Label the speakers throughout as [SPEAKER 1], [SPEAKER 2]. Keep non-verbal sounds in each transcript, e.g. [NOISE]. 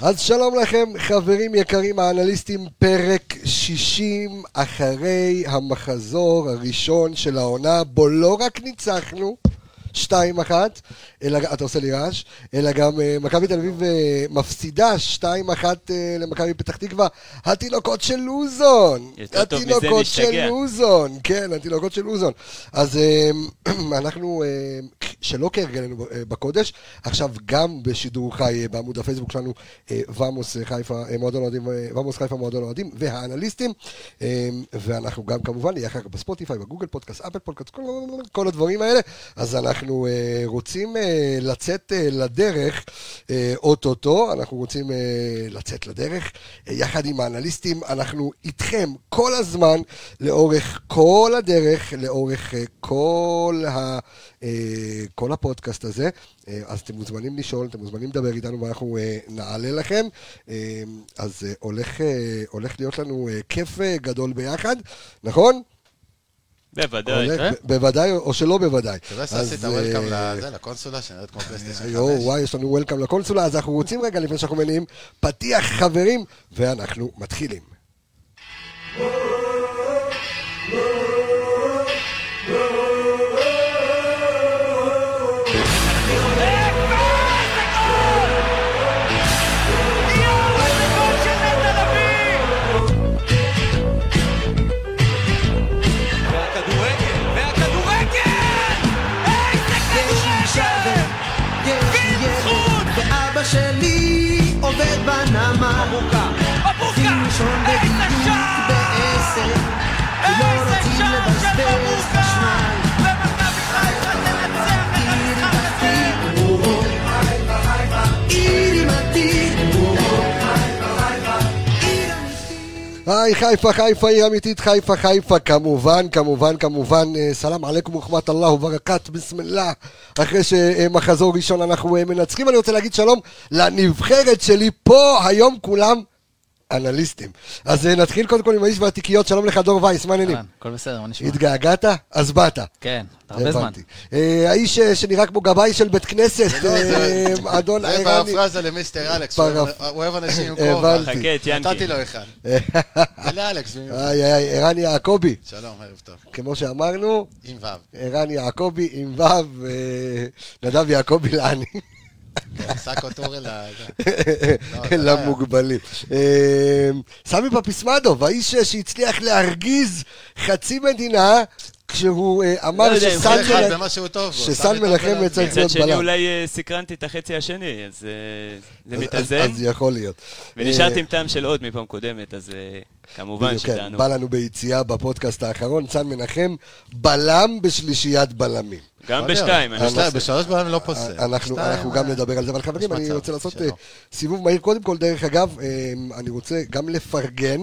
[SPEAKER 1] אז שלום לכם, חברים יקרים, האנליסטים, פרק 60, אחרי המחזור הראשון של העונה, בו לא רק ניצחנו, 2-1, אלא, אתה עושה לי רעש, אלא גם אה, מכבי תל אביב אה, מפסידה 2-1 אה, למכבי פתח תקווה, התינוקות של לוזון.
[SPEAKER 2] יותר טוב מזה
[SPEAKER 1] התינוקות של
[SPEAKER 2] להשתגע.
[SPEAKER 1] לוזון, כן, התינוקות של לוזון. אז אה, [CLEARS THROAT] אנחנו, אה, שלא כהרגלנו ב- אה, בקודש, עכשיו גם בשידור חי אה, בעמוד הפייסבוק שלנו, אה, ומוס אה, חיפה, אה, מועדון אוהדים, אה, ומוס חיפה מועדון אוהדים והאנליסטים, אה, ואנחנו גם כמובן נהיה אחר כך בספוטיפיי, בגוגל פודקאסט, אפל פודקאסט, כל, כל הדברים האלה. אז אנחנו אה, רוצים אה, לצאת אה, לדרך אה, אוטוטו, אנחנו רוצים אה, לצאת לדרך אה, יחד עם האנליסטים, אנחנו איתכם כל הזמן, לאורך כל הדרך, לאורך אה, כל, ה, אה, כל הפודקאסט הזה. אה, אז אתם מוזמנים לשאול, אתם מוזמנים לדבר איתנו ואנחנו אה, נעלה לכם. אה, אז אה, הולך, אה, הולך להיות לנו אה, כיף אה, גדול ביחד, נכון?
[SPEAKER 2] בוודאי.
[SPEAKER 1] הולך-
[SPEAKER 3] אה?
[SPEAKER 1] ב- בוודאי או שלא בוודאי.
[SPEAKER 3] אתה יודע
[SPEAKER 1] אז,
[SPEAKER 3] שעשית וולקאם
[SPEAKER 1] אה,
[SPEAKER 3] לזה, לקונסולה, שנראית כמו פלסטיישן
[SPEAKER 1] יואו,
[SPEAKER 3] [LAUGHS] 5.
[SPEAKER 1] וואי, יש לנו וולקאם לקונסולה, אז אנחנו רוצים רגע, לפני שאנחנו מניעים, פתיח חברים, ואנחנו מתחילים.
[SPEAKER 4] והכדורגל, והכדורגל! איזה כדורגל! בזכות!
[SPEAKER 5] ואבא שלי עובד בנמל,
[SPEAKER 4] אבוקה, אבוקה!
[SPEAKER 5] ראשון
[SPEAKER 4] איזה
[SPEAKER 5] בדיוק
[SPEAKER 4] שער!
[SPEAKER 5] בעשר, לא
[SPEAKER 4] איזה
[SPEAKER 5] רוצים
[SPEAKER 4] שער של
[SPEAKER 5] לבזבז
[SPEAKER 4] אבוקה!
[SPEAKER 5] חשמל,
[SPEAKER 4] ומכבי חיפה תנצח את המשחק הזה!
[SPEAKER 5] עיר עימתי, עיר
[SPEAKER 1] היי, חיפה, חיפה, עיר אמיתית, חיפה, חיפה, כמובן, כמובן, כמובן, אה, סלאם עליכום ורחמת אללה וברכת, בסמללה, אחרי שמחזור ראשון אנחנו אה, מנצחים, אני רוצה להגיד שלום לנבחרת שלי פה, היום כולם אנליסטים. אז אה, נתחיל קודם כל עם האיש והתיקיות, שלום לך דור וייס, מה העניינים?
[SPEAKER 6] אהלן, הכל בסדר, מה נשמע?
[SPEAKER 1] התגעגעת? אז באת.
[SPEAKER 6] כן, הרבה זמן.
[SPEAKER 1] הבנתי. אה, האיש אה, שנראה כמו גבאי של בית כנסת, אה, אדון
[SPEAKER 3] לא, זה
[SPEAKER 1] איראני.
[SPEAKER 3] פרפרזה למיסטר אלכס,
[SPEAKER 1] פרפ-
[SPEAKER 3] הוא אוהב אנשים עם
[SPEAKER 1] הבנתי. אה.
[SPEAKER 3] כובע.
[SPEAKER 2] חכה את
[SPEAKER 3] נתתי
[SPEAKER 2] ינקי.
[SPEAKER 3] לו אחד. זה לאלכס, במיוחד.
[SPEAKER 1] איי איי, ערן יעקבי,
[SPEAKER 3] שלום, ערב טוב.
[SPEAKER 1] כמו שאמרנו,
[SPEAKER 3] עם ו'.
[SPEAKER 1] ערן יעקבי עם ו' אה, נדב יעקבי לעני,
[SPEAKER 3] כן, שק אותו לזה. לא
[SPEAKER 1] למוגבלים. אה, סמי פפיסמדוב, האיש אה, שהצליח להרגיז חצי מדינה כשהוא אה,
[SPEAKER 2] לא
[SPEAKER 1] אמר
[SPEAKER 2] יודע,
[SPEAKER 1] שסן
[SPEAKER 3] כל אחד
[SPEAKER 1] מנחם-
[SPEAKER 3] במה שהוא טוב בו.
[SPEAKER 1] שסן מנחם צריך
[SPEAKER 2] מצד
[SPEAKER 1] להיות
[SPEAKER 2] שני
[SPEAKER 1] בלם.
[SPEAKER 2] אולי אה, סקרנתי את החצי השני, אז אה, זה
[SPEAKER 1] אז-
[SPEAKER 2] מתאזן.
[SPEAKER 1] אז אז יכול להיות. אה,
[SPEAKER 2] ונשארתי עם טעם של עוד מפעם קודמת, אז אה, כמובן
[SPEAKER 1] בדיוק, כן,
[SPEAKER 2] שטענו.
[SPEAKER 1] בא לנו ביציאה בפודקאסט האחרון, צאן מנחם, בלם בשלישיית בלמים.
[SPEAKER 2] גם [LAUGHS] בשתיים,
[SPEAKER 1] אה,
[SPEAKER 2] אני חושב.
[SPEAKER 3] בשלוש בלמים לא פוסל. אה,
[SPEAKER 1] אנחנו,
[SPEAKER 3] שתיים,
[SPEAKER 1] אנחנו גם נדבר על זה, אבל חברים,
[SPEAKER 3] יש
[SPEAKER 1] אני
[SPEAKER 3] מצב,
[SPEAKER 1] רוצה לעשות
[SPEAKER 3] שלא.
[SPEAKER 1] אה, סיבוב מהיר. קודם כל, דרך אגב, אה, אני רוצה גם לפרגן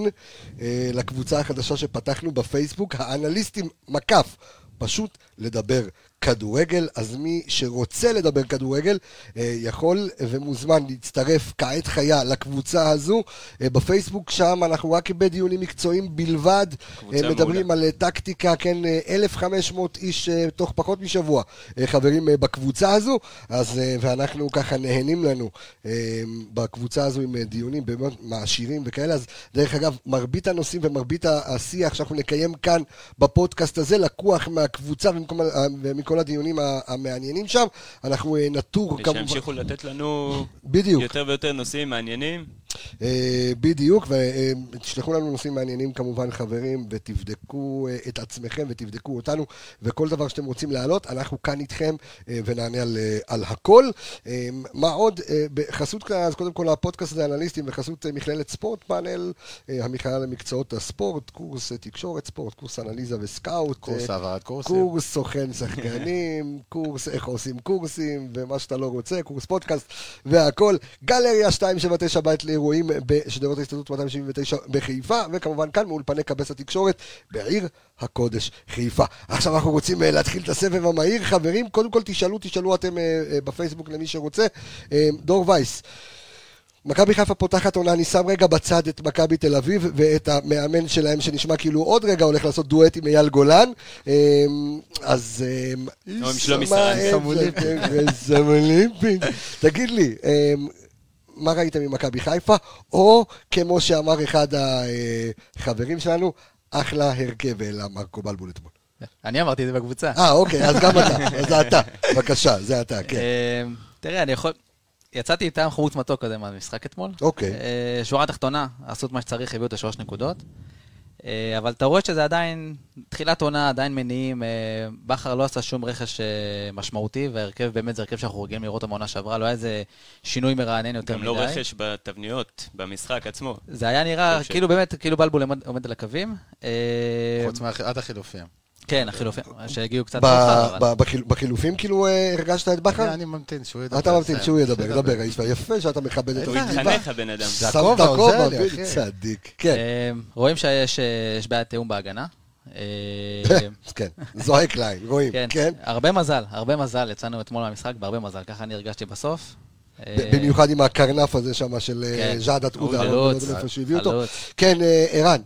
[SPEAKER 1] אה, לקבוצה החדשה שפתחנו בפייסבוק, האנליסטים מקף, פשוט לדבר כדורגל, אז מי שרוצה לדבר כדורגל אה, יכול ומוזמן להצטרף כעת חיה לקבוצה הזו. אה, בפייסבוק שם אנחנו רק בדיונים מקצועיים בלבד,
[SPEAKER 2] קבוצה
[SPEAKER 1] אה, מדברים
[SPEAKER 2] מעולה.
[SPEAKER 1] על אה, טקטיקה, כן, אה, 1,500 איש אה, תוך פחות משבוע אה, חברים אה, בקבוצה הזו, אז, אה, ואנחנו ככה נהנים לנו אה, בקבוצה הזו עם אה, דיונים באמת מעשירים וכאלה, אז דרך אגב, מרבית הנושאים ומרבית ה- השיח שאנחנו נקיים כאן בפודקאסט הזה לקוח מהקבוצה ומכל, ה- ומכל הדיונים ה- המעניינים שם, אנחנו אה, נטור כמובן,
[SPEAKER 2] ושימשיכו לתת לנו
[SPEAKER 1] בדיוק.
[SPEAKER 2] יותר ויותר נושאים מעניינים.
[SPEAKER 1] אה, בדיוק, ותשלחו לנו נושאים מעניינים כמובן, חברים, ותבדקו אה, את עצמכם ותבדקו אותנו, וכל דבר שאתם רוצים להעלות, אנחנו כאן איתכם אה, ונענה על, אה, על הכל. אה, מה עוד? אה, בחסות, אז קודם כל הפודקאסט הזה אנליסטים, בחסות אה, מכללת ספורט, פאנל אה, המכללה למקצועות הספורט, קורס אה, תקשורת ספורט, קורס אנליזה וסקאוט.
[SPEAKER 3] קורס
[SPEAKER 1] אה,
[SPEAKER 3] העברת קורסים.
[SPEAKER 1] קורס סוכן שחקנים, קורס איך עושים קורסים, ומה שאתה לא רוצה, קורס פודקאסט והכל. גלריה 279 בית לאירועים בשדרות ההסתדרות 279 בחיפה, וכמובן כאן מאולפני קבס התקשורת בעיר הקודש חיפה. עכשיו אנחנו רוצים אה, להתחיל את הסבב המהיר, חברים. קודם כל תשאלו, תשאלו אתם אה, אה, בפייסבוק למי שרוצה. אה, דור וייס, מכבי חיפה פותחת עונה, אני שם רגע בצד את מכבי תל אביב ואת המאמן שלהם שנשמע כאילו עוד רגע הולך לעשות דואט עם אייל גולן. אמ, אז... אמ,
[SPEAKER 2] או עם שלומי
[SPEAKER 1] מה
[SPEAKER 2] סרן.
[SPEAKER 1] הם-
[SPEAKER 3] סמוליפין.
[SPEAKER 1] סמוליפין. תגיד לי, אמ, מה ראיתם ממכבי חיפה, או כמו שאמר אחד החברים שלנו, אחלה הרכב העלה מרקו בלבול אתמול.
[SPEAKER 6] אני אמרתי את זה בקבוצה.
[SPEAKER 1] אה, אוקיי, אז גם אתה, אז זה אתה. בבקשה, זה אתה, כן.
[SPEAKER 6] אה, תראה, אני יכול... יצאתי איתם חרוץ מתוק כזה מהמשחק אתמול.
[SPEAKER 1] אוקיי.
[SPEAKER 6] אה, שורה תחתונה, עשו את מה שצריך, הביאו את השלוש נקודות. אה, אבל אתה רואה שזה עדיין, תחילת עונה, עדיין מניעים. אה, בכר לא עשה שום רכש אה, משמעותי, וההרכב באמת זה הרכב שאנחנו רגילים לראות אותו מעונה שעברה, לא היה איזה שינוי מרענן יותר
[SPEAKER 2] גם
[SPEAKER 6] מדי.
[SPEAKER 2] לא רכש לא בתבניות, במשחק עצמו.
[SPEAKER 6] זה היה נראה
[SPEAKER 2] אני חושב.
[SPEAKER 6] כאילו באמת, כאילו בלבול עומד- עומד על הקווים. אה,
[SPEAKER 3] חוץ מעד החילופים.
[SPEAKER 6] כן, החילופים, שהגיעו קצת
[SPEAKER 1] ב-
[SPEAKER 6] מאוחר. אבל-
[SPEAKER 1] ב- בחיל- בחילופים כאילו אה, הרגשת את
[SPEAKER 3] אני
[SPEAKER 1] בכר?
[SPEAKER 3] אני ממתין שהוא ידבר.
[SPEAKER 1] אתה ממתין
[SPEAKER 3] בסדר,
[SPEAKER 1] שהוא ידבר, דבר, האיש, יפה שאתה מכבד את
[SPEAKER 2] הוא
[SPEAKER 1] הטיפה.
[SPEAKER 2] התחנך, הבן אדם.
[SPEAKER 1] שם את
[SPEAKER 3] הכובע עוזר
[SPEAKER 1] הכובע,
[SPEAKER 3] לי,
[SPEAKER 1] בדיוק,
[SPEAKER 3] אחי.
[SPEAKER 1] [LAUGHS] צדיק, כן.
[SPEAKER 6] אה, רואים שיש אה, יש בעיית תיאום בהגנה. אה,
[SPEAKER 1] [LAUGHS] כן, זועק להם, רואים, כן.
[SPEAKER 6] הרבה מזל, הרבה מזל, יצאנו אתמול מהמשחק בהרבה מזל, ככה אני הרגשתי בסוף. אה,
[SPEAKER 1] ב- במיוחד עם הקרנף הזה שם של אה,
[SPEAKER 6] כן.
[SPEAKER 1] ז'אדת עודה,
[SPEAKER 6] חלוץ,
[SPEAKER 1] איפה שהביאו אותו.
[SPEAKER 6] חלוץ.
[SPEAKER 1] כן, אה, ערן.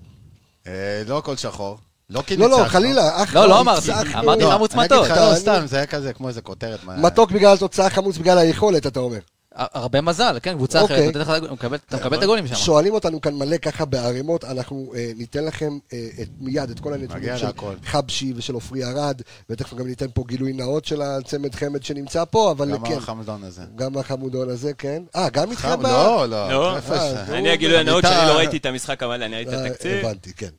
[SPEAKER 3] אה, לא הכל שחור. לא כי
[SPEAKER 1] לא, לא,
[SPEAKER 3] ניצחנו.
[SPEAKER 1] חלילה, אח
[SPEAKER 6] לא, לא
[SPEAKER 1] לא,
[SPEAKER 6] אמרתי,
[SPEAKER 1] ניצחנו.
[SPEAKER 6] אמרתי
[SPEAKER 3] לא,
[SPEAKER 6] חמוץ
[SPEAKER 3] אני אגיד
[SPEAKER 6] מתוק.
[SPEAKER 3] לך, לא,
[SPEAKER 1] אני-
[SPEAKER 3] סתם, זה היה כזה, כמו איזה כותרת. מה-
[SPEAKER 1] מתוק בגלל התוצאה, חמוץ בגלל היכולת, אתה אומר.
[SPEAKER 6] ה- הרבה מזל, כן, קבוצה
[SPEAKER 1] אוקיי.
[SPEAKER 6] אחרת, נותנת לך- אתה מקבל- אתה מקבל את הגולים שם.
[SPEAKER 1] שואלים אותנו כאן מלא ככה בערימות, אנחנו אה, ניתן לכם אה, את- מיד את כל הנתונים
[SPEAKER 3] מגיע
[SPEAKER 1] של
[SPEAKER 3] להכל.
[SPEAKER 1] חבשי ושל עופרי ארד, ותכף גם ניתן פה גילוי נאות של הצמד חמד שנמצא פה, אבל
[SPEAKER 3] גם
[SPEAKER 1] כן.
[SPEAKER 3] החמדון הזה.
[SPEAKER 1] גם החמודון הזה, כן. אה, גם איתך
[SPEAKER 3] חם-
[SPEAKER 1] ב-
[SPEAKER 3] לא, לא.
[SPEAKER 2] לא,
[SPEAKER 3] איפה זה?
[SPEAKER 1] הוא-
[SPEAKER 2] אני הגילוי הנאות שאני
[SPEAKER 3] אתה-
[SPEAKER 2] לא ראיתי את המשחק, אבל אני ראיתי את
[SPEAKER 1] אה,
[SPEAKER 2] התקציב.
[SPEAKER 1] הבנתי, כן.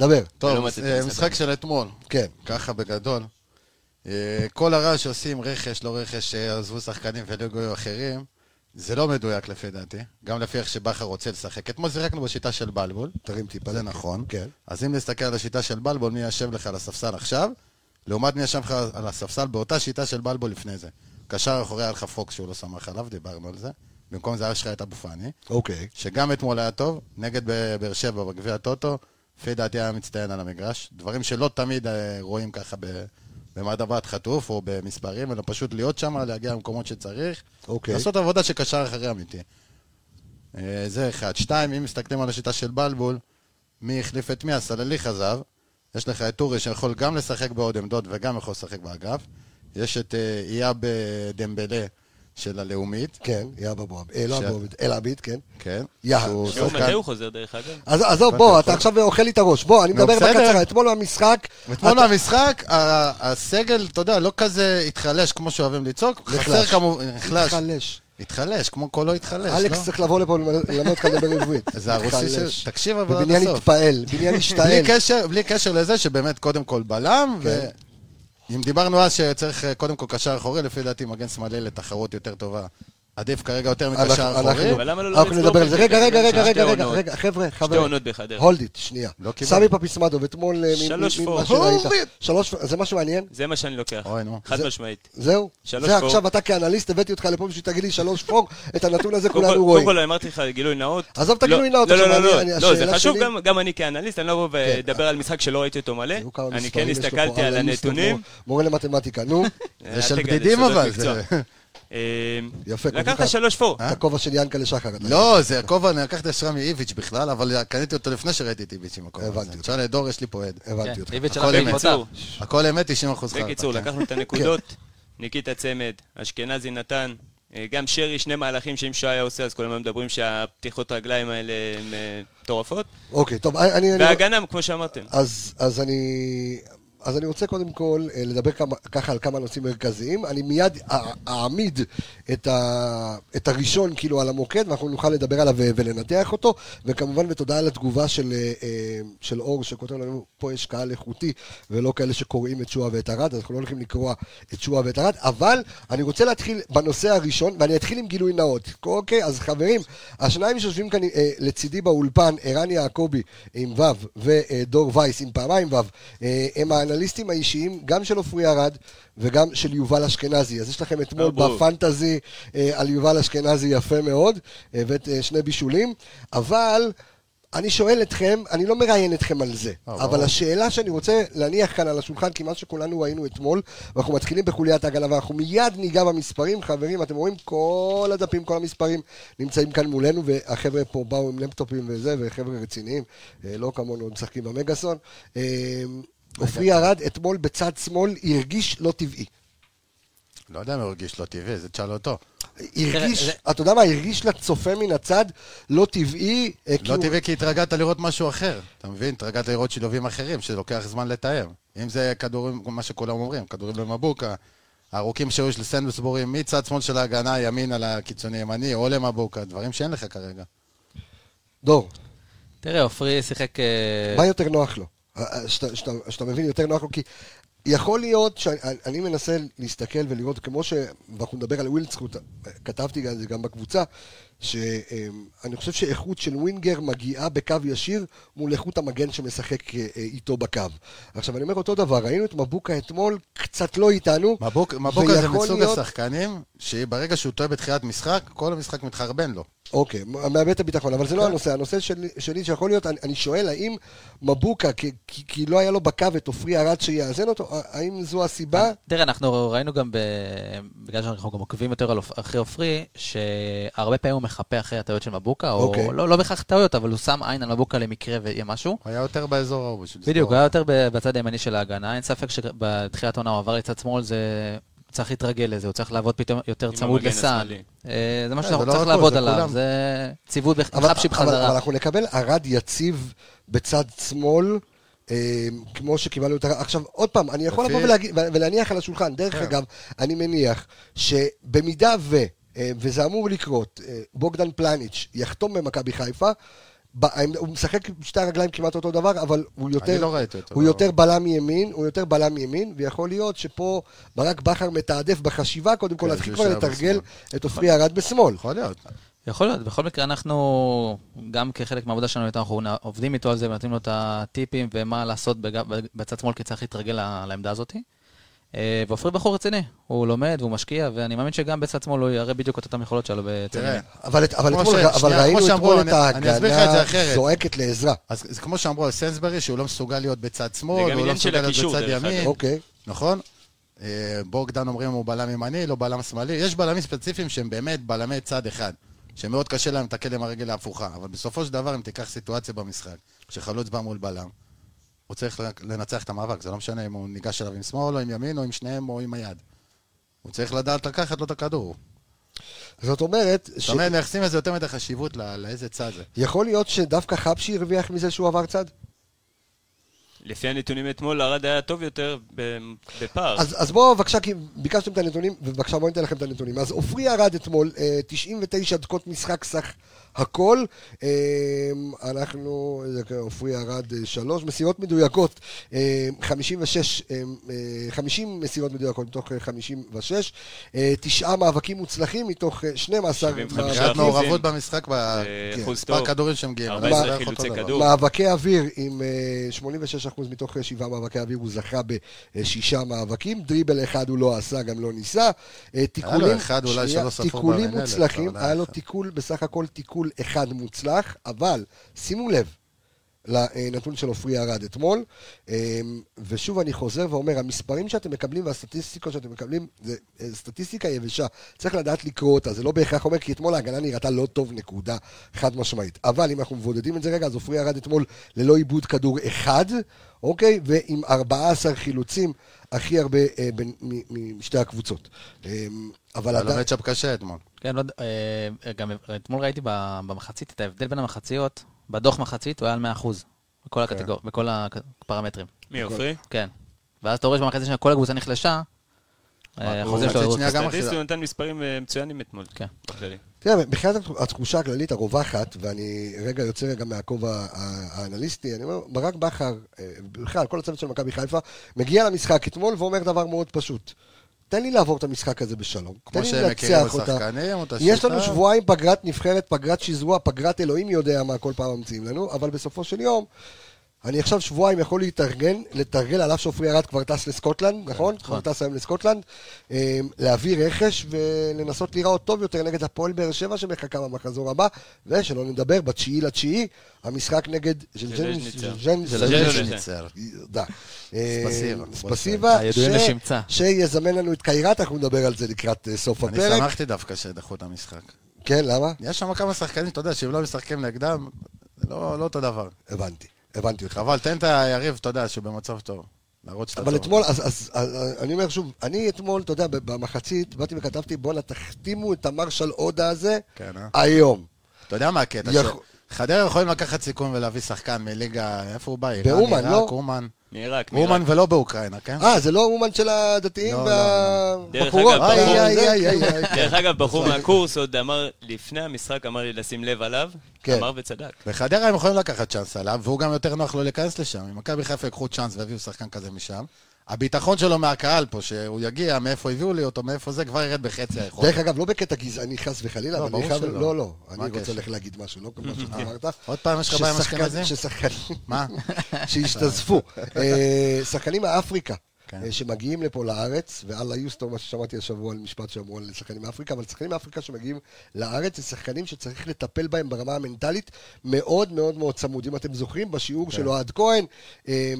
[SPEAKER 1] דבר,
[SPEAKER 2] לא
[SPEAKER 3] טוב,
[SPEAKER 2] מצאתי
[SPEAKER 3] אה,
[SPEAKER 2] את הסדר.
[SPEAKER 3] משחק של אתמול.
[SPEAKER 1] כן.
[SPEAKER 3] ככה בגדול. אה, כל הרעש שעושים רכש, לא רכש, אה, עזבו שחקנים וליגו אחרים, זה לא מדויק לפי דעתי. גם לפי איך שבכר רוצה לשחק. אתמול שיחקנו בשיטה של בלבול.
[SPEAKER 1] תרים טיפה.
[SPEAKER 3] זה נכון.
[SPEAKER 1] כן.
[SPEAKER 3] אז אם נסתכל על השיטה של בלבול, מי ישב לך על הספסל עכשיו, לעומת מי ישב לך על הספסל באותה שיטה של בלבול לפני זה. קשר אחורי היה לך פוקס שהוא לא סמך עליו, דיברנו על זה. במקום זה היה שלך את אבו פאני,
[SPEAKER 1] אוקיי.
[SPEAKER 3] שגם אתמול היה טוב, נגד ב- באר שבע בגביע הטוטו, לפי דעתי היה מצטיין על המגרש. דברים שלא תמיד אה, רואים ככה ב- במד הבעת חטוף או במספרים, אלא פשוט להיות שם, להגיע למקומות שצריך.
[SPEAKER 1] אוקיי.
[SPEAKER 3] לעשות עבודה של קשר אחרי אמיתי. אה, זה אחד. שתיים, אם מסתכלים על השיטה של בלבול, מי החליף את מי? אז סלליך עזב. יש לך את אורי שיכול גם לשחק בעוד עמדות וגם יכול לשחק באגף. יש את אה, אייב אה, דמבלה של הלאומית,
[SPEAKER 1] כן, יאבא בועבד. אה, לא
[SPEAKER 3] ש-
[SPEAKER 1] בועבד, אל עביד, כן.
[SPEAKER 3] כן?
[SPEAKER 1] יאב.
[SPEAKER 3] שהוא
[SPEAKER 2] שהוא
[SPEAKER 3] שחקן-
[SPEAKER 2] מתי הוא חוזר דרך אגב?
[SPEAKER 1] אז אז זהו, בוא, אתה עכשיו אוכל לי את הראש. בוא, אני
[SPEAKER 3] נו,
[SPEAKER 1] מדבר
[SPEAKER 3] לא, בסדר.
[SPEAKER 1] בקצרה. אתמול במשחק...
[SPEAKER 3] אתמול לא
[SPEAKER 1] אתה-
[SPEAKER 3] במשחק, ה- הסגל, אתה יודע, לא כזה התחלש כמו שאוהבים לצעוק, חסר
[SPEAKER 1] נחלש.
[SPEAKER 3] כמובן, נחלש,
[SPEAKER 1] התחלש.
[SPEAKER 3] התחלש, כמו קולו התחלש,
[SPEAKER 1] אלכס
[SPEAKER 3] לא?
[SPEAKER 1] צריך לבוא לפה ללמד אותך לדבר עברית.
[SPEAKER 3] זה הרוסי
[SPEAKER 1] התחלש.
[SPEAKER 3] של... תקשיב אבל עד
[SPEAKER 1] ובניין
[SPEAKER 3] הסוף.
[SPEAKER 1] התפעל, בניין
[SPEAKER 3] בלי
[SPEAKER 1] השתעל.
[SPEAKER 3] קשר- בלי קשר לזה שבאמת קודם כל בלם,
[SPEAKER 1] כן.
[SPEAKER 3] ו... אם דיברנו אז שצריך אה, קודם כל קשר אחורי, לפי דעתי מגן שמאלי לתחרות יותר טובה. עדיף כרגע יותר
[SPEAKER 1] אנחנו-
[SPEAKER 3] מקשר אחורי.
[SPEAKER 1] אנחנו-
[SPEAKER 2] אבל למה לא
[SPEAKER 1] אנחנו
[SPEAKER 2] לאמץ
[SPEAKER 1] נדבר על זה.
[SPEAKER 2] באופן
[SPEAKER 1] רגע,
[SPEAKER 2] כזה?
[SPEAKER 1] רגע, רגע,
[SPEAKER 2] שתי
[SPEAKER 1] רגע, רגע,
[SPEAKER 2] עונות.
[SPEAKER 1] רגע, חבר'ה,
[SPEAKER 2] שתי
[SPEAKER 1] חברים.
[SPEAKER 2] עונות בחדרה.
[SPEAKER 1] הולד איט, שנייה.
[SPEAKER 3] לא קיבל.
[SPEAKER 1] סמי פפיסמדו, אתמול... אה, מ-
[SPEAKER 2] שלוש
[SPEAKER 1] מ- מ-
[SPEAKER 2] פור.
[SPEAKER 1] מה שראית.
[SPEAKER 3] הולד איט.
[SPEAKER 1] שלוש פור. זה משהו מעניין?
[SPEAKER 2] זה מה שאני לוקח,
[SPEAKER 3] אוי, נו.
[SPEAKER 2] חד
[SPEAKER 1] זה-
[SPEAKER 2] משמעית.
[SPEAKER 1] זהו?
[SPEAKER 2] שלוש
[SPEAKER 1] זה
[SPEAKER 2] פור.
[SPEAKER 1] עכשיו אתה כאנליסט, הבאתי אותך לפה בשביל שתגיד לי שלוש פור,
[SPEAKER 2] [LAUGHS]
[SPEAKER 1] את הנתון הזה
[SPEAKER 2] קודם כל-
[SPEAKER 1] כולנו
[SPEAKER 2] קודם
[SPEAKER 1] רואים.
[SPEAKER 2] כל אמרתי לך גילוי נאות.
[SPEAKER 1] עזוב את הגילוי
[SPEAKER 2] לא-
[SPEAKER 1] נאות,
[SPEAKER 2] לא,
[SPEAKER 1] עכשיו,
[SPEAKER 2] לא,
[SPEAKER 1] אני-
[SPEAKER 2] לא,
[SPEAKER 1] אני-
[SPEAKER 2] לא, לא, זה
[SPEAKER 1] השאלה
[SPEAKER 2] חשוב,
[SPEAKER 1] שלי- כן.
[SPEAKER 2] גם- גם אני כאנליסט, אני לא אבוא ואדבר על משחק שלא ראיתי אותו מלא.
[SPEAKER 1] היו כמה
[SPEAKER 2] אני
[SPEAKER 1] מספרים,
[SPEAKER 2] כן
[SPEAKER 1] יש לו פה
[SPEAKER 2] הסתכלתי על
[SPEAKER 1] אנליסט,
[SPEAKER 2] הנתונים. אה,
[SPEAKER 1] הוא מורה למתמטיקה,
[SPEAKER 2] [LAUGHS]
[SPEAKER 1] נו,
[SPEAKER 3] זה של
[SPEAKER 2] אל תגלה,
[SPEAKER 3] בדידים
[SPEAKER 2] סודות
[SPEAKER 3] אבל,
[SPEAKER 2] מקצוע.
[SPEAKER 3] זה...
[SPEAKER 2] אה,
[SPEAKER 1] יפה, כל
[SPEAKER 2] לקחת
[SPEAKER 1] כך. אה?
[SPEAKER 2] שלוש פור.
[SPEAKER 1] את הכובע של ינקלה שחר. אתה-
[SPEAKER 3] לא, זה הכובע, אני לקחתי השראה מאיביץ' בכלל, אבל קניתי אותו לפני שראיתי את איביץ' עם הכובע הזה.
[SPEAKER 1] הבנתי אותך.
[SPEAKER 3] תשאל את דור, יש לי פה עד.
[SPEAKER 6] כן,
[SPEAKER 1] הבנתי
[SPEAKER 2] כן.
[SPEAKER 1] אותך.
[SPEAKER 6] ליביץ'
[SPEAKER 3] הכל
[SPEAKER 6] הלך
[SPEAKER 3] אמת.
[SPEAKER 6] בעקבותיו.
[SPEAKER 3] הכל אמת, 90 אחוז
[SPEAKER 1] כן.
[SPEAKER 3] כן.
[SPEAKER 2] בקיצור, לקחנו את הנקודות, ניקיטה צמד, אשכנזי נתן, אה, גם שרי, שני מהלכים שאם שעה היה עושה, אז כולם היו מדברים שהפתיחות רגליים האלה הן אה, מטורפות.
[SPEAKER 1] אוקיי, טוב, אני... אני-
[SPEAKER 2] וההגנה, כמו שאמרתם.
[SPEAKER 1] אז, אז אני... אז אני רוצה קודם כל אה, לדבר כמה, ככה על כמה נושאים מרכזיים. אני מיד אע- אעמיד את, ה, את הראשון כאילו על המוקד, ואנחנו נוכל לדבר עליו ו- ולנתח אותו. וכמובן, ותודה על התגובה של, אה, אה, של אור, שכותב לנו, פה יש קהל איכותי, ולא כאלה שקוראים את שועה ואת ארד, אז אנחנו לא הולכים לקרוע את שועה ואת ארד. אבל אני רוצה להתחיל בנושא הראשון, ואני אתחיל עם גילוי נאות. אוקיי, אז חברים, השניים שיושבים כאן אה, לצידי באולפן, ערן יעקבי עם ו' ודור וייס עם פעמיים ו', אה, הם האנליסטים האישיים גם של עופרי ארד וגם של יובל אשכנזי. אז יש לכם אתמול
[SPEAKER 2] מברוק.
[SPEAKER 1] בפנטזי אה, על יובל אשכנזי יפה מאוד, הבאת אה, שני בישולים, אבל... אני שואל אתכם, אני לא מראיין אתכם על זה,
[SPEAKER 3] אה,
[SPEAKER 1] אבל
[SPEAKER 3] ברור.
[SPEAKER 1] השאלה שאני רוצה להניח כאן על השולחן, כי מה שכולנו ראינו אתמול, ואנחנו מתחילים בחוליית ההגנה, ואנחנו מיד ניגע במספרים, חברים, אתם רואים, כל הדפים, כל המספרים נמצאים כאן מולנו, והחבר'ה פה באו עם לפטופים וזה, וחבר'ה רציניים, אה, לא כמונו, הם משחקים במגאסון. אה, עופרי ארד אתמול בצד שמאל הרגיש לא טבעי.
[SPEAKER 3] לא יודע אם הוא הרגיש לא טבעי, זה תשאל אותו.
[SPEAKER 1] הרגיש,
[SPEAKER 6] זה-
[SPEAKER 1] אתה יודע מה, הרגיש לצופה מן הצד לא טבעי. אה,
[SPEAKER 3] לא
[SPEAKER 1] כאילו-
[SPEAKER 3] טבעי כי התרגלת לראות משהו אחר, אתה מבין? התרגלת לראות שילובים אחרים, שלוקח זמן לתאם. אם זה כדורים, מה שכולם אומרים, כדורים למבוקה, הארוכים שהיו של סנדוסבורים, מצד שמאל של ההגנה, ימין על הקיצוני ימני, או למבוקה, דברים שאין לך כרגע.
[SPEAKER 1] דור,
[SPEAKER 6] תראה, עופרי שיחק... אה,
[SPEAKER 1] מה יותר נוח לו? אה, אה, שאתה- שאתה- שאתה מבין, יותר נוח לו, כי יכול להיות שאני אני מנסה להסתכל ולראות, כמו ש... ואנחנו נדבר על ווילדסקוט, כתבתי על זה גם בקבוצה, שאני חושב שאיכות של ווינגר מגיעה בקו ישיר מול איכות המגן שמשחק אה, אה, איתו בקו. עכשיו, אני אומר אותו דבר, ראינו את מבוקה אתמול, קצת לא איתנו.
[SPEAKER 3] מבוק- מבוקה זה
[SPEAKER 1] ויכול
[SPEAKER 3] מסוג
[SPEAKER 1] להיות-
[SPEAKER 3] השחקנים, שברגע שהוא טועה בתחילת משחק, כל המשחק מתחרבן לו.
[SPEAKER 1] אוקיי, מ- מאבד את הביטחון, אבל זה לא הנושא. הנושא שלי, שלי שיכול להיות, אני, אני שואל, האם מבוקה, כי, כי, כי לא היה לו בקו את עופרי ארד שיאזן אותו, ה- האם זו הסיבה?
[SPEAKER 6] תראה, אנחנו ראינו גם, ב... בגלל שאנחנו גם עוקבים יותר על אופ- אחרי עופרי, שהרבה פעמים הוא מחפה אחרי הטעויות של מבוקה, או
[SPEAKER 1] אוקיי.
[SPEAKER 6] לא, לא בהכרח טעויות, אבל הוא שם עין על מבוקה למקרה ויהיה משהו.
[SPEAKER 3] הוא היה יותר באזור ההוא בשביל
[SPEAKER 6] בדיוק, הוא היה יותר ב- בצד הימני של ההגנה. אין ספק שבתחילת העונה הוא עבר לצד שמאל, זה... צריך להתרגל לזה, הוא צריך לעבוד פתאום יותר
[SPEAKER 2] עם
[SPEAKER 6] צמוד
[SPEAKER 2] המגן
[SPEAKER 6] לסל.
[SPEAKER 2] השמאלי.
[SPEAKER 6] אה, זה משהו
[SPEAKER 3] זה
[SPEAKER 6] שאנחנו
[SPEAKER 3] לא רק
[SPEAKER 6] צריך
[SPEAKER 3] הוא,
[SPEAKER 6] לעבוד
[SPEAKER 3] זה
[SPEAKER 6] עליו,
[SPEAKER 3] כולם.
[SPEAKER 6] זה ציווד בח-
[SPEAKER 1] אבל,
[SPEAKER 6] חפשי
[SPEAKER 1] אבל, אבל
[SPEAKER 6] בחזרה.
[SPEAKER 1] אנחנו נקבל ארד יציב בצד שמאל. אה, כמו שקיבלנו את ה... עכשיו, עוד פעם, אני יכול
[SPEAKER 3] לפי-
[SPEAKER 1] לבוא ולהגיד, ו- ולהניח על השולחן, דרך
[SPEAKER 3] כן.
[SPEAKER 1] אגב, אני מניח שבמידה ו, אה, וזה אמור לקרות, אה, בוגדן פלניץ' יחתום במכבי חיפה, ב- הוא משחק עם שתי הרגליים כמעט אותו דבר, אבל הוא יותר...
[SPEAKER 3] אני לא ראיתי אותו.
[SPEAKER 1] הוא
[SPEAKER 3] לא.
[SPEAKER 1] יותר בלם ימין, הוא יותר בלם ימין, ויכול להיות שפה ברק בכר מתעדף בחשיבה, קודם כל
[SPEAKER 3] כן,
[SPEAKER 1] להתחיל
[SPEAKER 3] שהוא
[SPEAKER 1] כבר
[SPEAKER 3] יישאר
[SPEAKER 1] לתרגל את עופרי ארד בשמאל.
[SPEAKER 3] יכול להיות.
[SPEAKER 6] יכול להיות, בכל מקרה אנחנו, גם כחלק מהעבודה שלנו איתו, אנחנו נע- עובדים איתו על זה ונותנים לו את הטיפים ומה לעשות בג- בצד שמאל, כי צריך להתרגל ל- לעמדה הזאת. אה, ועופרי בחור רציני, הוא לומד והוא משקיע, ואני מאמין שגם בצד שמאל הוא יראה בדיוק את אותן יכולות שלו בצד
[SPEAKER 3] תראה,
[SPEAKER 6] ימין.
[SPEAKER 1] אבל את- אבל
[SPEAKER 3] כמו
[SPEAKER 1] אתמול
[SPEAKER 3] ש-
[SPEAKER 1] אבל
[SPEAKER 3] שנייה,
[SPEAKER 1] ראינו
[SPEAKER 3] כמו שאמרו,
[SPEAKER 1] אתמול את
[SPEAKER 3] אני- אני אסביר לך את זה
[SPEAKER 1] ההגנה
[SPEAKER 3] אחרת.
[SPEAKER 1] זועקת לעזרה.
[SPEAKER 3] אז זה כמו שאמרו על סנסברי, שהוא לא מסוגל להיות בצד
[SPEAKER 2] זה
[SPEAKER 3] שמאל,
[SPEAKER 2] גם
[SPEAKER 3] הוא לא
[SPEAKER 2] עניין של
[SPEAKER 3] מסוגל להיות
[SPEAKER 2] הקישור,
[SPEAKER 3] בצד
[SPEAKER 2] דרך
[SPEAKER 3] ימין.
[SPEAKER 2] אגב.
[SPEAKER 1] אוקיי.
[SPEAKER 3] נכון? אה, בוגדן אומרים הוא בלם ימני, לא בלם שמאלי. יש בלמים ספציפיים שהם באמת בלמי צד אחד, שמאוד קשה להם לתקל עם הרגל ההפוכה, אבל בסופו של דבר, אם תיקח סיטואציה במשחק, שחלוץ בא מול בלם, הוא צריך רק לנצח את המאבק, זה לא משנה אם הוא ניגש אליו עם שמאל או עם ימין או עם שניהם או עם היד. הוא צריך לדעת לקחת לו את הכדור.
[SPEAKER 1] זאת אומרת,
[SPEAKER 3] זאת אומרת, מייחסים לזה יותר מדי חשיבות ל- לאיזה צד
[SPEAKER 2] אה,
[SPEAKER 3] זה.
[SPEAKER 1] יכול להיות שדווקא חבשי הרוויח מזה שהוא עבר צד?
[SPEAKER 2] לפי הנתונים אתמול, ארד היה טוב יותר ב- בפער.
[SPEAKER 1] אז, אז בואו בבקשה, כי ביקשתם את הנתונים, ובבקשה בואו ניתן לכם את הנתונים. אז עופרי ירד אתמול, אה, 99 דקות משחק סך הכל. אה, אנחנו, זה עופרי ירד אה, שלוש מסירות מדויקות, אה, 56, אה, אה, 50 מסירות מדויקות מתוך אה, 56, אה, תשעה מאבקים מוצלחים מתוך אה, 12
[SPEAKER 2] 75.
[SPEAKER 1] מאבקים.
[SPEAKER 3] מבחינת
[SPEAKER 2] אחוזים.
[SPEAKER 3] מעורבות במשחק, ב-
[SPEAKER 2] אה,
[SPEAKER 1] כן,
[SPEAKER 2] אחוז
[SPEAKER 3] מספר
[SPEAKER 2] טוב.
[SPEAKER 3] כדורים שהם מגיעים.
[SPEAKER 2] 14
[SPEAKER 3] אנחנו
[SPEAKER 2] חילוצי
[SPEAKER 3] אותו דבר.
[SPEAKER 2] כדור.
[SPEAKER 1] מאבקי אוויר עם אה, 86% מתוך אה, שבעה מאבקי אוויר, הוא זכה בשישה מאבקים. דריבל אחד הוא לא עשה, גם לא ניסה. אה, תיקולים,
[SPEAKER 3] אחד אולי שלא ספרו
[SPEAKER 1] תיקולים
[SPEAKER 3] במנהלת,
[SPEAKER 1] מוצלחים,
[SPEAKER 3] אבל היה
[SPEAKER 1] היה לו
[SPEAKER 3] אחד.
[SPEAKER 1] תיקול, בסך הכל תיקול אחד מוצלח, אבל שימו לב. לנתון של עופרי ארד אתמול, אה, ושוב אני חוזר ואומר, המספרים שאתם מקבלים והסטטיסטיקות שאתם מקבלים, זה אה, סטטיסטיקה יבשה, צריך לדעת לקרוא אותה, זה לא בהכרח אומר, כי אתמול ההגנה נראתה לא טוב, נקודה, חד משמעית. אבל אם אנחנו מבודדים את זה רגע, אז עופרי ארד אתמול ללא עיבוד כדור אחד, אוקיי? ועם 14 חילוצים, הכי הרבה אה, בין- מ- משתי הקבוצות. אה, אבל
[SPEAKER 3] אבל
[SPEAKER 1] עדיין...
[SPEAKER 3] המצ'אפ קשה אתמול.
[SPEAKER 6] כן, לא, יודע- אה, גם אתמול ראיתי ב- במחצית את ההבדל בין המחציות, בדוח מחצית הוא היה על 100% בכל הקטגור- בכל הפרמטרים,
[SPEAKER 2] מי עופרי?
[SPEAKER 6] כן. ואז אתה רואה שבמחצית השנייה כל הקבוצה נחלשה, אה,
[SPEAKER 3] הוא
[SPEAKER 6] אחוזים שלו
[SPEAKER 3] מחצית
[SPEAKER 6] ירדו.
[SPEAKER 3] שנייה גם
[SPEAKER 2] סטטיסט
[SPEAKER 3] אחי.
[SPEAKER 2] הוא נתן מספרים אה, מצוינים אתמול.
[SPEAKER 6] כן.
[SPEAKER 2] בכללי.
[SPEAKER 1] תראה, מבחינת התח- התחושה הכללית הרווחת, ואני רגע יוצא רגע מהכובע ה- האנליסטי, אני אומר, ברק בכר, אה, בכלל, כל הצוות של מכבי חיפה, מגיע למשחק אתמול ואומר דבר מאוד פשוט. תן לי לעבור את המשחק הזה בשלום.
[SPEAKER 3] כמו
[SPEAKER 1] תן לי
[SPEAKER 3] שהם
[SPEAKER 1] לנצח
[SPEAKER 3] מכירים
[SPEAKER 1] אותה.
[SPEAKER 3] בשחקנים, אותה
[SPEAKER 1] יש לנו
[SPEAKER 3] שיטה.
[SPEAKER 1] שבועיים פגרת נבחרת, פגרת שזרוע, פגרת אלוהים יודע מה כל פעם ממציאים לנו, אבל בסופו של יום, אני עכשיו שבועיים יכול להתארגן, לתרגל, על אף שעופרי ארד כבר טס לסקוטלנד, נכון? כבר טס היום לסקוטלנד, אה, להביא רכש ולנסות להיראות טוב יותר נגד הפועל באר שבע שמחכה במחזור הבא, ושלא נדבר, בתשיעי לתשיעי, המשחק נגד
[SPEAKER 2] ז'לז'ניצר.
[SPEAKER 1] ז'לז'ניצר.
[SPEAKER 2] ז'לז'ניצר.
[SPEAKER 3] שניצר.
[SPEAKER 1] תודה. אה,
[SPEAKER 3] ספסיבה.
[SPEAKER 1] ספסיבה,
[SPEAKER 6] הידועים
[SPEAKER 1] ש-
[SPEAKER 6] לשמצה.
[SPEAKER 1] שיזמן לנו את קיירת, אנחנו נדבר על זה לקראת אה, סוף
[SPEAKER 3] אני
[SPEAKER 1] הפרק.
[SPEAKER 3] שמחתי דווקא שדחו את המשחק.
[SPEAKER 1] כן, למה?
[SPEAKER 3] יש שם כמה שחקנים, אתה יודע, שאם לא משחקים נגדם, זה לא לא אותו דבר.
[SPEAKER 1] הבנתי, הבנתי אותך.
[SPEAKER 3] חבל, תן את היריב, אתה יודע, שהוא במצב טוב. להראות שאתה
[SPEAKER 1] אבל
[SPEAKER 3] טוב.
[SPEAKER 1] אתמול, אז, אז, אז, אז אני אומר שוב, אני אתמול, אתה יודע, במחצית, באתי וכתבתי, בואנה, תחתימו את המרשל עודה הזה
[SPEAKER 3] כן, אה?
[SPEAKER 1] היום.
[SPEAKER 3] אתה יודע מה הקטע?
[SPEAKER 1] יכ-
[SPEAKER 3] ש- חדרה יכולים לקחת סיכון ולהביא שחקן מליגה, איפה הוא בא? איראן,
[SPEAKER 1] באומן,
[SPEAKER 3] עיראק,
[SPEAKER 1] לא?
[SPEAKER 3] אומן.
[SPEAKER 2] מעיראק,
[SPEAKER 6] לא?
[SPEAKER 2] מעיראק.
[SPEAKER 3] אומן ולא באוקראינה, כן?
[SPEAKER 1] אה, זה לא אומן של הדתיים
[SPEAKER 3] לא,
[SPEAKER 2] דרך
[SPEAKER 1] והבחורות?
[SPEAKER 2] אגב,
[SPEAKER 1] אה,
[SPEAKER 2] בחור-
[SPEAKER 1] אה, אה, אה, אה,
[SPEAKER 2] [LAUGHS]
[SPEAKER 1] אה.
[SPEAKER 3] כן.
[SPEAKER 2] דרך אגב, בחור מהקורס עוד אמר, לפני המשחק אמר לי לשים לב עליו,
[SPEAKER 1] כן.
[SPEAKER 2] אמר וצדק.
[SPEAKER 3] בחדרה הם יכולים לקחת צ'אנס עליו, והוא גם יותר נוח לו להיכנס לשם. אם מכבי חיפה יקחו צ'אנס ויביאו שחקן כזה משם, הביטחון שלו מהקהל פה, שהוא יגיע, מאיפה הביאו לי אותו, מאיפה זה, כבר ירד בחצי היכולת.
[SPEAKER 1] דרך אגב, לא בקטע גזעני חס וחלילה,
[SPEAKER 3] לא,
[SPEAKER 1] אבל אני
[SPEAKER 3] ברור
[SPEAKER 1] חייב...
[SPEAKER 3] שלא.
[SPEAKER 1] לא, לא.
[SPEAKER 3] מה
[SPEAKER 1] אני רוצה
[SPEAKER 3] הקשר? אה.
[SPEAKER 1] לך להגיד משהו, לא כל
[SPEAKER 3] [LAUGHS]
[SPEAKER 1] מה שאתה אמרת.
[SPEAKER 3] עוד פעם יש לך בעיה עם
[SPEAKER 1] ששחקן-
[SPEAKER 3] אשכנזים?
[SPEAKER 1] ששחקנים...
[SPEAKER 3] מה?
[SPEAKER 1] שהשתזפו. אה, שחקנים מאפריקה.
[SPEAKER 3] כן.
[SPEAKER 1] אה, שמגיעים לפה לארץ, ואללה יוסטור, מה ששמעתי השבוע על משפט שאמרו על שחקנים מאפריקה, אבל שחקנים מאפריקה שמגיעים לארץ זה שחקנים שצריך לטפל בהם ברמה המנטלית מאוד מאוד מאוד צמוד. אם אתם זוכרים,
[SPEAKER 3] כן.
[SPEAKER 1] בשיעור של אוהד כהן, אה,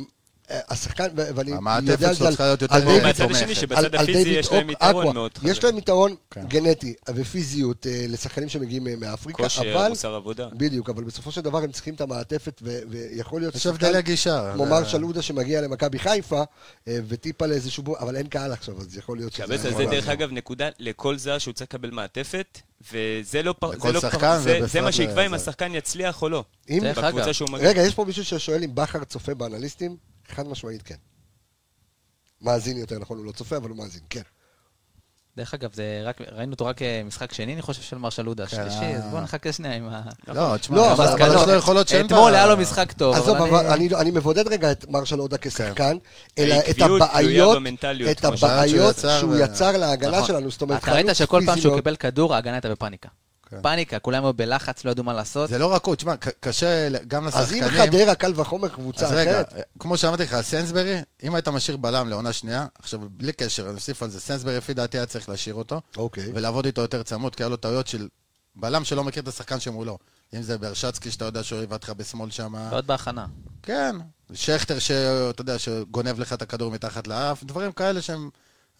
[SPEAKER 1] השחקן, ו- ואני
[SPEAKER 3] המעטפת
[SPEAKER 1] יודע את
[SPEAKER 3] שלו
[SPEAKER 1] זה על-
[SPEAKER 3] לא צריכה להיות יותר
[SPEAKER 1] על
[SPEAKER 3] תומכת.
[SPEAKER 1] דייוויד
[SPEAKER 2] מהצד השני,
[SPEAKER 1] על-
[SPEAKER 2] שבצד
[SPEAKER 1] על
[SPEAKER 2] הפיזי
[SPEAKER 1] דיוויד
[SPEAKER 2] יש להם
[SPEAKER 1] אוק-
[SPEAKER 2] יתרון
[SPEAKER 1] אקווה.
[SPEAKER 2] מאוד חזק.
[SPEAKER 1] יש להם יתרון
[SPEAKER 3] כן.
[SPEAKER 1] גנטי ופיזיות אה, לשחקנים שמגיעים אה, מאפריקה,
[SPEAKER 2] כושר,
[SPEAKER 1] אבל...
[SPEAKER 2] מוסר עבודה.
[SPEAKER 1] בדיוק, אבל בסופו של דבר הם צריכים את המעטפת, ו- ויכול להיות
[SPEAKER 3] יש הבדלי גישה.
[SPEAKER 1] כמו
[SPEAKER 3] זה-
[SPEAKER 1] מרשל עודה שמגיע למכבי חיפה, אה, וטיפה לאיזשהו... בור- אבל אין קהל עכשיו, אז יכול
[SPEAKER 6] כן,
[SPEAKER 1] להיות שזה...
[SPEAKER 2] קבץ על
[SPEAKER 1] יכול
[SPEAKER 2] זה,
[SPEAKER 1] לעזור.
[SPEAKER 2] דרך אגב, נקודה לכל זר שהוא צריך לקבל מעטפת, וזה לא... פר-
[SPEAKER 3] לכל
[SPEAKER 2] זה לא
[SPEAKER 3] שחקן,
[SPEAKER 2] פר- זה- זה
[SPEAKER 3] ובפרט
[SPEAKER 2] מה שיקבע אם
[SPEAKER 3] לזר.
[SPEAKER 2] השחקן יצליח או לא.
[SPEAKER 1] אם-
[SPEAKER 6] דרך אגב.
[SPEAKER 2] בקבוצה שהוא מגיע.
[SPEAKER 1] רגע, יש פה מישהו ששואל אם בכר צופה באנליסטים? חד משמעית כן. מאזין יותר נכון, הוא לא צופה, אבל הוא מאזין, כן.
[SPEAKER 6] דרך אגב, זה רק, ראינו אותו רק אה, משחק שני, אני חושב, של מרשל עודה.
[SPEAKER 3] כן,
[SPEAKER 6] שלישי,
[SPEAKER 3] אה.
[SPEAKER 6] אז בואו נחכה שנייה עם ה...
[SPEAKER 3] לא, תשמע,
[SPEAKER 1] לא,
[SPEAKER 3] גם
[SPEAKER 1] אבל-
[SPEAKER 3] השחקן
[SPEAKER 1] אבל-
[SPEAKER 3] יש לו יכולות שאין בה.
[SPEAKER 6] אתמול היה לו משחק טוב,
[SPEAKER 1] עזוב,
[SPEAKER 6] אבל
[SPEAKER 1] אבל
[SPEAKER 6] אני... כן.
[SPEAKER 1] אני לא- אני מבודד רגע את מרשל עודה כשחקן, אלא את
[SPEAKER 2] העקביות תלויה
[SPEAKER 1] הבעיות,
[SPEAKER 2] במנטליות,
[SPEAKER 1] את
[SPEAKER 2] כמו שאמרת,
[SPEAKER 1] הבעיות
[SPEAKER 3] שהוא יצר
[SPEAKER 1] שהוא
[SPEAKER 3] ו-
[SPEAKER 1] יצר להגנה
[SPEAKER 6] נכון.
[SPEAKER 1] שלנו, זאת אומרת,
[SPEAKER 6] אתה ראית שכל פעם שהוא
[SPEAKER 1] פיזיות.
[SPEAKER 6] קיבל כדור, ההגנה הייתה בפאניקה.
[SPEAKER 3] כן.
[SPEAKER 6] פאניקה, כולם היו בלחץ, לא ידעו מה לעשות.
[SPEAKER 3] זה לא רק הוא, תשמע, ק- קשה ל- גם
[SPEAKER 1] אז
[SPEAKER 3] לשחקנים.
[SPEAKER 1] אם חדרה קל וחומר קבוצה
[SPEAKER 3] אז רגע,
[SPEAKER 1] אחרת,
[SPEAKER 3] כמו שאמרתי לך, סנסברי, אם היית משאיר בלם לעונה שנייה, עכשיו, בלי קשר, אני אוסיף על זה, סנסברי לפי דעתי היה צריך להשאיר אותו,
[SPEAKER 1] אוקיי.
[SPEAKER 3] ולעבוד איתו יותר צמוד, כי היה לו טעויות של בלם שלא מכיר את השחקן שמולו. אם זה ברשצקי, שאתה יודע שהוא יבעט לך בשמאל שם,
[SPEAKER 6] ועוד בהכנה.
[SPEAKER 3] כן, שכטר, שאתה יודע, שגונב לך את הכדור מתחת לאף, דברים כאלה שהם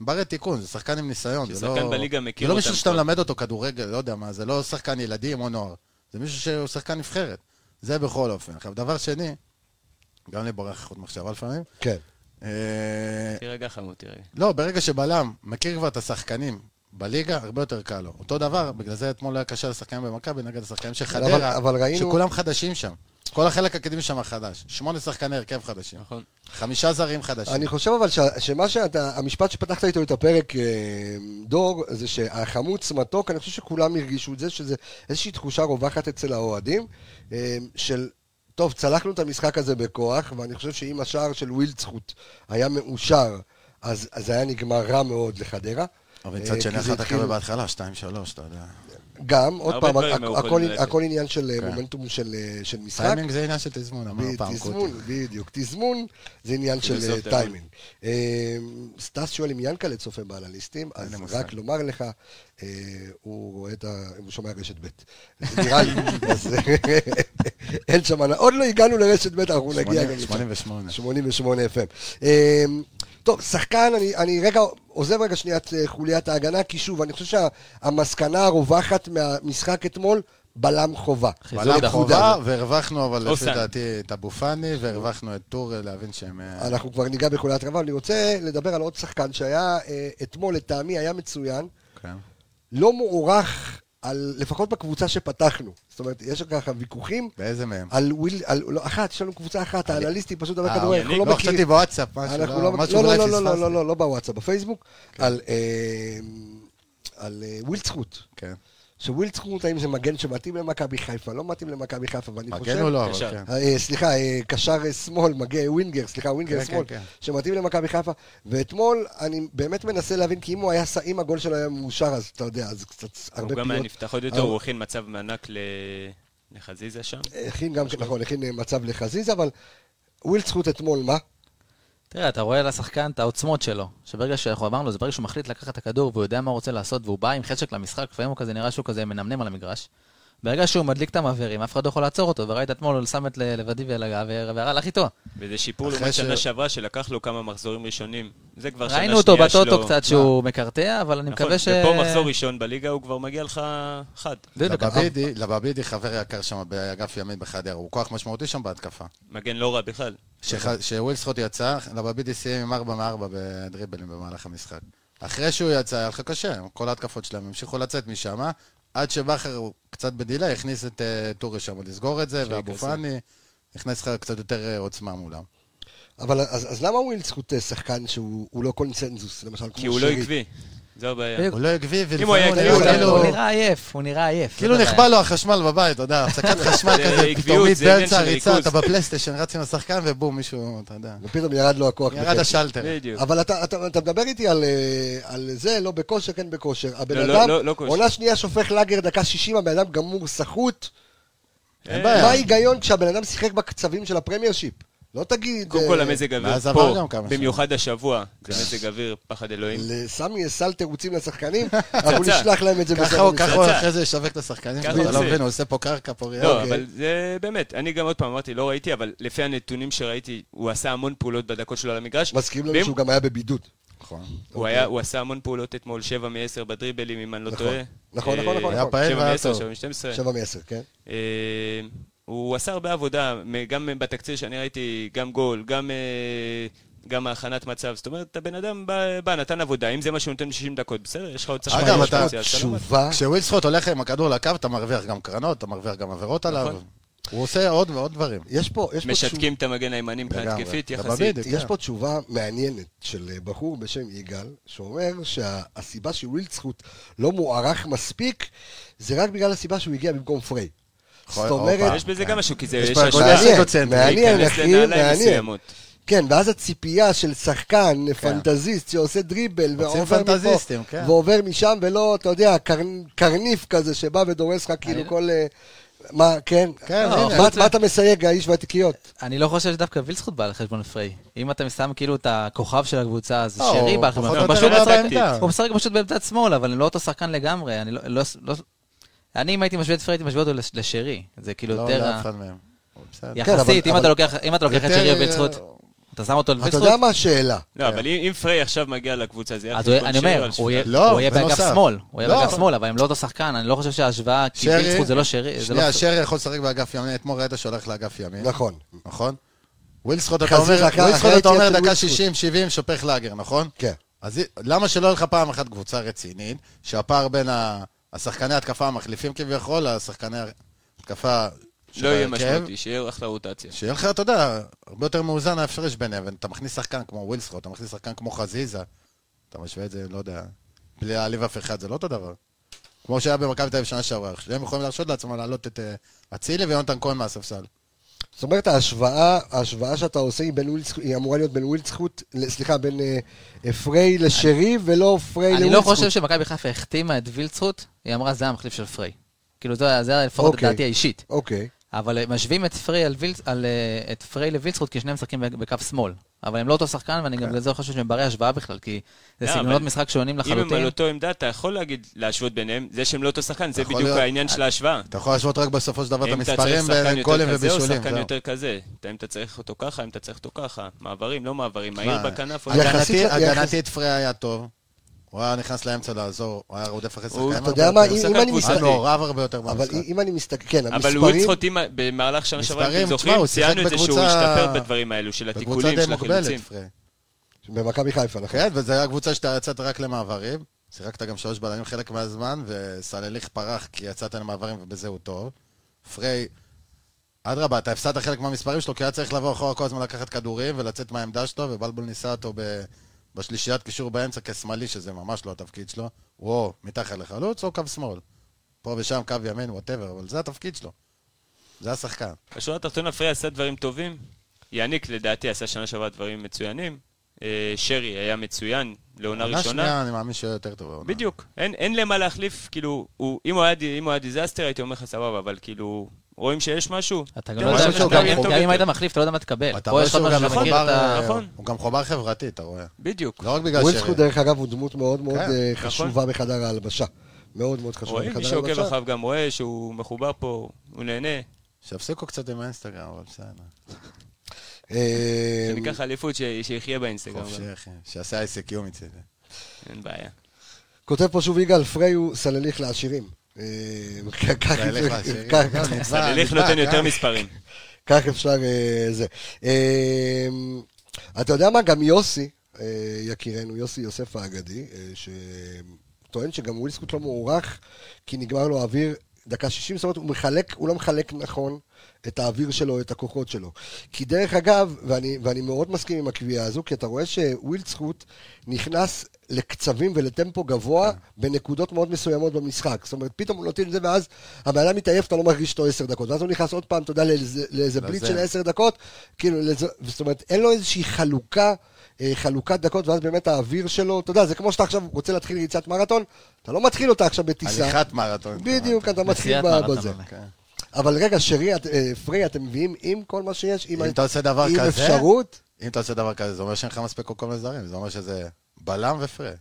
[SPEAKER 3] ברי תיקון, זה שחקן עם ניסיון, זה לא...
[SPEAKER 2] ששחקן בליגה מכיר
[SPEAKER 3] זה לא
[SPEAKER 2] אותם
[SPEAKER 3] מישהו שאתה
[SPEAKER 2] כבר.
[SPEAKER 3] מלמד אותו כדורגל, לא יודע מה, זה לא שחקן ילדים או נוער, זה מישהו שהוא שחקן נבחרת. זה בכל אופן. עכשיו, דבר שני, גם לי בורח חוט מחשבה לפעמים,
[SPEAKER 1] כן.
[SPEAKER 3] אה,
[SPEAKER 2] תירגע חמוד, תירגע.
[SPEAKER 3] לא, ברגע שבלם מכיר כבר את השחקנים בליגה, הרבה יותר קל לו. אותו דבר, בגלל זה אתמול היה קשה לשחקנים במכבי נגד השחקנים של
[SPEAKER 1] אבל-
[SPEAKER 3] חדרה,
[SPEAKER 1] אבל ראינו-
[SPEAKER 3] שכולם חדשים שם. כל החלק הקדמי שם חדש. שמונה שחקני הרכב חדשים.
[SPEAKER 2] נכון.
[SPEAKER 3] חמישה זרים חדשים.
[SPEAKER 1] אני חושב אבל ש- שמה שאתה, המשפט שפתחת איתו את הפרק, אה, דור, זה שהחמוץ מתוק, אני חושב שכולם הרגישו את זה, שזה איזושהי תחושה רווחת אצל האוהדים, אה, של, טוב, צלחנו את המשחק הזה בכוח, ואני חושב שאם השער של ווילדסחוט היה מאושר, אז אז זה היה נגמר רע מאוד לחדרה.
[SPEAKER 3] אבל
[SPEAKER 1] אה,
[SPEAKER 3] מצד
[SPEAKER 1] כי
[SPEAKER 3] שני,
[SPEAKER 1] זה
[SPEAKER 3] אחת
[SPEAKER 1] התחיל-
[SPEAKER 3] הקווה בהתחלה, שתיים, שלוש, אתה יודע.
[SPEAKER 1] גם, עוד
[SPEAKER 2] הרבה
[SPEAKER 1] פעם,
[SPEAKER 2] דברים
[SPEAKER 1] הכ-
[SPEAKER 2] מאוחרים
[SPEAKER 1] הכל-
[SPEAKER 2] לדעתי.
[SPEAKER 1] הכל עניין של אה,
[SPEAKER 3] כן.
[SPEAKER 1] מומנטום של אה, של משחק.
[SPEAKER 3] טיימינג זה עניין של תזמון, אמר
[SPEAKER 1] ב-
[SPEAKER 3] פעם קוטי.
[SPEAKER 1] תזמון, בדיוק. תזמון זה עניין של אה,
[SPEAKER 2] פילוסופיה.
[SPEAKER 1] טיימינג. אה, סטס שואל אם ינקלה צופה באנליסטים, אז
[SPEAKER 3] לי מושג.
[SPEAKER 1] רק לומר לך, אה, הוא רואה את ה... הוא שומע רשת ב'. זה נראה
[SPEAKER 3] [LAUGHS]
[SPEAKER 1] לי, אז אה, אין שם... עוד לא הגענו לרשת ב', אנחנו נגיע גם לשם.
[SPEAKER 3] 88.
[SPEAKER 1] 88 FM. אה, טוב, שחקן, אני, אני רגע עוזב רגע שנייה את אה, חוליית ההגנה, כי שוב, אני חושב שהמסקנה הרווחת מהמשחק אתמול, בלם חובה.
[SPEAKER 3] בלם
[SPEAKER 6] נקודה.
[SPEAKER 3] חובה, והרווחנו, אבל לפי
[SPEAKER 2] אוסן.
[SPEAKER 3] דעתי, את אבו פאני, והרווחנו את טור אה, להבין שהם... אה,
[SPEAKER 1] אנחנו כבר ניגע בחוליית רבה, אבל אני רוצה לדבר על עוד שחקן שהיה אה, אתמול, לטעמי, היה מצוין,
[SPEAKER 3] כן.
[SPEAKER 1] לא מוערך, על, לפחות בקבוצה שפתחנו. זאת אומרת, יש ככה ויכוחים
[SPEAKER 3] באיזה מהם?
[SPEAKER 1] על וויל... על, לא, אחת, יש לנו קבוצה אחת, האנליסטים פשוט דבר
[SPEAKER 3] אה,
[SPEAKER 1] כדורגל, אנחנו לא
[SPEAKER 3] לא,
[SPEAKER 1] מכירים.
[SPEAKER 3] חשבתי בוואטסאפ, משהו,
[SPEAKER 1] אנחנו
[SPEAKER 3] לא-
[SPEAKER 1] לא,
[SPEAKER 3] משהו
[SPEAKER 1] לא, לא,
[SPEAKER 3] אולי
[SPEAKER 1] לא, לא,
[SPEAKER 3] פספסתי.
[SPEAKER 1] לא, לא, לא, לא בוואטסאפ, בפייסבוק, על, אה, על אה, ווילדסחוט.
[SPEAKER 3] כן.
[SPEAKER 1] שווילדסחוט, האם זה מגן שמתאים למכבי חיפה, לא מתאים למכבי חיפה, ואני חושב...
[SPEAKER 3] מגן או לא,
[SPEAKER 2] ישר.
[SPEAKER 3] אבל כן.
[SPEAKER 1] אה, סליחה, אה, קשר אה, שמאל, מגיע ווינגר, סליחה, ווינגר
[SPEAKER 3] כן,
[SPEAKER 1] שמאל,
[SPEAKER 3] כן, כן.
[SPEAKER 1] שמתאים למכבי חיפה. ואתמול, אני באמת מנסה להבין, כי אם הוא היה, ס- אם הגול שלו היה מאושר, אז אתה יודע, אז קצת הרבה
[SPEAKER 2] הוא גם היה
[SPEAKER 1] פיות.
[SPEAKER 2] נפתח עוד
[SPEAKER 1] אה,
[SPEAKER 2] יותר, הוא הכין מצב מענק ל- לחזיזה שם.
[SPEAKER 1] הכין גם, נכון, הכין אה, מצב לחזיזה, אבל ווילדסחוט אתמול, מה?
[SPEAKER 6] תראה, אתה רואה לשחקן את העוצמות שלו, שברגע שאנחנו אמרנו, זה ברגע שהוא מחליט לקחת את הכדור והוא יודע מה הוא רוצה לעשות, והוא בא עם חשק למשחק, לפעמים הוא כזה נראה שהוא כזה מנמנם על המגרש, ברגע שהוא מדליק את המעברים, אף אחד לא יכול לעצור אותו, וראית אתמול, הוא שם את ל- לבדי ולגב, והלך איתו.
[SPEAKER 2] וזה שיפור
[SPEAKER 3] אחרי
[SPEAKER 2] לעומת
[SPEAKER 3] ש-
[SPEAKER 2] שנה שעברה, שלקח לו כמה מחזורים ראשונים. זה כבר שנה שנייה
[SPEAKER 6] ראינו
[SPEAKER 2] שלו.
[SPEAKER 6] אותו בטוטו קצת שהוא מקרטע, אבל אני
[SPEAKER 2] נכון,
[SPEAKER 6] מקווה ש...
[SPEAKER 2] ופה מחזור ראשון בליגה הוא כבר מגיע לך חד.
[SPEAKER 3] לא,
[SPEAKER 6] בדיוק, נכון.
[SPEAKER 3] לבבידי, לבבידי חבר יקר שם באגף ימין בחדרה, הוא כוח משמעותי שם בהתקפה.
[SPEAKER 2] מגן לא רע בכלל.
[SPEAKER 3] כן. כשווילסקוט יצא, לבבידי סיים עם 4 מ-4 בדריבלים במהלך המשחק. אחרי שהוא יצא, היה לך קשה, כל ההתקפות שלהם המשיכו לצאת משם, עד שבכר הוא קצת בדיליי, הכניס את אה, טורי שם לסגור את זה, ואבו
[SPEAKER 2] כזה.
[SPEAKER 3] פאני הכניס לך קצת יותר אה, עוצמה מולם.
[SPEAKER 1] אבל אז, אז למה ווילדסקוט אה, שחקן שהוא הוא לא קונצנזוס, למשל כמו
[SPEAKER 2] כי הוא לא
[SPEAKER 1] שירי?
[SPEAKER 2] עקבי. זו הבעיה.
[SPEAKER 6] בדיוק.
[SPEAKER 3] הוא לא עקבי, ולפעמים
[SPEAKER 2] הוא היה
[SPEAKER 3] הוא
[SPEAKER 2] עקבי,
[SPEAKER 3] נראה
[SPEAKER 1] הוא היה-
[SPEAKER 3] כאילו-
[SPEAKER 6] הוא נראה עייף, הוא נראה עייף.
[SPEAKER 3] כאילו
[SPEAKER 6] זה
[SPEAKER 3] נכבה לו החשמל בבית, אתה
[SPEAKER 2] [LAUGHS]
[SPEAKER 3] יודע, הפסקת חשמל
[SPEAKER 2] זה
[SPEAKER 3] כזה
[SPEAKER 2] עקביות,
[SPEAKER 3] פתאומית
[SPEAKER 2] זה עניין
[SPEAKER 3] באמצע
[SPEAKER 2] של
[SPEAKER 3] הריצה,
[SPEAKER 2] ריכוז.
[SPEAKER 3] אתה בפלייסטיישן, רץ עם השחקן, ובום, מישהו,
[SPEAKER 2] [LAUGHS]
[SPEAKER 3] אתה יודע.
[SPEAKER 1] ופתאום ירד לו הכוח.
[SPEAKER 3] ירד
[SPEAKER 1] בקטע.
[SPEAKER 3] השלטר.
[SPEAKER 2] בדיוק.
[SPEAKER 1] אבל אתה, אתה, אתה מדבר איתי על, אה, על זה, לא בכושר, כן בכושר. הבן
[SPEAKER 2] לא,
[SPEAKER 1] אדם,
[SPEAKER 2] לא, לא, לא כושר.
[SPEAKER 1] עונה שנייה שופך לאגר דקה 60, הבן אדם גמור, סחוט.
[SPEAKER 2] אין
[SPEAKER 1] מה
[SPEAKER 2] בעיה.
[SPEAKER 1] ההיגיון כשהבן אדם שיחק בקצבים של הפרמייר שיפ? לא תגיד...
[SPEAKER 2] קודם
[SPEAKER 1] אה,
[SPEAKER 2] כל המזג אוויר
[SPEAKER 3] ואז עבר
[SPEAKER 2] פה,
[SPEAKER 3] גם כמה
[SPEAKER 2] במיוחד השבוע, זה מזג אוויר, פחד אלוהים.
[SPEAKER 1] לסמי יש סל תירוצים
[SPEAKER 2] [LAUGHS]
[SPEAKER 1] לשחקנים, אנחנו
[SPEAKER 2] פצצה.
[SPEAKER 1] נשלח להם את זה
[SPEAKER 3] ככה
[SPEAKER 1] בסוף
[SPEAKER 3] הוא,
[SPEAKER 1] המשחק.
[SPEAKER 3] ככה הוא
[SPEAKER 2] פצצה.
[SPEAKER 3] אחרי זה ישווק את השחקנים
[SPEAKER 2] ככה
[SPEAKER 3] שלו, אתה
[SPEAKER 2] הוא
[SPEAKER 3] לא
[SPEAKER 2] עושה.
[SPEAKER 3] מבין, הוא עושה פה קרקע, פה ריאה.
[SPEAKER 2] לא,
[SPEAKER 1] אוקיי.
[SPEAKER 2] אבל זה באמת, אני גם עוד פעם אמרתי, לא ראיתי, אבל לפי הנתונים שראיתי, הוא עשה המון פעולות בדקות שלו על המגרש.
[SPEAKER 1] מזכירים
[SPEAKER 2] ואם-
[SPEAKER 1] לנו שהוא גם היה בבידוד.
[SPEAKER 3] נכון.
[SPEAKER 2] הוא היה- הוא עשה המון פעולות אתמול, 7 מ-10 בדריבלים, אם אני לא
[SPEAKER 1] נכון.
[SPEAKER 2] טועה.
[SPEAKER 1] נכון, נכון,
[SPEAKER 2] אה,
[SPEAKER 1] נכון,
[SPEAKER 3] היה
[SPEAKER 1] נכון.
[SPEAKER 3] פעיל
[SPEAKER 2] שבע
[SPEAKER 3] והיה
[SPEAKER 2] מעשר,
[SPEAKER 3] טוב.
[SPEAKER 2] שבע מ-12.
[SPEAKER 1] שבע מעשר, כן?
[SPEAKER 2] אה, הוא עשה הרבה עבודה, מ- גם בתקציר שאני ראיתי, גם גול, גם... אה, גם הכנת מצב, זאת אומרת, הבן אדם בא, בא, נתן עבודה, אם זה מה שהוא נותן ב-60 דקות, בסדר, יש לך עוד שחקן,
[SPEAKER 3] אגב,
[SPEAKER 2] יש פציעה,
[SPEAKER 3] אתה-
[SPEAKER 2] אתה לא
[SPEAKER 1] תשובה.
[SPEAKER 3] כשווילסקוט הולך עם הכדור לקו, אתה מרוויח גם קרנות, אתה מרוויח גם עבירות עליו.
[SPEAKER 2] נכון.
[SPEAKER 3] הוא עושה עוד ועוד דברים.
[SPEAKER 1] יש פה, יש פה תשובה.
[SPEAKER 2] משתקים את המגן הימני מבחינה
[SPEAKER 3] לגמרי.
[SPEAKER 2] תקפית
[SPEAKER 3] אתה
[SPEAKER 2] יחסית.
[SPEAKER 3] בבדיוק.
[SPEAKER 1] יש פה תשובה מעניינת של אה, בחור בשם יגאל, שאומר שהסיבה שווילדסחוט לא מוערך מספיק, זה רק בגלל הסיבה שהוא הגיע במקום פריי.
[SPEAKER 3] יכול-
[SPEAKER 1] זאת אומרת,
[SPEAKER 3] הופה.
[SPEAKER 2] יש בזה
[SPEAKER 3] כן.
[SPEAKER 2] גם משהו, כי זה...
[SPEAKER 3] יש
[SPEAKER 2] יש
[SPEAKER 3] פה
[SPEAKER 2] השוואה.
[SPEAKER 3] גודל
[SPEAKER 1] מעניין,
[SPEAKER 3] אגוצנטרי,
[SPEAKER 1] מעניין,
[SPEAKER 2] להיכנס
[SPEAKER 1] אחי,
[SPEAKER 2] לנעליים
[SPEAKER 1] מעניין.
[SPEAKER 2] מסוימות.
[SPEAKER 1] כן, ואז הציפייה של שחקן, פנטזיסט, שעושה דריבל,
[SPEAKER 3] כן. רוצים
[SPEAKER 1] ועובר
[SPEAKER 3] פנטזיסטים,
[SPEAKER 1] מפה,
[SPEAKER 3] כן.
[SPEAKER 1] ועובר משם, ולא, אתה יודע, קרנ- קרניף כזה שבא ודורס לך כאילו כל... אה, מה, כן?
[SPEAKER 3] כן,
[SPEAKER 1] מה-
[SPEAKER 3] הנה.
[SPEAKER 1] מה- מה אתה מסייג, האיש והתיקיות?
[SPEAKER 6] אני לא חושב שדווקא וילסקוט בא על חשבון פריי. אם אתה שם כאילו את הכוכב של הקבוצה, אז
[SPEAKER 3] לא,
[SPEAKER 6] שרי
[SPEAKER 3] הוא
[SPEAKER 6] בא על חשבון
[SPEAKER 3] פחות או
[SPEAKER 6] הוא
[SPEAKER 3] יותר
[SPEAKER 6] פשוט
[SPEAKER 3] בא
[SPEAKER 6] משחק-
[SPEAKER 3] בעמדה.
[SPEAKER 6] הוא משחק פשוט בעמדת שמאל, אבל לא אותו שחקן לגמרי. אני לא- לא... לא- אני, אם הייתי משווה את פריי, הייתי משווה אותו לש- לשרי. זה כאילו
[SPEAKER 3] לא
[SPEAKER 6] יותר... ה-
[SPEAKER 3] לאף אחד מהם. הוא בסדר.
[SPEAKER 6] יחסית,
[SPEAKER 1] כן,
[SPEAKER 6] אם
[SPEAKER 1] אבל-
[SPEAKER 6] אתה לוקח- אם אתה לוקח את
[SPEAKER 3] יותר- אה,
[SPEAKER 6] שרי ווילסקוט, אתה שם אותו
[SPEAKER 1] אתה
[SPEAKER 6] לווילסקוט,
[SPEAKER 1] יודע מה השאלה?
[SPEAKER 2] לא,
[SPEAKER 3] כן.
[SPEAKER 2] אבל אם אם פריי עכשיו מגיע לקבוצה, זה יהיה
[SPEAKER 6] אז
[SPEAKER 2] על
[SPEAKER 6] הוא-
[SPEAKER 2] חשבון
[SPEAKER 6] אני
[SPEAKER 2] שלו,
[SPEAKER 6] אומר,
[SPEAKER 2] על
[SPEAKER 6] הוא יהיה-
[SPEAKER 2] שנייה.
[SPEAKER 3] לא,
[SPEAKER 6] הוא יהיה באגף
[SPEAKER 3] בנוסף.
[SPEAKER 6] שמאל, הוא יהיה
[SPEAKER 3] לא.
[SPEAKER 6] באגף שמאל, אבל הם לא אותו שחקן, אני לא חושב שההשוואה, כי
[SPEAKER 3] שרי-
[SPEAKER 6] וילסקוט זה לא שרי, זה לא...
[SPEAKER 3] שנייה, שרי יכול לשחק באגף ימין, אתמול ראית שהולך לאגף ימין.
[SPEAKER 1] נכון.
[SPEAKER 3] נכון? ווילסקוט, אתה
[SPEAKER 1] חזיר
[SPEAKER 3] אומר,
[SPEAKER 1] לקח-
[SPEAKER 3] ווילסקוט,
[SPEAKER 1] אחרי
[SPEAKER 3] אתה אומר
[SPEAKER 1] יציאת
[SPEAKER 3] דקה
[SPEAKER 1] ווילסקוט.
[SPEAKER 3] 60-70, שופך לאגר, נכון?
[SPEAKER 1] כן.
[SPEAKER 3] אז היא- למה שלא יהיה לך פעם אחת קבוצה רצינית, שהפער בין ה- השחקני התקפה המחליפים כביכול, לשחקני התקפה של
[SPEAKER 2] לא יהיה
[SPEAKER 3] ההרכב,
[SPEAKER 2] משמעותי, שיהיה אחלה רוטציה.
[SPEAKER 3] שיהיה לך, אתה יודע, הרבה יותר מאוזן ההפרש ביניהם, ואתה מכניס שחקן כמו ווילסקוט, אתה מכניס שחקן כמו חזיזה, אתה משווה את זה, לא יודע, בלי להעליב אף אחד, זה לא אותו דבר. כמו שהיה במכבי תל אביב שנה שעברה, שהם יכולים להרשות לעצמם להעלות את אה, אצילי ויונתן כהן מהספסל.
[SPEAKER 1] זאת אומרת, ההשוואה, ההשוואה שאתה עושה היא, בין ווילדס- היא אמורה להיות בין ווילדסחוט, ל- סליחה, בין אה, אה, פריי לשרי, ולא פריי
[SPEAKER 6] אני לא
[SPEAKER 1] לווילדסחוט.
[SPEAKER 6] חושב שמכבי חיפה החתימה את וילצרוט, היא אמרה זה המחליף של פריי. כאילו זה זה לפחות
[SPEAKER 1] אוקיי.
[SPEAKER 6] דעתי האישית.
[SPEAKER 1] אוקיי.
[SPEAKER 6] אבל אה, משווים את פריי, על וילצ... על, אה, את פריי לווילצרוט כי שניהם משחקים בק- בקו שמאל. אבל הם לא אותו שחקן ואני גם
[SPEAKER 3] כן.
[SPEAKER 6] בגלל זה לא חושב שהם ברי השוואה בכלל, כי זה
[SPEAKER 2] לא,
[SPEAKER 6] סגנונות
[SPEAKER 2] אבל
[SPEAKER 6] משחק שונים
[SPEAKER 2] אם הם על
[SPEAKER 6] לחלוטין.
[SPEAKER 2] אותו עמדה, אתה יכול להגיד להשוות ביניהם, זה שהם לא אותו שחקן, זה
[SPEAKER 3] יכול
[SPEAKER 2] בדיוק
[SPEAKER 3] להיות.
[SPEAKER 2] העניין של ההשוואה.
[SPEAKER 3] אתה יכול להשוות רק בסופו של דבר את
[SPEAKER 2] אם אתה
[SPEAKER 3] המספרים
[SPEAKER 2] צריך שחקן
[SPEAKER 3] בין גולים
[SPEAKER 2] יותר כזה או
[SPEAKER 3] ובישולים.
[SPEAKER 2] שחקן
[SPEAKER 3] זהו.
[SPEAKER 2] יותר כזה, אתה- אם אתה צריך אותו ככה, אם אתה צריך אותו ככה, מעברים, לא מעברים,
[SPEAKER 3] מה,
[SPEAKER 2] מהיר בכנף, או-
[SPEAKER 1] יחסית- לא-
[SPEAKER 3] הגנתי-
[SPEAKER 1] יחסית-
[SPEAKER 3] הגנתית פריי היה טוב. הוא היה נכנס לאמצע לעזור, הוא היה רודף אחרי שחקנים.
[SPEAKER 2] הוא-
[SPEAKER 1] אתה
[SPEAKER 3] הרבה
[SPEAKER 1] יודע
[SPEAKER 3] יותר.
[SPEAKER 1] מה, אם-
[SPEAKER 2] הוא שחקן
[SPEAKER 1] אם אני
[SPEAKER 2] קבוצתי.
[SPEAKER 3] הוא היה
[SPEAKER 1] מסתכל...
[SPEAKER 3] מעורב הרבה יותר
[SPEAKER 1] אבל
[SPEAKER 3] במשחק.
[SPEAKER 1] אם אני מסתכל... כן,
[SPEAKER 2] אבל
[SPEAKER 1] המספרים...
[SPEAKER 2] ווילצחוט, אם- במהלך שנה שעברה, אם
[SPEAKER 3] מספרים,
[SPEAKER 2] אתם
[SPEAKER 3] תשמע,
[SPEAKER 2] זוכרים,
[SPEAKER 3] הוא שיחק
[SPEAKER 2] ציינו את זה שהוא
[SPEAKER 3] בקבוצה-
[SPEAKER 2] השתפר בדברים האלו, של
[SPEAKER 3] בקבוצה
[SPEAKER 2] התיקולים,
[SPEAKER 3] די
[SPEAKER 2] של החילוצים.
[SPEAKER 3] מוגבלת, פריי.
[SPEAKER 1] במכבי חיפה, נכון.
[SPEAKER 3] כן, וזו הייתה קבוצה שאתה יצאת רק למעברים. שיחקת גם שלוש בלמים חלק מהזמן, וסלליך פרח כי יצאת למעברים ובזה הוא טוב. פריי, אדרבה, אתה הפסדת חלק מהמספרים שלו, כי היה צריך לבוא אחורה כל הזמן לקחת כדורים ולצאת מהעמדה שלו, ובלבול ניסה אותו ב... בשלישיית קישור באמצע כשמאלי, שזה ממש לא התפקיד שלו. הוא או מתחת לחלוץ או קו שמאל. פה ושם קו ימין, ווטאבר, אבל זה התפקיד שלו. זה השחקן.
[SPEAKER 2] בשורה התחתונה פריי עשה דברים טובים. יעניק לדעתי עשה שנה שעברה דברים מצוינים. אה, שרי היה מצוין לעונה
[SPEAKER 3] עונה
[SPEAKER 2] ראשונה.
[SPEAKER 3] שנייה, אני מאמין שהוא יהיה יותר טוב. העונה.
[SPEAKER 2] בדיוק, אין, אין למה להחליף, כאילו, הוא, אם הוא היה, די- אם הוא היה דיזסטר הייתי אומר לך סבבה, אבל כאילו, רואים שיש משהו.
[SPEAKER 6] אתה גם
[SPEAKER 2] תן
[SPEAKER 6] לא
[SPEAKER 2] משהו
[SPEAKER 6] יודע,
[SPEAKER 3] שהוא
[SPEAKER 2] שאתה
[SPEAKER 6] גם
[SPEAKER 3] גם
[SPEAKER 2] טוב
[SPEAKER 6] גם אם
[SPEAKER 2] יותר.
[SPEAKER 6] היית מחליף, אתה לא יודע מה תקבל.
[SPEAKER 3] אתה
[SPEAKER 6] פה
[SPEAKER 3] רואה
[SPEAKER 6] יש לך
[SPEAKER 3] שהוא
[SPEAKER 6] משהו
[SPEAKER 3] גם
[SPEAKER 6] שאתה מכיר את
[SPEAKER 3] מחובר,
[SPEAKER 6] ה...
[SPEAKER 2] נכון.
[SPEAKER 3] אה, הוא גם חובר חברתי, אתה רואה.
[SPEAKER 2] בדיוק.
[SPEAKER 3] לא רק בגלל
[SPEAKER 1] ווילסקוט,
[SPEAKER 3] שרי.
[SPEAKER 1] דרך אגב, הוא דמות מאוד מאוד
[SPEAKER 3] כן,
[SPEAKER 1] אה,
[SPEAKER 2] נכון.
[SPEAKER 1] חשובה בחדר ההלבשה. מאוד מאוד חשוב.
[SPEAKER 2] רואים, מי
[SPEAKER 1] חדר
[SPEAKER 2] שעוקב
[SPEAKER 1] הלבשה.
[SPEAKER 2] אחריו גם רואה שהוא מחובר פה, הוא
[SPEAKER 3] אה,
[SPEAKER 2] נהנה.
[SPEAKER 3] שיפסיקו קצת עם האינסטגרם, אבל בסדר.
[SPEAKER 1] אה,
[SPEAKER 2] שניקח אליפות ש- שיחיה באינסטגרם. גם.
[SPEAKER 3] חופשי, אה, אחי. שיעשה ICQ מצידי.
[SPEAKER 2] אין בעיה.
[SPEAKER 1] כותב פה שוב יגאל, פריי הוא סלליך לעשירים. אה, כ- כך-
[SPEAKER 3] סלליך לעשירים.
[SPEAKER 1] כך-
[SPEAKER 3] לא, נדבק,
[SPEAKER 2] סלליך
[SPEAKER 3] נדבק,
[SPEAKER 2] נותן יותר
[SPEAKER 3] אה?
[SPEAKER 2] מספרים.
[SPEAKER 1] כך אפשר אה, זה. אה, אתה יודע מה, גם יוסי, אה, יקירנו, יוסי יוסף האגדי, אה, שטוען שגם ווילסקוט לא מוערך, כי נגמר לו האוויר דקה 60, זאת אומרת, הוא מחלק, הוא לא מחלק נכון את האוויר שלו, את הכוחות שלו. כי דרך אגב, ואני, ואני מאוד מסכים עם הקביעה הזו, כי אתה רואה שווילסקוט נכנס לקצבים ולטמפו
[SPEAKER 3] כן.
[SPEAKER 1] גבוה בנקודות מאוד מסוימות במשחק. זאת אומרת, פתאום הוא נותן את זה, ואז הבן אדם מתעייף, אתה לא מרגיש אותו עשר דקות. ואז הוא נכנס עוד פעם, אתה יודע, לאיזה, לאיזה
[SPEAKER 3] לזה.
[SPEAKER 1] בליץ של עשר דקות, כאילו, לזה, זאת אומרת, אין לו איזושהי חלוקה. אה, חלוקת דקות, ואז באמת האוויר שלו, אתה יודע, זה כמו שאתה עכשיו רוצה להתחיל ריצת מרתון, אתה לא מתחיל אותה עכשיו בטיסה.
[SPEAKER 3] הליכת מרתון.
[SPEAKER 1] בדיוק, אתה מתחיל
[SPEAKER 6] נסיעת
[SPEAKER 1] ב-
[SPEAKER 6] מרתון,
[SPEAKER 1] בזה.
[SPEAKER 6] אולי.
[SPEAKER 3] כן.
[SPEAKER 1] אבל רגע, שרי, את- אה, פריי, אתם מביאים עם כל מה שיש? עם
[SPEAKER 3] אם
[SPEAKER 1] ה-
[SPEAKER 3] אתה עושה דבר
[SPEAKER 1] עם
[SPEAKER 3] כזה-
[SPEAKER 1] אפשרות?
[SPEAKER 3] אם אתה עושה דבר כזה, זה אומר שאין לך מספיק קוקום לזרים, זה אומר שזה בלם ופרה.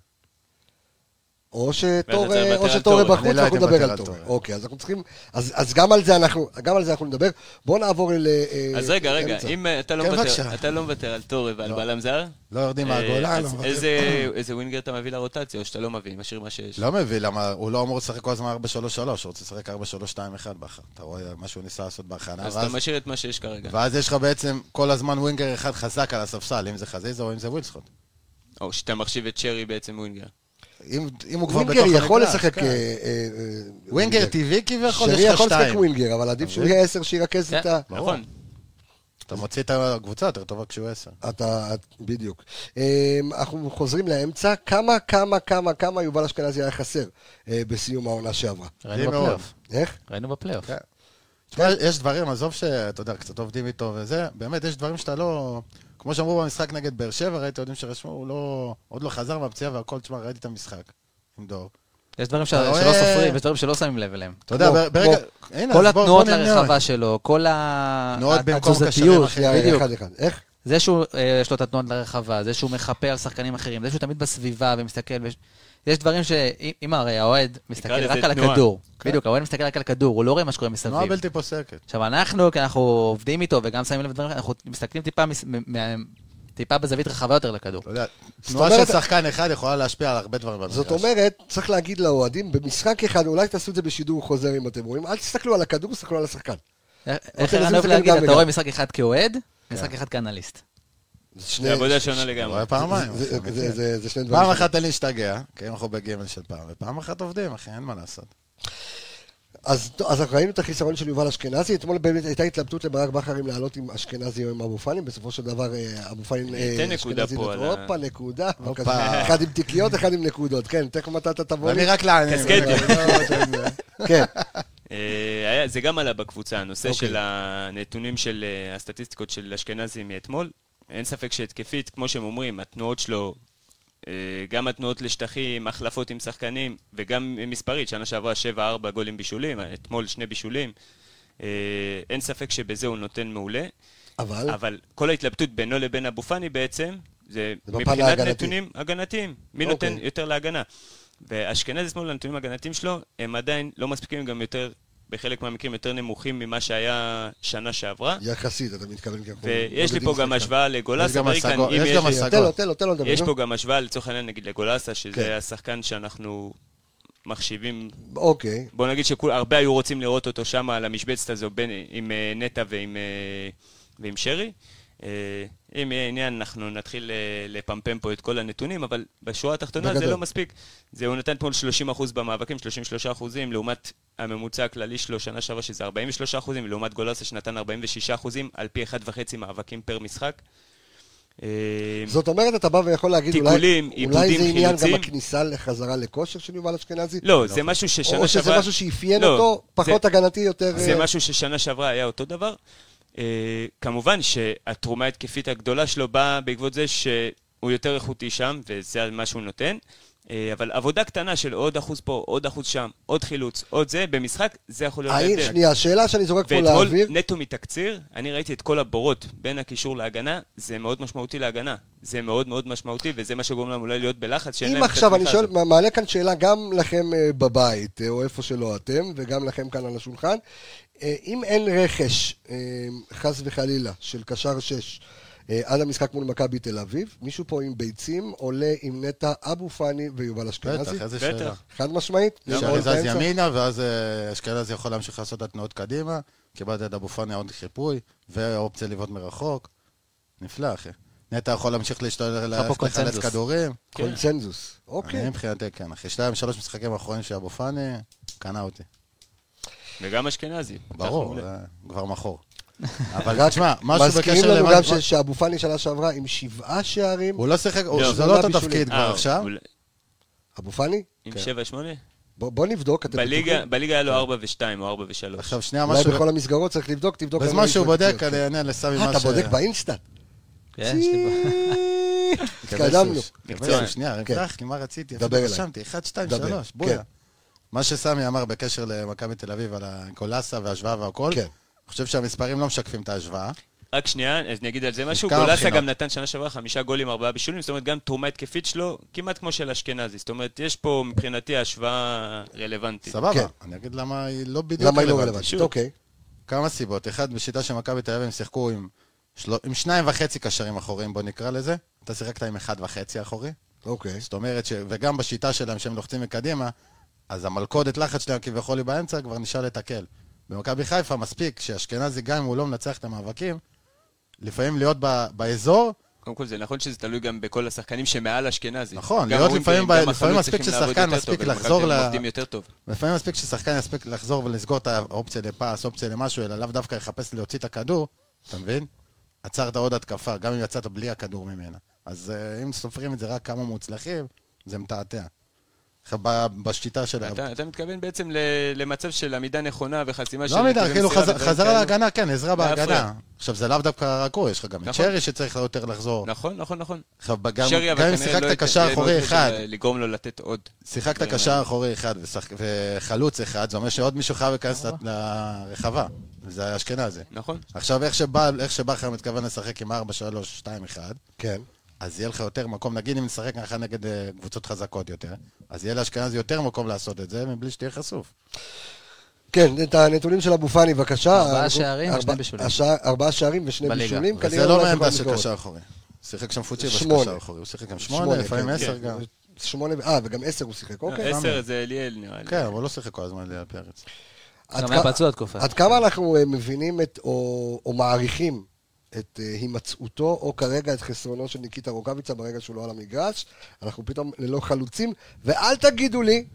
[SPEAKER 1] או
[SPEAKER 2] ואתה צריך
[SPEAKER 1] שטורה
[SPEAKER 2] לוותר
[SPEAKER 1] או
[SPEAKER 2] על
[SPEAKER 1] שטורה
[SPEAKER 2] טורה.
[SPEAKER 1] בחוץ,
[SPEAKER 3] אני לא
[SPEAKER 1] אנחנו
[SPEAKER 3] הייתי
[SPEAKER 1] נדבר
[SPEAKER 3] מוותר
[SPEAKER 1] על
[SPEAKER 3] על
[SPEAKER 1] טורה.
[SPEAKER 3] טורה.
[SPEAKER 1] אוקיי, אז אנחנו צריכים... אז אז גם על זה אנחנו גם על זה אנחנו נדבר. בואו נעבור ל... אה,
[SPEAKER 2] אז רגע, רגע,
[SPEAKER 1] אמצע.
[SPEAKER 2] אם אה, אתה לא
[SPEAKER 3] כן,
[SPEAKER 2] מוותר-
[SPEAKER 3] בבקשה.
[SPEAKER 2] אתה לא מוותר על טורי ועל בלם זר,
[SPEAKER 3] לא יורדים
[SPEAKER 2] אה,
[SPEAKER 3] מהגולה,
[SPEAKER 2] אז
[SPEAKER 3] לא מוותר.
[SPEAKER 2] איזה- איזה ווינגר אתה מביא לרוטציה, או שאתה לא מביא, משאיר מה שיש.
[SPEAKER 3] לא מביא, למה הוא לא אמור לשחק כל הזמן 4-3-3, הוא רוצה לשחק 4-3-2-1 בהכנה. אתה רואה מה שהוא ניסה לעשות בהכנה,
[SPEAKER 2] אז
[SPEAKER 3] ואז-
[SPEAKER 2] אתה משאיר את מה שיש כרגע.
[SPEAKER 3] ואז יש לך בעצם כל הזמן ווינגר אחד חזק על הספסל, אם זה חזיזה או אם זה ווילסקוט.
[SPEAKER 2] או שאתה מחשיב את שרי בעצם ווינגר.
[SPEAKER 3] אם אם הוא כבר בתוך
[SPEAKER 1] ווינגר יכול
[SPEAKER 3] המגרש,
[SPEAKER 1] לשחק...
[SPEAKER 3] כן.
[SPEAKER 1] אה, אה, אה,
[SPEAKER 3] ווינגר טבעי כביכול,
[SPEAKER 1] שרי
[SPEAKER 3] יש לך
[SPEAKER 1] יכול לשחק
[SPEAKER 3] שתיים.
[SPEAKER 1] ווינגר, אבל עדיף שהוא יהיה עשר שירכז
[SPEAKER 2] כן,
[SPEAKER 1] את ה...
[SPEAKER 2] נכון.
[SPEAKER 3] אתה מוציא את הקבוצה יותר טובה כשהוא עשר.
[SPEAKER 1] אתה, את- בדיוק. אמ, אנחנו חוזרים לאמצע. כמה, כמה, כמה, כמה יובל אשכנזי היה חסר אה, בסיום העונה שעברה?
[SPEAKER 3] זה
[SPEAKER 6] ראינו
[SPEAKER 3] מאוד.
[SPEAKER 6] בפלייאוף.
[SPEAKER 1] איך?
[SPEAKER 6] ראינו בפלייאוף.
[SPEAKER 3] כן. תשמע, יש דברים, עזוב שאתה יודע, קצת עובדים איתו וזה, באמת, יש דברים שאתה לא... כמו שאמרו במשחק נגד באר שבע, ראיתי אוהדים שרשמו, הוא לא... עוד לא חזר מהפציעה והכל, תשמע, ראיתי את המשחק עם דור.
[SPEAKER 6] יש דברים ש-
[SPEAKER 3] אתה
[SPEAKER 6] שלא
[SPEAKER 3] רואה-
[SPEAKER 6] סופרים, יש דברים שלא שמים לב אליהם.
[SPEAKER 3] אתה יודע,
[SPEAKER 1] כמו-
[SPEAKER 3] ב- ברגע... הנה,
[SPEAKER 6] כל
[SPEAKER 3] אז בוא- בוא
[SPEAKER 6] התנועות
[SPEAKER 3] נמנה.
[SPEAKER 6] לרחבה שלו, כל ה-
[SPEAKER 3] תנועות במקום קשרים
[SPEAKER 6] התזוזתיות,
[SPEAKER 3] אחרים.
[SPEAKER 1] שנייה,
[SPEAKER 6] בדיוק.
[SPEAKER 1] אחד אחד. איך?
[SPEAKER 6] זה שהוא, אה, יש לו את התנועות לרחבה, זה שהוא מחפה על שחקנים אחרים, זה שהוא תמיד בסביבה ומסתכל, ויש- יש דברים ש... אם הרי האוהד מסתכל
[SPEAKER 2] לזה
[SPEAKER 6] רק על
[SPEAKER 2] תנועה. כן.
[SPEAKER 6] הכדור, בדיוק, האוהד מסתכל רק על הכדור, הוא לא רואה מה שקורה
[SPEAKER 3] תנועה
[SPEAKER 6] מסביב.
[SPEAKER 3] בלתי פוסקת.
[SPEAKER 6] עכשיו, אנחנו, כי אנחנו עובדים איתו וגם שמים לב לדברים, אנחנו מסתכלים טיפה מס- מ- מה- טיפה בזווית רחבה יותר לכדור.
[SPEAKER 3] אתה יודע, תנועה
[SPEAKER 1] אומרת-
[SPEAKER 3] של שחקן אחד יכולה להשפיע על הרבה דברים במגרש.
[SPEAKER 1] זאת אומרת, צריך להגיד לאוהדים, במשחק אחד, אולי תעשו את זה בשידור חוזר אם אתם רואים, אל תסתכלו על הכדור, תסתכלו על השחקן.
[SPEAKER 6] אה, איך
[SPEAKER 1] אוקיי, אז
[SPEAKER 6] ערן אוהב
[SPEAKER 1] נסתכל
[SPEAKER 6] להגיד,
[SPEAKER 1] גם
[SPEAKER 6] אתה
[SPEAKER 1] וגם.
[SPEAKER 6] רואה משחק אחד כאוהד,
[SPEAKER 2] כן.
[SPEAKER 6] משחק אחד כאנליסט.
[SPEAKER 1] זה שני-
[SPEAKER 2] זה עבודה שונה
[SPEAKER 3] אתה
[SPEAKER 2] לגמרי.
[SPEAKER 3] רואה פעמיים.
[SPEAKER 1] זה-
[SPEAKER 3] אחי,
[SPEAKER 1] זה- זה- זה שני דברים.
[SPEAKER 3] פעם
[SPEAKER 1] שונים.
[SPEAKER 3] אחת תן לי להשתגע, כי אנחנו בגימל של פעם, ופעם אחת עובדים, אחי, אין מה לעשות.
[SPEAKER 1] אז טוב, אז אנחנו ראינו את החיסרון של יובל אשכנזי, אתמול באמת הייתה התלבטות לברק בכר אם לעלות עם אשכנזי או עם אבו פאני, בסופו של דבר אה, אבו פאני אה,
[SPEAKER 2] ניתן נקודה
[SPEAKER 1] אשכנזי
[SPEAKER 2] פה על
[SPEAKER 1] נתן-
[SPEAKER 2] ה-
[SPEAKER 1] הופה, נקודה. אבל
[SPEAKER 3] הופה.
[SPEAKER 1] כזה, אחד עם תיקיות, אחד עם נקודות, כן, תכף אתה אתה תבוא לי. לא-
[SPEAKER 3] ואני רק לעניים.
[SPEAKER 2] קסקטים.
[SPEAKER 1] כן,
[SPEAKER 2] אה, היה- זה גם עלה בקבוצה, הנושא
[SPEAKER 1] אוקיי.
[SPEAKER 2] של הנתונים של אה, הסטטיסטיקות של אשכנזי מאתמול. אין ספק שהתקפית, כמו שהם אומרים, התנועות שלו, אה, גם התנועות לשטחים, החלפות עם שחקנים, וגם אה, מספרית, שנה שעברה 7-4 גולים בישולים, אה, אתמול שני בישולים. אה, אין ספק שבזה הוא נותן מעולה.
[SPEAKER 1] אבל...
[SPEAKER 2] אבל כל ההתלבטות בינו לבין אבו פאני בעצם, זה
[SPEAKER 1] זה בפן
[SPEAKER 2] מבחינת
[SPEAKER 1] ההגנתי.
[SPEAKER 2] נתונים הגנתיים. מי
[SPEAKER 1] אוקיי.
[SPEAKER 2] נותן יותר להגנה? ואשכנזי שמאל, הנתונים ההגנתיים שלו, הם עדיין לא מספיקים, הם גם יותר, בחלק מהמקרים, יותר נמוכים ממה שהיה שנה שעברה.
[SPEAKER 1] יחסית, אתה מתכוון ככה.
[SPEAKER 2] ויש
[SPEAKER 1] לא
[SPEAKER 2] לי פה גם השוואה
[SPEAKER 3] יש
[SPEAKER 2] לגולס
[SPEAKER 3] גם
[SPEAKER 2] אמריקן,
[SPEAKER 3] השגות,
[SPEAKER 2] אם
[SPEAKER 3] יש גם
[SPEAKER 2] יש...
[SPEAKER 3] השגות.
[SPEAKER 1] תן לו, תן לו, תן לו לדבר.
[SPEAKER 2] יש
[SPEAKER 1] נו.
[SPEAKER 2] פה גם השוואה לצורך העניין נגיד לגולסה,
[SPEAKER 1] כן.
[SPEAKER 2] שזה השחקן שאנחנו מחשיבים,
[SPEAKER 1] אוקיי.
[SPEAKER 2] בוא נגיד שהרבה היו רוצים לראות אותו שם על המשבצת הזו בין, עם אה, נטע ועם, אה, ועם שרי. אה, אם יהיה עניין, אנחנו נתחיל אה, לפמפם פה את כל הנתונים, אבל בשורה התחתונה זה
[SPEAKER 1] בגדול.
[SPEAKER 2] לא מספיק. זה הוא נתן אתמול 30% במאבקים, 33% לעומת הממוצע הכללי שלו שנה שעברה שזה 43%, לעומת גולסה שנתן 46% על פי 1.5 מאבקים פר משחק. אה,
[SPEAKER 1] זאת אומרת, אתה בא ויכול להגיד, אולי-
[SPEAKER 2] תיקולים,
[SPEAKER 1] אולי זה
[SPEAKER 2] עיבודים,
[SPEAKER 1] עניין גם
[SPEAKER 2] חילוצים.
[SPEAKER 1] בכניסה לחזרה לכושר של יובל אשכנזי? אוקיי.
[SPEAKER 2] לא, זה משהו ששנה שעברה...
[SPEAKER 1] או שזה משהו שאפיין
[SPEAKER 2] לא,
[SPEAKER 1] אותו,
[SPEAKER 2] זה-
[SPEAKER 1] פחות הגנתי, יותר...
[SPEAKER 2] זה
[SPEAKER 1] אה,
[SPEAKER 2] משהו ששנה שעברה היה אותו דבר. אה, כמובן שהתרומה ההתקפית הגדולה שלו באה בעקבות זה שהוא יותר איכותי שם, וזה מה שהוא נותן. אה, אבל עבודה קטנה של עוד אחוז פה, עוד אחוז שם, עוד חילוץ, עוד זה, במשחק, זה יכול להיות
[SPEAKER 1] האם, שנייה, שאלה שאני זורק פה
[SPEAKER 2] לא ואתמול,
[SPEAKER 1] לאוויר.
[SPEAKER 2] נטו מתקציר, אני ראיתי את כל הבורות בין הקישור להגנה, זה מאוד משמעותי להגנה. זה מאוד מאוד משמעותי, וזה מה שגורם להם אולי להיות בלחץ, שאין
[SPEAKER 1] אם
[SPEAKER 2] להם את
[SPEAKER 1] עכשיו אני
[SPEAKER 2] התמיכה
[SPEAKER 1] שואל,
[SPEAKER 2] הזאת.
[SPEAKER 1] מה- מעלה כאן שאלה גם לכם אה, בבית, אה, או איפה שלא אתם, וגם לכם כאן על השולחן, אה, אם אין רכש, אה, חס וחלילה, של קשר שש, אה, עד המשחק מול מכבי תל אביב, מישהו פה עם ביצים עולה עם נטע אבו פאני ויובל
[SPEAKER 3] בטח,
[SPEAKER 1] אשכנזי?
[SPEAKER 3] איזה
[SPEAKER 2] בטח.
[SPEAKER 3] שאלה.
[SPEAKER 1] חד משמעית?
[SPEAKER 3] שרי
[SPEAKER 1] לראות
[SPEAKER 3] זז
[SPEAKER 1] באמצע?
[SPEAKER 3] ימינה, ואז אה, אשכנזי יכול להמשיך לעשות את התנועות קדימה. קיבלת את אבו פאני עוד חיפוי, ואופציה לבעוט מרחוק. נפלא, אחי. נטע יכול להמשיך להשתולל, ללכת לחלץ
[SPEAKER 6] קונצנזוס.
[SPEAKER 3] כדורים.
[SPEAKER 1] קונצנזוס. אוקיי.
[SPEAKER 3] אני מבחינתי כן, אחי. שתיים, שלוש משחקים האחרונים של אבו פאני, קנה אותי.
[SPEAKER 2] וגם אשכנזי.
[SPEAKER 3] ברור,
[SPEAKER 2] אנחנו-
[SPEAKER 3] אה, כבר מכור. אבל תשמע, משהו
[SPEAKER 1] מזכירים
[SPEAKER 3] בקשר
[SPEAKER 1] לנו
[SPEAKER 3] למה...
[SPEAKER 1] גם ש- שאבו פאני שנה שעברה עם שבעה שערים.
[SPEAKER 3] הוא לא שיחק, הוא-
[SPEAKER 2] לא,
[SPEAKER 3] זה
[SPEAKER 1] הוא
[SPEAKER 3] לא
[SPEAKER 1] לא
[SPEAKER 3] אותו
[SPEAKER 1] בישולים.
[SPEAKER 3] תפקיד כבר
[SPEAKER 2] אה,
[SPEAKER 3] עכשיו.
[SPEAKER 2] אולי-
[SPEAKER 1] אבו פאני?
[SPEAKER 2] עם
[SPEAKER 3] כן.
[SPEAKER 2] 7-8?
[SPEAKER 1] בוא בוא נבדוק, אתם
[SPEAKER 2] בליגה
[SPEAKER 1] בטוחים?
[SPEAKER 2] בליגה היה לו 4 ו-2 או 4 ו-3.
[SPEAKER 3] עכשיו שנייה,
[SPEAKER 1] אולי
[SPEAKER 3] משהו...
[SPEAKER 1] בכל המסגרות צריך לבדוק, תבדוק.
[SPEAKER 3] בזמן שהוא
[SPEAKER 1] אני-
[SPEAKER 3] בודק, אני אענה
[SPEAKER 1] אה,
[SPEAKER 3] לסמי מה
[SPEAKER 1] אתה בודק באינסטה?
[SPEAKER 6] כן, [LAUGHS] יש לי בעיה.
[SPEAKER 3] [LAUGHS]
[SPEAKER 1] התקדמנו.
[SPEAKER 2] מקצוען.
[SPEAKER 3] מקצוען. שנייה, רק
[SPEAKER 1] כן.
[SPEAKER 3] לך, לי מה רציתי.
[SPEAKER 1] דבר
[SPEAKER 3] אפילו
[SPEAKER 1] אליי.
[SPEAKER 3] רשמתי, 1, 2,
[SPEAKER 1] דבר.
[SPEAKER 3] 3,
[SPEAKER 1] כן.
[SPEAKER 3] בויה. מה שסמי אמר בקשר למכבי תל אביב על הקולאסה וההשוואה והכל,
[SPEAKER 1] כן.
[SPEAKER 3] אני חושב שהמספרים לא משקפים את ההשוואה.
[SPEAKER 2] רק שנייה, אז אני אגיד על זה משהו.
[SPEAKER 3] כמה
[SPEAKER 2] גולסה
[SPEAKER 3] בחינות?
[SPEAKER 2] גם נתן שנה שעברה חמישה גולים, ארבעה בישולים, זאת אומרת, גם תרומה התקפית שלו כמעט כמו של אשכנזי. זאת אומרת, יש פה מבחינתי השוואה רלוונטית.
[SPEAKER 3] סבבה,
[SPEAKER 1] כן.
[SPEAKER 3] אני אגיד למה היא לא בדיוק
[SPEAKER 1] למה היא לא
[SPEAKER 3] רלוונטית.
[SPEAKER 1] רלוונטית? אוקיי.
[SPEAKER 3] כמה סיבות. אחד, בשיטה של מכבי תל אביב הם שיחקו עם, של... עם שניים וחצי קשרים אחוריים, בוא נקרא לזה. אתה שיחקת עם אחד וחצי אחורי.
[SPEAKER 1] אוקיי.
[SPEAKER 3] זאת אומרת, ש... וגם בשיטה שלהם שהם לוחצים מקדימה, אז המלכודת לחץ שלהם כביכול היא באמצע, כבר נשאר לתקל. במכבי חיפה מספיק שאשכנזי, גם אם הוא לא מנצח את המאבקים, לפעמים להיות ב... באזור,
[SPEAKER 2] קודם כל, זה נכון שזה תלוי גם בכל השחקנים שמעל אשכנזי.
[SPEAKER 3] נכון,
[SPEAKER 2] גם
[SPEAKER 3] להיות
[SPEAKER 2] הווינגרים,
[SPEAKER 3] לפעמים ב-
[SPEAKER 2] גם החלוץ
[SPEAKER 3] לפעמים מספיק
[SPEAKER 2] צריכים לעבוד
[SPEAKER 3] ששחקן
[SPEAKER 2] יותר
[SPEAKER 3] מספיק
[SPEAKER 2] טוב, ובמכבי
[SPEAKER 3] לחזור
[SPEAKER 2] הם
[SPEAKER 3] ל-
[SPEAKER 2] עובדים יותר טוב.
[SPEAKER 3] לפעמים מספיק ששחקן יספיק לחזור ולסגור את האופציה לפס, אופציה למשהו, אלא לאו דווקא יחפש להוציא את הכדור, אתה מבין? עצרת עוד התקפה, גם אם יצאת בלי הכדור ממנה. אז אה, אם סופרים את זה רק כמה מוצלחים, זה מתעתע. עכשיו, ב- בשיטה של...
[SPEAKER 2] אתה אתה מתכוון בעצם ל- למצב של עמידה נכונה וחסימה של...
[SPEAKER 3] לא מידע,
[SPEAKER 2] נתיבי
[SPEAKER 3] כאילו
[SPEAKER 2] מסירה
[SPEAKER 3] חזר-
[SPEAKER 2] ודברים
[SPEAKER 3] חזרה
[SPEAKER 2] כאלו.
[SPEAKER 3] להגנה, כן, עזרה
[SPEAKER 2] להפריע.
[SPEAKER 3] בהגנה. עכשיו, זה לאו דווקא רק הוא, יש לך גם את
[SPEAKER 2] נכון.
[SPEAKER 3] שרי שצריך יותר לחזור.
[SPEAKER 2] נכון, נכון, נכון.
[SPEAKER 3] עכשיו, גם
[SPEAKER 2] שרי, אבל
[SPEAKER 3] גם אם
[SPEAKER 2] כנראה לא
[SPEAKER 3] שיחקת
[SPEAKER 2] ייתן-
[SPEAKER 3] קשר
[SPEAKER 2] לא
[SPEAKER 3] אחורי
[SPEAKER 2] ייתן
[SPEAKER 3] אחד,
[SPEAKER 2] לגרום לו לתת עוד.
[SPEAKER 3] שיחקת
[SPEAKER 1] אוקיי.
[SPEAKER 2] דברים
[SPEAKER 3] קשר
[SPEAKER 2] האלה.
[SPEAKER 3] אחורי אחד ושחק- וחלוץ אחד, זה אומר שעוד מישהו חייב להיכנס
[SPEAKER 1] אוקיי.
[SPEAKER 3] לת- לרחבה. זה אשכנזי.
[SPEAKER 2] נכון.
[SPEAKER 3] עכשיו, איך שבא- איך שבכר מתכוון לשחק עם 4, 3, 2, 1,
[SPEAKER 1] כן.
[SPEAKER 3] אז יהיה לך יותר מקום, נגיד אם נשחק ככה נגד אה, קבוצות חזקות יותר, אז יהיה לאשכנזי יותר מקום לעשות את זה מבלי שתהיה חשוף.
[SPEAKER 1] כן, את הנתונים של אבו פאני, בבקשה.
[SPEAKER 6] ארבעה
[SPEAKER 1] ארבע-
[SPEAKER 6] שערים ושני
[SPEAKER 1] ארבע-
[SPEAKER 6] בישולים.
[SPEAKER 1] השע- ארבעה שערים ושני
[SPEAKER 6] בליגה.
[SPEAKER 1] בישולים. כנראה
[SPEAKER 3] וזה לא
[SPEAKER 1] אולי זה
[SPEAKER 3] מהעמדה
[SPEAKER 1] כבר
[SPEAKER 3] של
[SPEAKER 1] מסגרות.
[SPEAKER 3] קשר אחורי. שיחק שם פוצ'י
[SPEAKER 1] שמונה.
[SPEAKER 3] בקשר אחורי, הוא שיחק גם שמונה, לפעמים
[SPEAKER 1] כן.
[SPEAKER 3] עשר
[SPEAKER 1] כן.
[SPEAKER 3] גם.
[SPEAKER 1] שמונה, ו- אה, וגם עשר הוא שיחק, אוקיי.
[SPEAKER 2] עשר זה אליאל נראה לי.
[SPEAKER 3] כן, אבל הוא לא שיחק כל הזמן ליד פרץ.
[SPEAKER 1] עד
[SPEAKER 6] גם היה
[SPEAKER 1] כ-
[SPEAKER 6] פצוע תקופה.
[SPEAKER 1] עד כמה אנחנו אה, מבינים את, או או מעריכים את אה, הימצאותו, או כרגע את חסרונו של ניקיטה רוקאביצה ברגע שהוא לא על המגרש, אנחנו פתאום ללא חלוצים, ואל תגידו לי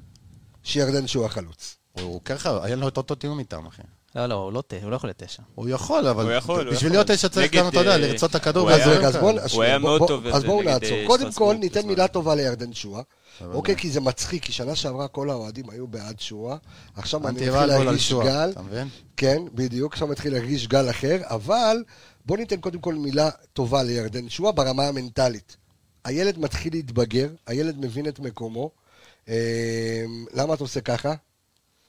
[SPEAKER 1] שירדן שהוא החלוץ.
[SPEAKER 3] הוא- הוא ככה, היה לו את אותו תיאום איתם, אחי.
[SPEAKER 6] לא, לא, הוא לא ת- הוא לא יכול לתשע.
[SPEAKER 3] הוא יכול, אבל
[SPEAKER 2] הוא יכול, הוא
[SPEAKER 3] בשביל
[SPEAKER 2] יכול.
[SPEAKER 3] להיות תשע צריך גם,
[SPEAKER 2] נגד,
[SPEAKER 3] אתה יודע,
[SPEAKER 2] אה,
[SPEAKER 3] לרצות את הכדור.
[SPEAKER 2] הוא
[SPEAKER 1] אז
[SPEAKER 2] היה-
[SPEAKER 1] רגע, אז בואו
[SPEAKER 2] הוא
[SPEAKER 1] שנייה,
[SPEAKER 2] היה
[SPEAKER 1] בוא-
[SPEAKER 2] מאוד
[SPEAKER 1] בוא-
[SPEAKER 2] טוב
[SPEAKER 1] אז
[SPEAKER 2] בזה
[SPEAKER 1] בואו
[SPEAKER 2] נגד, אה,
[SPEAKER 1] נעצור. קודם כל,
[SPEAKER 2] שטרסבורג
[SPEAKER 1] ניתן
[SPEAKER 2] בזמן.
[SPEAKER 1] מילה טובה לירדן שואה. אוקיי, כי זה מצחיק, כי שנה שעברה כל האוהדים היו בעד שואה. עכשיו אני
[SPEAKER 3] אנטי
[SPEAKER 1] מתחיל
[SPEAKER 3] רגול על
[SPEAKER 1] להרגיש
[SPEAKER 3] שועה,
[SPEAKER 1] גל.
[SPEAKER 3] אתה מבין?
[SPEAKER 1] כן, בדיוק, עכשיו מתחיל להרגיש גל אחר, אבל בואו ניתן קודם כל מילה טובה לירדן שואה ברמה המנטלית. הילד מתחיל להתבגר, הילד מבין את מקומו. אה, למה אתה עושה ככה?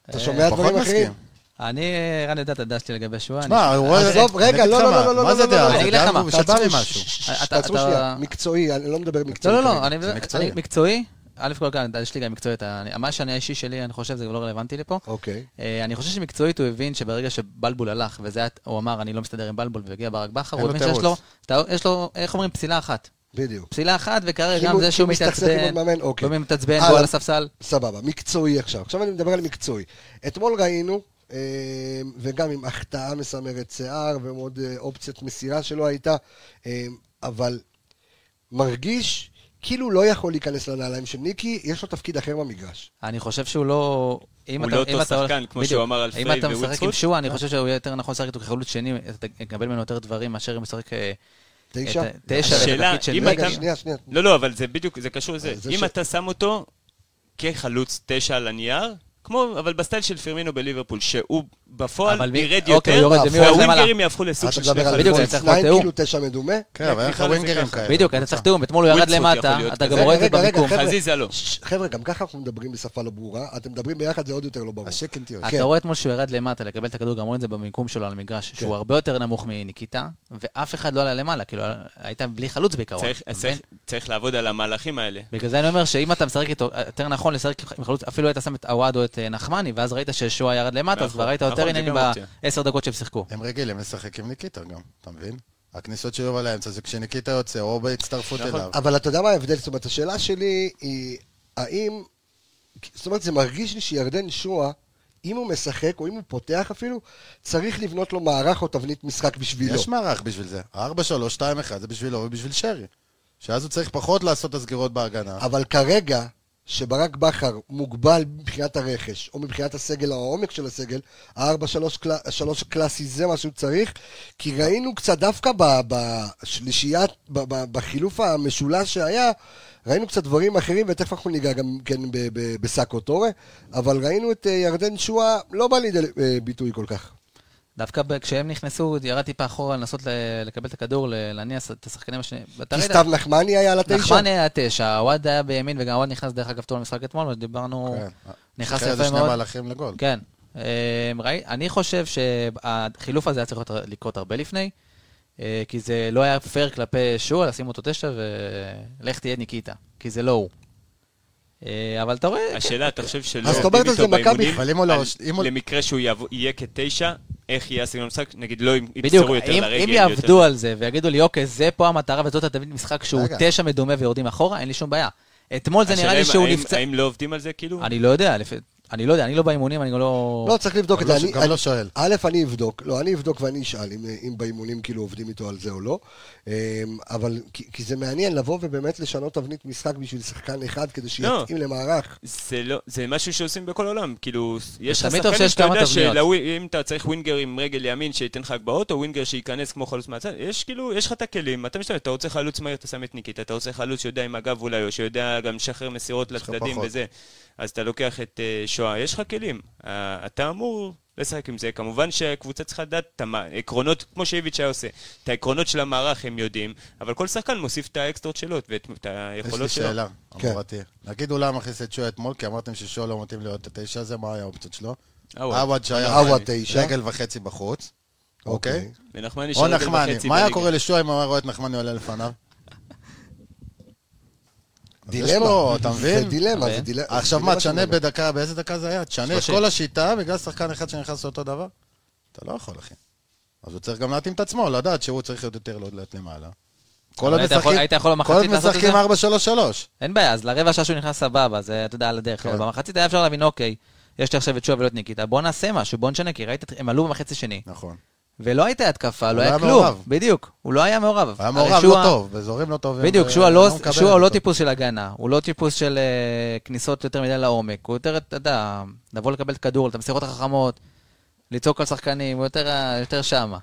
[SPEAKER 1] אתה שומע
[SPEAKER 3] פחות
[SPEAKER 1] דברים
[SPEAKER 3] מסכים.
[SPEAKER 1] אחרים?
[SPEAKER 6] אני, רן יודע את הדעה שלי לגבי שואה.
[SPEAKER 3] תשמע,
[SPEAKER 6] אני-
[SPEAKER 3] הוא רואה...
[SPEAKER 1] עזוב,
[SPEAKER 3] אני
[SPEAKER 1] רגע,
[SPEAKER 3] אגיד
[SPEAKER 1] לא,
[SPEAKER 3] לך
[SPEAKER 1] לא,
[SPEAKER 3] מה,
[SPEAKER 1] לא, לא,
[SPEAKER 3] מה
[SPEAKER 1] לא,
[SPEAKER 3] זה
[SPEAKER 1] לא,
[SPEAKER 3] דעה?
[SPEAKER 1] לא,
[SPEAKER 6] אני
[SPEAKER 3] זה
[SPEAKER 6] אגיד לך
[SPEAKER 3] דעה
[SPEAKER 6] מה,
[SPEAKER 3] והוא שבא
[SPEAKER 1] תעצרו,
[SPEAKER 3] ממשהו.
[SPEAKER 1] ששש,
[SPEAKER 6] אתה-
[SPEAKER 1] תעצרו
[SPEAKER 6] אתה-
[SPEAKER 1] שנייה, מקצועי, אני לא מדבר
[SPEAKER 6] לא,
[SPEAKER 1] מקצועי.
[SPEAKER 6] לא, לא,
[SPEAKER 1] כרגע.
[SPEAKER 6] אני
[SPEAKER 3] זה מקצועי.
[SPEAKER 6] אני- מקצועי. א' כל כאן, יש לי גם מקצועית. אני- מה שאני האישי שלי, אני חושב, זה לא רלוונטי לי פה.
[SPEAKER 1] אוקיי.
[SPEAKER 6] אה, אני חושב שמקצועית הוא הבין שברגע שבלבול הלך, וזה היה, הוא אמר, אני לא מסתדר עם בלבול, והגיע ברק בכר,
[SPEAKER 3] אין
[SPEAKER 6] הוא
[SPEAKER 3] לו
[SPEAKER 6] הבין שיש לו,
[SPEAKER 3] תירוץ.
[SPEAKER 6] אתה- יש לו, איך אומרים, פסילה אחת.
[SPEAKER 1] בדיוק.
[SPEAKER 6] פסילה אחת, וכרגע
[SPEAKER 1] כי
[SPEAKER 6] גם
[SPEAKER 1] הוא-
[SPEAKER 6] זה
[SPEAKER 1] כי
[SPEAKER 6] שהוא
[SPEAKER 1] הוא מסתכסך עם
[SPEAKER 6] מתעצבן,
[SPEAKER 1] המאמן, אוקיי.
[SPEAKER 6] הוא מתעצבן,
[SPEAKER 1] הלאה.
[SPEAKER 6] הוא על הספסל.
[SPEAKER 1] סבבה, מקצועי עכשיו. עכשיו אני מדבר על מקצועי. אתמול ראינו, אה, וגם עם החטאה מסמרת שיער ועוד אה, אופציית מסירה שלא הייתה, אה, אבל מרגיש כאילו לא יכול להיכנס לנעליים של ניקי, יש לו תפקיד אחר במגרש.
[SPEAKER 6] אני חושב שהוא לא... אם
[SPEAKER 2] הוא
[SPEAKER 6] אתה-
[SPEAKER 2] לא
[SPEAKER 6] אם
[SPEAKER 2] אותו
[SPEAKER 6] אתה הולך-
[SPEAKER 2] שחקן, כמו
[SPEAKER 6] בדיוק.
[SPEAKER 2] שהוא אמר על
[SPEAKER 6] אם
[SPEAKER 2] פריי
[SPEAKER 6] אתה
[SPEAKER 2] ווילסוט.
[SPEAKER 6] משחק עם שואה, אני חושב שהוא יהיה יותר נכון לשחק איתו כחלוץ שני, אתה תקבל ממנו יותר דברים מאשר אם הוא ישחק אה,
[SPEAKER 1] תשע?
[SPEAKER 6] את ה- תשע
[SPEAKER 2] השאלה,
[SPEAKER 6] ותפקיד של
[SPEAKER 2] אם
[SPEAKER 6] מגן.
[SPEAKER 1] רגע,
[SPEAKER 2] אתה-
[SPEAKER 1] שנייה, שנייה.
[SPEAKER 2] לא, לא, אבל זה בדיוק, זה קשור לזה.
[SPEAKER 1] זה
[SPEAKER 2] אם
[SPEAKER 1] ש-
[SPEAKER 2] אתה שם אותו כחלוץ תשע על הנייר, כמו, אבל בסטייל של פרמינו בליברפול, שהוא בפועל
[SPEAKER 6] אבל מי-
[SPEAKER 2] ירד
[SPEAKER 6] אוקיי,
[SPEAKER 2] יותר,
[SPEAKER 6] יורד,
[SPEAKER 1] ומי יורד
[SPEAKER 2] והווינגרים יהפכו לסוג
[SPEAKER 1] אתה
[SPEAKER 2] של
[SPEAKER 1] מדבר
[SPEAKER 2] שני
[SPEAKER 1] על
[SPEAKER 2] חלוצים.
[SPEAKER 6] בדיוק,
[SPEAKER 1] בול
[SPEAKER 6] זה צריך להיות
[SPEAKER 1] שניים
[SPEAKER 6] תיאום.
[SPEAKER 1] כאילו תשע מדומה?
[SPEAKER 3] כן, אבל אין לך
[SPEAKER 2] נקרא לזה
[SPEAKER 3] ווינגרים
[SPEAKER 2] ככה.
[SPEAKER 3] כאלה.
[SPEAKER 6] בדיוק, אתה צריך תיאום, אתמול הוא ירד
[SPEAKER 2] ווילסוט יכול
[SPEAKER 6] למטה,
[SPEAKER 2] להיות
[SPEAKER 6] אתה גם
[SPEAKER 2] כזה.
[SPEAKER 6] רואה את זה
[SPEAKER 1] רגע, רגע,
[SPEAKER 6] במיקום.
[SPEAKER 1] חבר'ה.
[SPEAKER 2] חזיזה לא.
[SPEAKER 1] ש- חבר'ה, גם ככה אנחנו מדברים בשפה לא ברורה, אתם מדברים ביחד זה עוד יותר לא ברור.
[SPEAKER 3] השקנטיות.
[SPEAKER 1] כן.
[SPEAKER 6] אתה רואה אתמול שהוא ירד למטה לקבל את הכדור, גם רואים את זה במיקום שלו על המגרש,
[SPEAKER 1] כן.
[SPEAKER 6] שהוא הרבה יותר נמוך מניקיטה, ואף אחד לא עלה למעלה, כאילו היית בלי חלוץ בעיקרון.
[SPEAKER 2] צריך-
[SPEAKER 6] אתה
[SPEAKER 2] צריך-
[SPEAKER 6] מבין?
[SPEAKER 2] צריך לעבוד על המהלכים האלה.
[SPEAKER 6] בגלל זה אני אומר שאם אתה משחק איתו, יותר נכון לשחק עם חלוץ, אפילו היית שם את עוואד או את אה, נחמני, ואז ראית ששועה ירד למטה, אז
[SPEAKER 2] נכון,
[SPEAKER 6] כבר ראית
[SPEAKER 2] נכון,
[SPEAKER 6] יותר
[SPEAKER 2] זה
[SPEAKER 6] עניינים
[SPEAKER 2] גם אופציה.
[SPEAKER 6] בעשר דקות שהם שיחקו.
[SPEAKER 3] הם רגילים לשחק עם ניקיטה גם, אתה מבין? הכניסות של יובל לאמצע זה כשניקיטה יוצא, או בהצטרפות
[SPEAKER 2] נכון.
[SPEAKER 3] אליו.
[SPEAKER 1] אבל אתה יודע מה ההבדל? זאת אומרת, השאלה שלי היא, האם... זאת אומרת, זה מרגיש לי שירדן שואה, אם הוא משחק, או אם הוא פותח אפילו, צריך לבנות לו מערך או תבנית משחק בשבילו.
[SPEAKER 3] יש מערך בשביל זה. 4, 3, 2, 1 זה בשבילו ובשביל שרי. שאז הוא צריך פחות לעשות את הסגירות בהגנה.
[SPEAKER 1] אבל כרגע, שברק בכר מוגבל מבחינת הרכש, או מבחינת הסגל, או העומק של הסגל, ה-4-3 קלאסי זה מה שהוא צריך, כי ראינו קצת דווקא ב- בשלישייה, ב- ב- בחילוף המשולש שהיה, ראינו קצת דברים אחרים, ותכף אנחנו ניגע גם כן ב- ב- בסאקו טורה, אבל ראינו את אה, ירדן שואה לא בא לידי אה, ביטוי כל כך.
[SPEAKER 6] דווקא ב- כשהם נכנסו, ירד טיפה אחורה לנסות ל- לקבל את הכדור, ל- להניע ס- את השחקנים השניים. ואתה
[SPEAKER 1] כי
[SPEAKER 6] ראית-
[SPEAKER 1] סתיו נחמני היה על התשע.
[SPEAKER 6] נחמני היה תשע, עוואד היה בימין, וגם עוואד נכנס דרך אגב טוב למשחק אתמול, אז דיברנו...
[SPEAKER 3] כן.
[SPEAKER 6] נכנס
[SPEAKER 3] אחרי זה
[SPEAKER 6] יפה
[SPEAKER 3] שני
[SPEAKER 6] מאוד.
[SPEAKER 3] מהלכים לגול.
[SPEAKER 6] כן. אה, ראי- אני חושב שהחילוף הזה היה צריך להיות- לקרות הרבה לפני, אה, כי זה לא היה פייר כלפי שועה, לשים אותו תשע ולך תהיה ניקיטה, כי זה לא הוא. אה, אבל אתה רואה...
[SPEAKER 2] השאלה, אתה חושב שלא
[SPEAKER 1] אז זאת אומרת,
[SPEAKER 2] עובדים
[SPEAKER 1] אז
[SPEAKER 2] איתו
[SPEAKER 1] למכבי-
[SPEAKER 2] באימונים,
[SPEAKER 3] אבל אם הוא לא-
[SPEAKER 2] על-
[SPEAKER 3] אם הוא-
[SPEAKER 2] למקרה שהוא יבוא- יהיה כתשע, איך יהיה הסגנון המשחק? נגיד, לא
[SPEAKER 6] בדיוק,
[SPEAKER 2] יבצרו יותר
[SPEAKER 6] אם,
[SPEAKER 2] לרגל.
[SPEAKER 6] אם
[SPEAKER 2] יותר-
[SPEAKER 6] יעבדו על זה ויגידו לי, אוקיי, זה פה המטרה וזאת התבנית משחק שהוא
[SPEAKER 3] רגע.
[SPEAKER 6] תשע מדומה ויורדים אחורה, אין לי שום בעיה. אתמול זה נראה לי
[SPEAKER 2] השאלה אם-
[SPEAKER 6] שהוא
[SPEAKER 2] האם-
[SPEAKER 6] נפצע...
[SPEAKER 2] האם לא עובדים על זה, כאילו?
[SPEAKER 6] אני לא יודע, לפי- אני לא יודע, אני לא באימונים, אני גם לא...
[SPEAKER 1] לא, צריך לבדוק את
[SPEAKER 3] גם
[SPEAKER 1] זה.
[SPEAKER 3] לא-
[SPEAKER 1] אני-
[SPEAKER 3] גם
[SPEAKER 1] אני-
[SPEAKER 3] לא שואל.
[SPEAKER 1] א', אני אבדוק. לא, אני אבדוק ואני אשאל אם, אם באימונים כאילו עובדים איתו על זה או לא. אמ, אבל כי, כי זה מעניין לבוא ובאמת לשנות תבנית משחק בשביל שחקן אחד כדי שיתאים למערך.
[SPEAKER 2] זה לא, זה משהו שעושים בכל העולם, כאילו, יש לך
[SPEAKER 6] תמיד טוב
[SPEAKER 2] שחקנים
[SPEAKER 6] שיש
[SPEAKER 2] שאתה
[SPEAKER 6] כמה
[SPEAKER 2] יודע
[SPEAKER 6] תבניות.
[SPEAKER 2] שאם אתה צריך ווינגר עם רגל ימין שייתן לך הגבהות, או ווינגר שייכנס כמו חלוץ מהצד, יש כאילו, יש לך את הכלים, אתה משתמש, אתה רוצה חלוץ מהיר, אתה שם את ניקיטה, אתה רוצה חלוץ שיודע עם הגב אולי, או שיודע גם לשחרר מסירות
[SPEAKER 3] לך
[SPEAKER 2] לצדדים
[SPEAKER 3] פחות.
[SPEAKER 2] וזה, אז אתה לוקח את אה, שואה, יש לך כלים, אה, אתה אמור לשחק עם זה, כמובן שהקבוצה צריכה לדעת את המ- עקרונות, כמו שאיביץ' היה עושה, את העקרונות של המערך הם יודעים, אבל כל שחקן מוסיף את האקסטרות שלו ואת את
[SPEAKER 3] יש לי
[SPEAKER 2] היכולות שלו.
[SPEAKER 3] שאלה,
[SPEAKER 1] כן.
[SPEAKER 3] אמרתי. נגיד אולי מכניס את שואה אתמול, כי אמרתם ששואה לא מתאים להיות התשע הזה, מה היה האופציות שלו?
[SPEAKER 2] עווד.
[SPEAKER 3] עווד שהיה
[SPEAKER 6] לא,
[SPEAKER 1] עווד תשע.
[SPEAKER 3] רגל וחצי בחוץ, אוקיי?
[SPEAKER 2] ונחמני
[SPEAKER 3] או
[SPEAKER 2] שרגל
[SPEAKER 3] נחמני.
[SPEAKER 2] וחצי
[SPEAKER 3] מה היה
[SPEAKER 2] בליגה.
[SPEAKER 3] קורה לשואה אם הוא היה רואה את נחמני עולה [LAUGHS] לפניו? אז יש
[SPEAKER 1] דילמה.
[SPEAKER 3] פה, אתה מבין?
[SPEAKER 1] זה דילמה, זה
[SPEAKER 6] אוקיי.
[SPEAKER 1] דילמה.
[SPEAKER 3] עכשיו
[SPEAKER 1] זה
[SPEAKER 3] מה,
[SPEAKER 1] דילמה
[SPEAKER 3] תשנה
[SPEAKER 1] שלנו.
[SPEAKER 3] בדקה, באיזה דקה זה היה? תשנה את
[SPEAKER 6] שלושים.
[SPEAKER 3] כל השיטה בגלל שחקן אחד שנכנס לאותו דבר? אתה לא יכול, אחי. אז הוא צריך גם להתאים את עצמו, לדעת שהוא צריך להיות יותר לעלות למעלה. כל
[SPEAKER 6] אבל
[SPEAKER 3] עוד
[SPEAKER 6] היית יכול-
[SPEAKER 3] משחקים-
[SPEAKER 6] היית יכול
[SPEAKER 3] כל עוד
[SPEAKER 6] במחצית לעשות את
[SPEAKER 3] משחקים
[SPEAKER 6] זה?
[SPEAKER 3] 4-3-3.
[SPEAKER 6] אין בעיה, אז לרבע שעה שהוא נכנס סבבה, זה, אתה יודע, על הדרך.
[SPEAKER 3] כן.
[SPEAKER 6] אבל במחצית היה אפשר להבין, אוקיי, יש לי עכשיו את שועה ולא את ניקיטה, בוא נעשה משהו, בוא נשנה, כי ראית, הם עלו במחצי שני,
[SPEAKER 3] נכון.
[SPEAKER 6] ולא הייתה התקפה,
[SPEAKER 3] הוא
[SPEAKER 6] לא היה
[SPEAKER 3] היה
[SPEAKER 6] כלום.
[SPEAKER 3] מעורב.
[SPEAKER 6] בדיוק, הוא לא היה מעורב.
[SPEAKER 3] היה
[SPEAKER 6] הרי
[SPEAKER 3] מעורב לא
[SPEAKER 6] שועה-
[SPEAKER 3] טוב, באזורים לא טובים.
[SPEAKER 6] בדיוק,
[SPEAKER 3] ו-
[SPEAKER 6] שועה לא,
[SPEAKER 3] מקבל
[SPEAKER 6] שועה הוא לא
[SPEAKER 3] אותו.
[SPEAKER 6] טיפוס של הגנה, הוא לא טיפוס של אה, כניסות יותר מדי לעומק, הוא יותר, אתה יודע, לבוא לקבל את כדור, את המסירות החכמות, לצעוק על שחקנים, הוא יותר, ה- יותר שמה.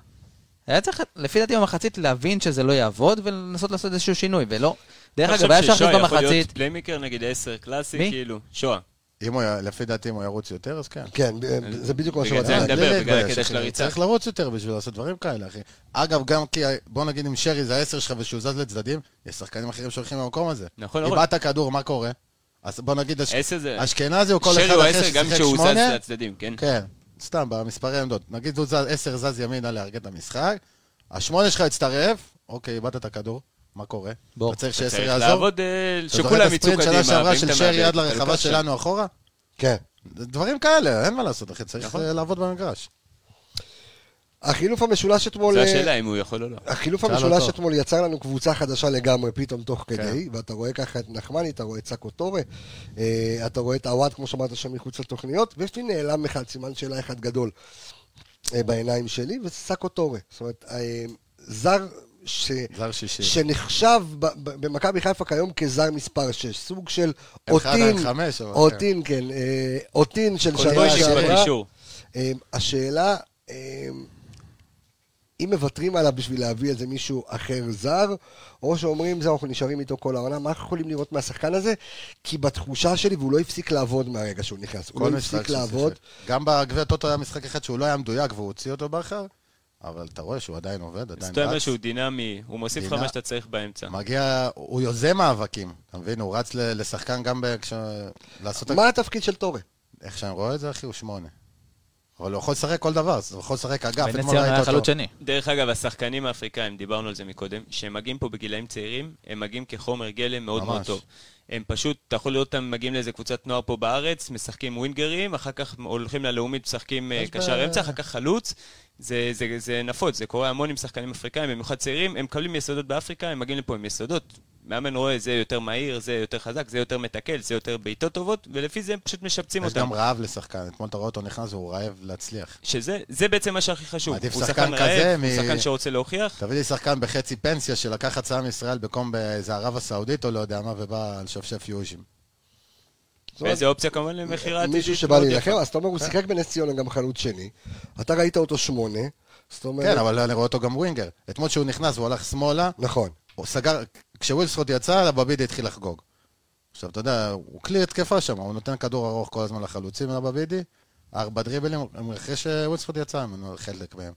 [SPEAKER 6] היה צריך, לפי דעתי במחצית, להבין שזה לא יעבוד ולנסות לעשות איזשהו שינוי, ולא... דרך
[SPEAKER 2] אני
[SPEAKER 6] אגב, היה
[SPEAKER 2] חושב
[SPEAKER 6] אפשר לעשות
[SPEAKER 2] ששואה יכול להיות
[SPEAKER 6] במחצית,
[SPEAKER 2] פליימקר נגד 10
[SPEAKER 6] מי?
[SPEAKER 2] קלאסי, כאילו, שואה.
[SPEAKER 3] אם הוא י- לפי דעתי, אם הוא ירוץ יותר, אז כן.
[SPEAKER 1] כן, ב- זה בדיוק מה
[SPEAKER 2] בגלל
[SPEAKER 1] שרציתי
[SPEAKER 2] זה אני
[SPEAKER 1] להגיד.
[SPEAKER 2] מדבר,
[SPEAKER 3] בלי
[SPEAKER 2] בגלל
[SPEAKER 3] להתבייש,
[SPEAKER 2] הקטע
[SPEAKER 3] אחי.
[SPEAKER 2] של הריצה.
[SPEAKER 3] צריך לרוץ יותר בשביל לעשות דברים כאלה, אחי. אגב, גם כי, בוא נגיד אם שרי זה העשר שלך ושהוא זז לצדדים, יש שחקנים אחרים שהולכים למקום הזה.
[SPEAKER 2] נכון, נכון.
[SPEAKER 3] איבדת כדור, מה קורה? אז בוא נגיד, אש-
[SPEAKER 2] עשר זה-
[SPEAKER 3] אשכנזי הוא כל
[SPEAKER 2] שרי
[SPEAKER 3] אחד
[SPEAKER 2] הוא
[SPEAKER 3] אחרי
[SPEAKER 2] 10 גם
[SPEAKER 3] ששיחק
[SPEAKER 2] כשהוא זז
[SPEAKER 3] שמונה.
[SPEAKER 2] לצדדים, כן?
[SPEAKER 3] כן, סתם, במספרי עמדות. נגיד הוא זז, עשר זז ימינה לארגן את המשחק, השמונה שלך הצטרף, אוקיי, איבדת את הכדור, מה קורה?
[SPEAKER 6] בוא.
[SPEAKER 3] אתה צריך שעשר
[SPEAKER 2] צריך
[SPEAKER 3] יעזור?
[SPEAKER 2] לעבוד, אה,
[SPEAKER 3] אתה זוכר
[SPEAKER 2] שכולם יצאו
[SPEAKER 3] את
[SPEAKER 2] קדימה.
[SPEAKER 3] הספרינט שנה שעברה
[SPEAKER 2] ואם
[SPEAKER 3] של
[SPEAKER 2] אתה
[SPEAKER 3] שרי
[SPEAKER 2] מאבד,
[SPEAKER 3] עד
[SPEAKER 2] אתה
[SPEAKER 3] לרחבה
[SPEAKER 2] לוקח שם.
[SPEAKER 3] שלנו אחורה?
[SPEAKER 1] כן.
[SPEAKER 3] דברים כאלה, אין מה לעשות, אחי,
[SPEAKER 6] נכון.
[SPEAKER 3] צריך אה, לעבוד במגרש.
[SPEAKER 1] החילוף המשולש אתמול...
[SPEAKER 2] זו
[SPEAKER 1] אה,
[SPEAKER 2] השאלה אם הוא יכול או לא.
[SPEAKER 1] החילוף
[SPEAKER 3] שאל
[SPEAKER 1] המשולש
[SPEAKER 3] אותו.
[SPEAKER 1] אתמול יצר לנו קבוצה חדשה לגמרי, פתאום תוך
[SPEAKER 3] כן.
[SPEAKER 1] כדי, ואתה רואה ככה את נחמני, אתה רואה את סאקו טורה, אה, אתה רואה את עוואט, כמו שאמרת, שם מחוץ לתוכניות, ויש לי נעלם אחד, סימן שאלה אחד גדול אה, בעיניים שלי, וזה סאקו טורה. זאת אומרת, אה, זר ש...
[SPEAKER 3] זר שישי.
[SPEAKER 1] שנחשב ב- ב- במכבי חיפה כיום כזר מספר 6, סוג של
[SPEAKER 3] אחד על
[SPEAKER 1] אותין,
[SPEAKER 3] חמש, אבל
[SPEAKER 1] אותין, כן, אה, אותין של
[SPEAKER 2] קולבויצ'יק
[SPEAKER 1] אמ, שנה שעברה.
[SPEAKER 2] בקישור.
[SPEAKER 1] אמ, השאלה, אמ, אם מוותרים עליו בשביל להביא איזה מישהו אחר זר, או שאומרים, זהו, אנחנו נשארים איתו כל העונה, מה אנחנו יכולים לראות מהשחקן הזה? כי בתחושה שלי, והוא לא הפסיק לעבוד מהרגע שהוא נכנס, הוא לא הפסיק
[SPEAKER 3] שהוא
[SPEAKER 1] לעבוד.
[SPEAKER 3] שיחק. גם בגביע הטוטו היה משחק אחד שהוא לא היה מדויק והוא הוציא אותו באחר, אבל אתה רואה שהוא עדיין עובד,
[SPEAKER 2] אז
[SPEAKER 3] עדיין
[SPEAKER 2] אתה אומר
[SPEAKER 3] רץ.
[SPEAKER 2] שהוא דינמי, הוא מוסיף לך
[SPEAKER 3] דינמי.
[SPEAKER 2] מה שאתה צריך
[SPEAKER 6] כן.
[SPEAKER 2] באמצע.
[SPEAKER 3] מגיע, הוא יוזם מאבקים, אתה מבין? הוא רץ ל- לשחקן גם ב- כש... לעשות...
[SPEAKER 1] מה התפקיד של טורה?
[SPEAKER 3] איך שאני רואה את זה, אחי, הוא שמונה. אבל הוא יכול לשחק כל דבר, אז הוא יכול לשחק אגף,
[SPEAKER 6] בן
[SPEAKER 3] אתמול
[SPEAKER 6] ציון היה
[SPEAKER 3] ראית
[SPEAKER 6] חלוץ
[SPEAKER 3] אותו.
[SPEAKER 6] שני.
[SPEAKER 2] דרך אגב, השחקנים האפריקאים, דיברנו על זה מקודם, שהם מגיעים פה בגילאים צעירים, הם מגיעים כחומר גלם מאוד מאוד
[SPEAKER 3] ממש.
[SPEAKER 2] טוב. הם פשוט, אתה יכול לראות אותם מגיעים לאיזה קבוצת נוער פה בארץ, משחקים ווינגרים, אחר כך הולכים ללאומית, משחקים אה,
[SPEAKER 3] יש
[SPEAKER 2] קשר
[SPEAKER 3] ב-
[SPEAKER 2] אמצע, אחר כך חלוץ. זה, זה, זה נפוץ, זה קורה המון עם שחקנים אפריקאים, במיוחד צעירים, הם מקבלים יסודות באפריקה, הם מגיעים לפה עם יסודות. מאמן רואה, זה יותר מהיר, זה יותר חזק, זה יותר מתקל, זה יותר בעיטות טובות, ולפי זה הם פשוט משפצים
[SPEAKER 3] יש
[SPEAKER 2] אותם.
[SPEAKER 3] גם רעב לשחקן, אתמול אתה רואה אותו נכנס והוא רעב להצליח.
[SPEAKER 2] שזה זה בעצם מה שהכי חשוב.
[SPEAKER 3] מעדיף
[SPEAKER 2] הוא
[SPEAKER 3] שחקן
[SPEAKER 2] שחקן
[SPEAKER 3] כזה
[SPEAKER 2] רעב, הוא
[SPEAKER 3] מ-
[SPEAKER 2] שחקן שרוצה להוכיח.
[SPEAKER 3] תביא לי שחקן בחצי פנסיה שלקח הצעה מישראל במקום באיזה ערב הסעודית או לא יודע מה, ובא לשפשף יוז'ים.
[SPEAKER 2] ואיזה אופציה כמובן למכירה
[SPEAKER 3] אה,
[SPEAKER 2] עתידית.
[SPEAKER 1] אה, מישהו שבא
[SPEAKER 2] מאוד
[SPEAKER 1] להילחם,
[SPEAKER 2] יפה. כן.
[SPEAKER 1] אז אתה אומר, הוא שיחק בנס ציונה גם חלוץ שני, אתה ראית אותו שמונה, זאת
[SPEAKER 3] כן,
[SPEAKER 1] אומרת,
[SPEAKER 3] אבל אני רואה אותו גם ווינגר. אתמול כשהוא נכנס והוא הלך שמאלה,
[SPEAKER 1] נכון.
[SPEAKER 3] הוא סגר, כשווילסקוט יצא, לבבידי התחיל לחגוג. עכשיו, אתה יודע, הוא כלי התקפה שם, הוא נותן כדור ארוך כל הזמן לחלוצים לבבידי, ארבע דריבלים, הם אחרי שווילסקוט יצא, הם חלק מהם.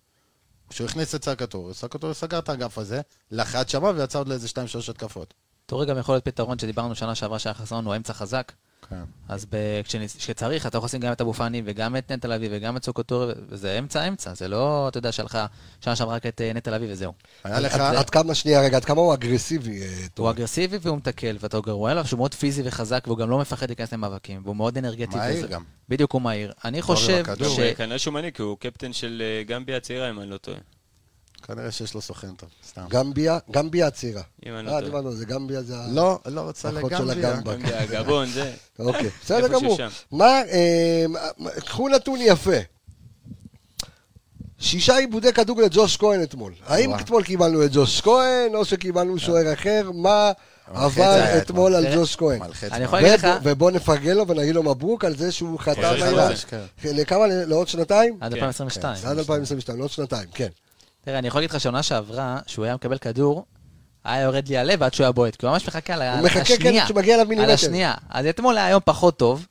[SPEAKER 3] כשהוא הכניס את שק הכדור, שק הכדור סגר את האגף הזה, לחץ שמה ויצא עוד לאיזה שתיים, שלוש התקפות.
[SPEAKER 6] טורי גם יכול להיות פתרון שדיברנו שנה שעברה שהיה חסרון, הוא אמצע חזק.
[SPEAKER 3] כן.
[SPEAKER 6] אז ב- כשנ- כשצריך, אתה יכול לשים גם את אבו פאני וגם את נטע לביא וגם את סוקוטורי, וזה אמצע-אמצע, זה לא, אתה יודע, שהיה לך שנה שעברה רק את אה, נטע לביא וזהו.
[SPEAKER 3] היה לך...
[SPEAKER 1] עד- עד כמה, שנייה רגע, עד כמה הוא אגרסיבי, אה,
[SPEAKER 6] הוא
[SPEAKER 1] טורה?
[SPEAKER 6] אגרסיבי והוא מתקל, ואתה גר- רואה עליו שהוא מאוד פיזי וחזק, והוא גם לא מפחד להיכנס למאבקים, והוא מאוד אנרגטי.
[SPEAKER 3] מהיר
[SPEAKER 6] וזה-
[SPEAKER 3] גם.
[SPEAKER 6] בדיוק, הוא מהיר. אני
[SPEAKER 3] טוב עם
[SPEAKER 6] חושב
[SPEAKER 3] הכדור.
[SPEAKER 6] ש...
[SPEAKER 2] הוא, אה, כנראה שהוא מנהיג, כי הוא קפטן של אה, גמביה הצעירה, אם אני לא טועה.
[SPEAKER 3] כנראה שיש לו סוכן טוב, סתם.
[SPEAKER 1] גמביה, גמביה הצעירה.
[SPEAKER 2] אם אני לא
[SPEAKER 1] אה,
[SPEAKER 2] טועה.
[SPEAKER 1] דיברנו על זה, גמביה זה ה...
[SPEAKER 3] לא, לא רוצה
[SPEAKER 1] אחות של
[SPEAKER 3] לגמרי.
[SPEAKER 1] הגמבה.
[SPEAKER 2] גמביה, גבון,
[SPEAKER 6] [LAUGHS]
[SPEAKER 2] זה.
[SPEAKER 1] אוקיי,
[SPEAKER 2] איפה
[SPEAKER 1] בסדר
[SPEAKER 2] שהוא
[SPEAKER 1] גמור.
[SPEAKER 2] שם.
[SPEAKER 1] מה, אה, מה- קחו נתון יפה. שישה עיבודי כדור לג'וש כהן אתמול. האם
[SPEAKER 3] וואו.
[SPEAKER 1] אתמול קיבלנו את ג'וש כהן, או שקיבלנו שוער אחר? מה עבר
[SPEAKER 3] היה
[SPEAKER 1] אתמול על
[SPEAKER 6] אתמול.
[SPEAKER 1] ג'וש כהן?
[SPEAKER 3] מלחיץ.
[SPEAKER 6] אני יכול
[SPEAKER 1] ובוא-
[SPEAKER 6] להגיד לך,
[SPEAKER 1] ובוא נפרגן לו ונגיד לו מברוק על זה שהוא חתם
[SPEAKER 2] חוזר
[SPEAKER 1] היום.
[SPEAKER 2] חדש,
[SPEAKER 3] כן.
[SPEAKER 1] לכמה? לעוד שנתיים?
[SPEAKER 6] עד
[SPEAKER 2] כן,
[SPEAKER 6] 2022.
[SPEAKER 1] עד 2022, לעוד שנתיים, כן.
[SPEAKER 6] תראה, אני יכול להגיד לך שעונה שעברה, שהוא היה מקבל כדור, היה יורד לי הלב עד שהוא היה בועט, כי הוא ממש מחכה על ה-
[SPEAKER 1] הוא
[SPEAKER 6] על
[SPEAKER 1] מחכה,
[SPEAKER 6] השנייה.
[SPEAKER 1] כן, שמגיע אליו מילימטר.
[SPEAKER 6] על השנייה. אז אתמול היה יום פחות טוב,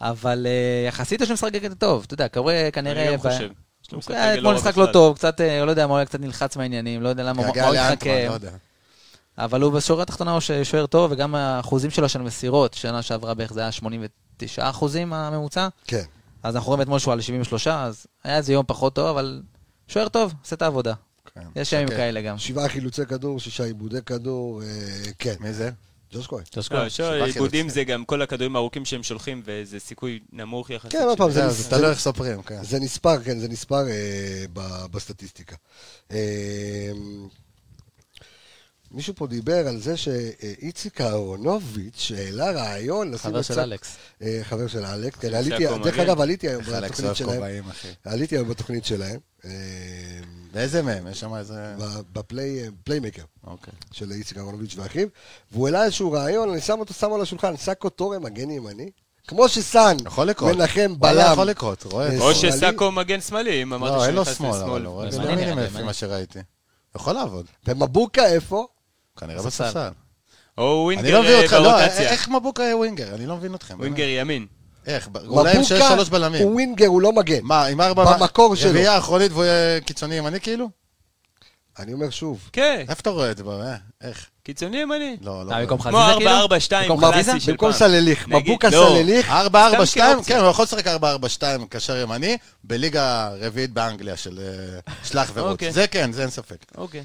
[SPEAKER 6] אבל אה, יחסית יש לו משחק רגל טוב, אתה יודע, קורה כנראה...
[SPEAKER 2] אני גם
[SPEAKER 6] ב-
[SPEAKER 2] חושב. יש לו
[SPEAKER 6] הוא
[SPEAKER 2] משחק
[SPEAKER 6] היה
[SPEAKER 2] רגל
[SPEAKER 6] אתמול
[SPEAKER 2] לא רע
[SPEAKER 6] משחק לא
[SPEAKER 2] בכלל.
[SPEAKER 6] טוב, קצת, אה, לא יודע מה, הוא היה קצת נלחץ מהעניינים, לא יודע למה, הוא- מה
[SPEAKER 3] געגע
[SPEAKER 6] הוא
[SPEAKER 3] לאנטמן, לא
[SPEAKER 6] התחכם.
[SPEAKER 3] יודע.
[SPEAKER 6] אבל הוא בשורה התחתונה הוא ש- שוער טוב, וגם האחוזים שלו של מסירות, שנה שעברה בערך זה היה 89 אחוזים הממוצע,
[SPEAKER 1] כן.
[SPEAKER 6] אז אנחנו רואים אתמול שהוא על 73, אז היה איזה יום פחות טוב, אבל שוער טוב, עושה את העבודה.
[SPEAKER 3] כן.
[SPEAKER 6] יש ימים
[SPEAKER 3] שקט.
[SPEAKER 6] כאלה גם.
[SPEAKER 1] שבעה חילוצי כדור, שישה עיבודי כדור, אה, כן.
[SPEAKER 3] מי זה?
[SPEAKER 1] ג'וש כהן.
[SPEAKER 2] לא, שוב,
[SPEAKER 3] שבעה
[SPEAKER 2] עיבודים
[SPEAKER 3] חילוצים.
[SPEAKER 2] זה גם כל הכדורים הארוכים שהם שולחים, וזה סיכוי נמוך יחסית.
[SPEAKER 1] כן, עוד פעם, זה
[SPEAKER 3] זהו,
[SPEAKER 1] ניס-
[SPEAKER 3] זה תלוי איך סופרים, כן.
[SPEAKER 1] זה נספר, כן, זה נספר אה, ב- בסטטיסטיקה. אה, מישהו פה דיבר על זה שאיציק אהרונוביץ' העלה רעיון לשים
[SPEAKER 6] חבר
[SPEAKER 1] את
[SPEAKER 6] של
[SPEAKER 1] צק-
[SPEAKER 6] אלכס.
[SPEAKER 1] אה, חבר של אלכס, כן,
[SPEAKER 2] של
[SPEAKER 1] עליתי,
[SPEAKER 2] יעקב
[SPEAKER 1] דרך
[SPEAKER 2] מגן.
[SPEAKER 1] אגב, עליתי היום
[SPEAKER 3] איך אלכס
[SPEAKER 1] בתוכנית
[SPEAKER 3] אוהב
[SPEAKER 1] שלהם.
[SPEAKER 3] כובעים, אחי.
[SPEAKER 1] עליתי היום בתוכנית שלהם, אה,
[SPEAKER 3] לאיזה מהם? יש שם איזה...
[SPEAKER 1] ב- בפליי- פליימקר.
[SPEAKER 3] אוקיי.
[SPEAKER 1] של איציק אהרונוביץ' ואחיו, והוא העלה איזשהו רעיון, אני שם אותו, שם על השולחן, סאקו טורה מגן ימני, כמו שסאן,
[SPEAKER 3] יכול לקרות.
[SPEAKER 1] מנחם
[SPEAKER 3] וואלה,
[SPEAKER 1] בלם.
[SPEAKER 3] יכול לקרות, רואה.
[SPEAKER 1] אה,
[SPEAKER 2] או
[SPEAKER 1] שמאלי.
[SPEAKER 2] שסאקו מגן שמאלי, אם אמרת
[SPEAKER 3] לא, אין לו
[SPEAKER 2] שנכנס
[SPEAKER 3] שמאל, אבל
[SPEAKER 2] לשמאל.
[SPEAKER 3] הוא
[SPEAKER 6] אז
[SPEAKER 3] רואה.
[SPEAKER 6] מעניין,
[SPEAKER 3] ימינים
[SPEAKER 6] מעניין.
[SPEAKER 3] לפי מה שראיתי. יכול לעבוד.
[SPEAKER 1] ומבוקה איפה?
[SPEAKER 3] כנראה
[SPEAKER 6] בספסל.
[SPEAKER 3] בספסל.
[SPEAKER 2] או
[SPEAKER 3] אני לא
[SPEAKER 2] ווינגר
[SPEAKER 3] מבין
[SPEAKER 2] אה,
[SPEAKER 3] אותך, לא,
[SPEAKER 2] ברוטציה.
[SPEAKER 3] איך מבוקה יהיה ווינגר? אני לא מבין אתכם.
[SPEAKER 2] ווינגר ימין.
[SPEAKER 3] באמת. איך? ב- אולי עם שש שלוש בלמים.
[SPEAKER 1] הוא ווינגר, הוא לא מגן.
[SPEAKER 3] מה, עם ארבע...
[SPEAKER 1] במקור שלו.
[SPEAKER 3] רביעייה אחורית והוא יהיה קיצוני ימני כאילו?
[SPEAKER 1] אני אומר שוב,
[SPEAKER 2] כן,
[SPEAKER 3] איפה אתה רואה את זה? ב- אה, איך?
[SPEAKER 2] קיצוני ימני.
[SPEAKER 3] לא,
[SPEAKER 6] מה,
[SPEAKER 3] לא.
[SPEAKER 6] במקום
[SPEAKER 2] כמו
[SPEAKER 6] חזיזה כאילו?
[SPEAKER 2] 4-4-2,
[SPEAKER 6] במקום חזיזה?
[SPEAKER 2] קלאסי של פעם.
[SPEAKER 1] במקום סלליך,
[SPEAKER 2] נגיד,
[SPEAKER 1] מבוקה
[SPEAKER 2] לא.
[SPEAKER 1] סלליך,
[SPEAKER 3] 4-4-2,
[SPEAKER 2] כאופציה.
[SPEAKER 3] כן, הוא יכול לשחק 4-4-2 קשר ימני, בליגה רביעית באנגליה של אה, שלח ורוץ.
[SPEAKER 2] אוקיי.
[SPEAKER 3] זה כן, זה אין ספק.
[SPEAKER 2] אוקיי.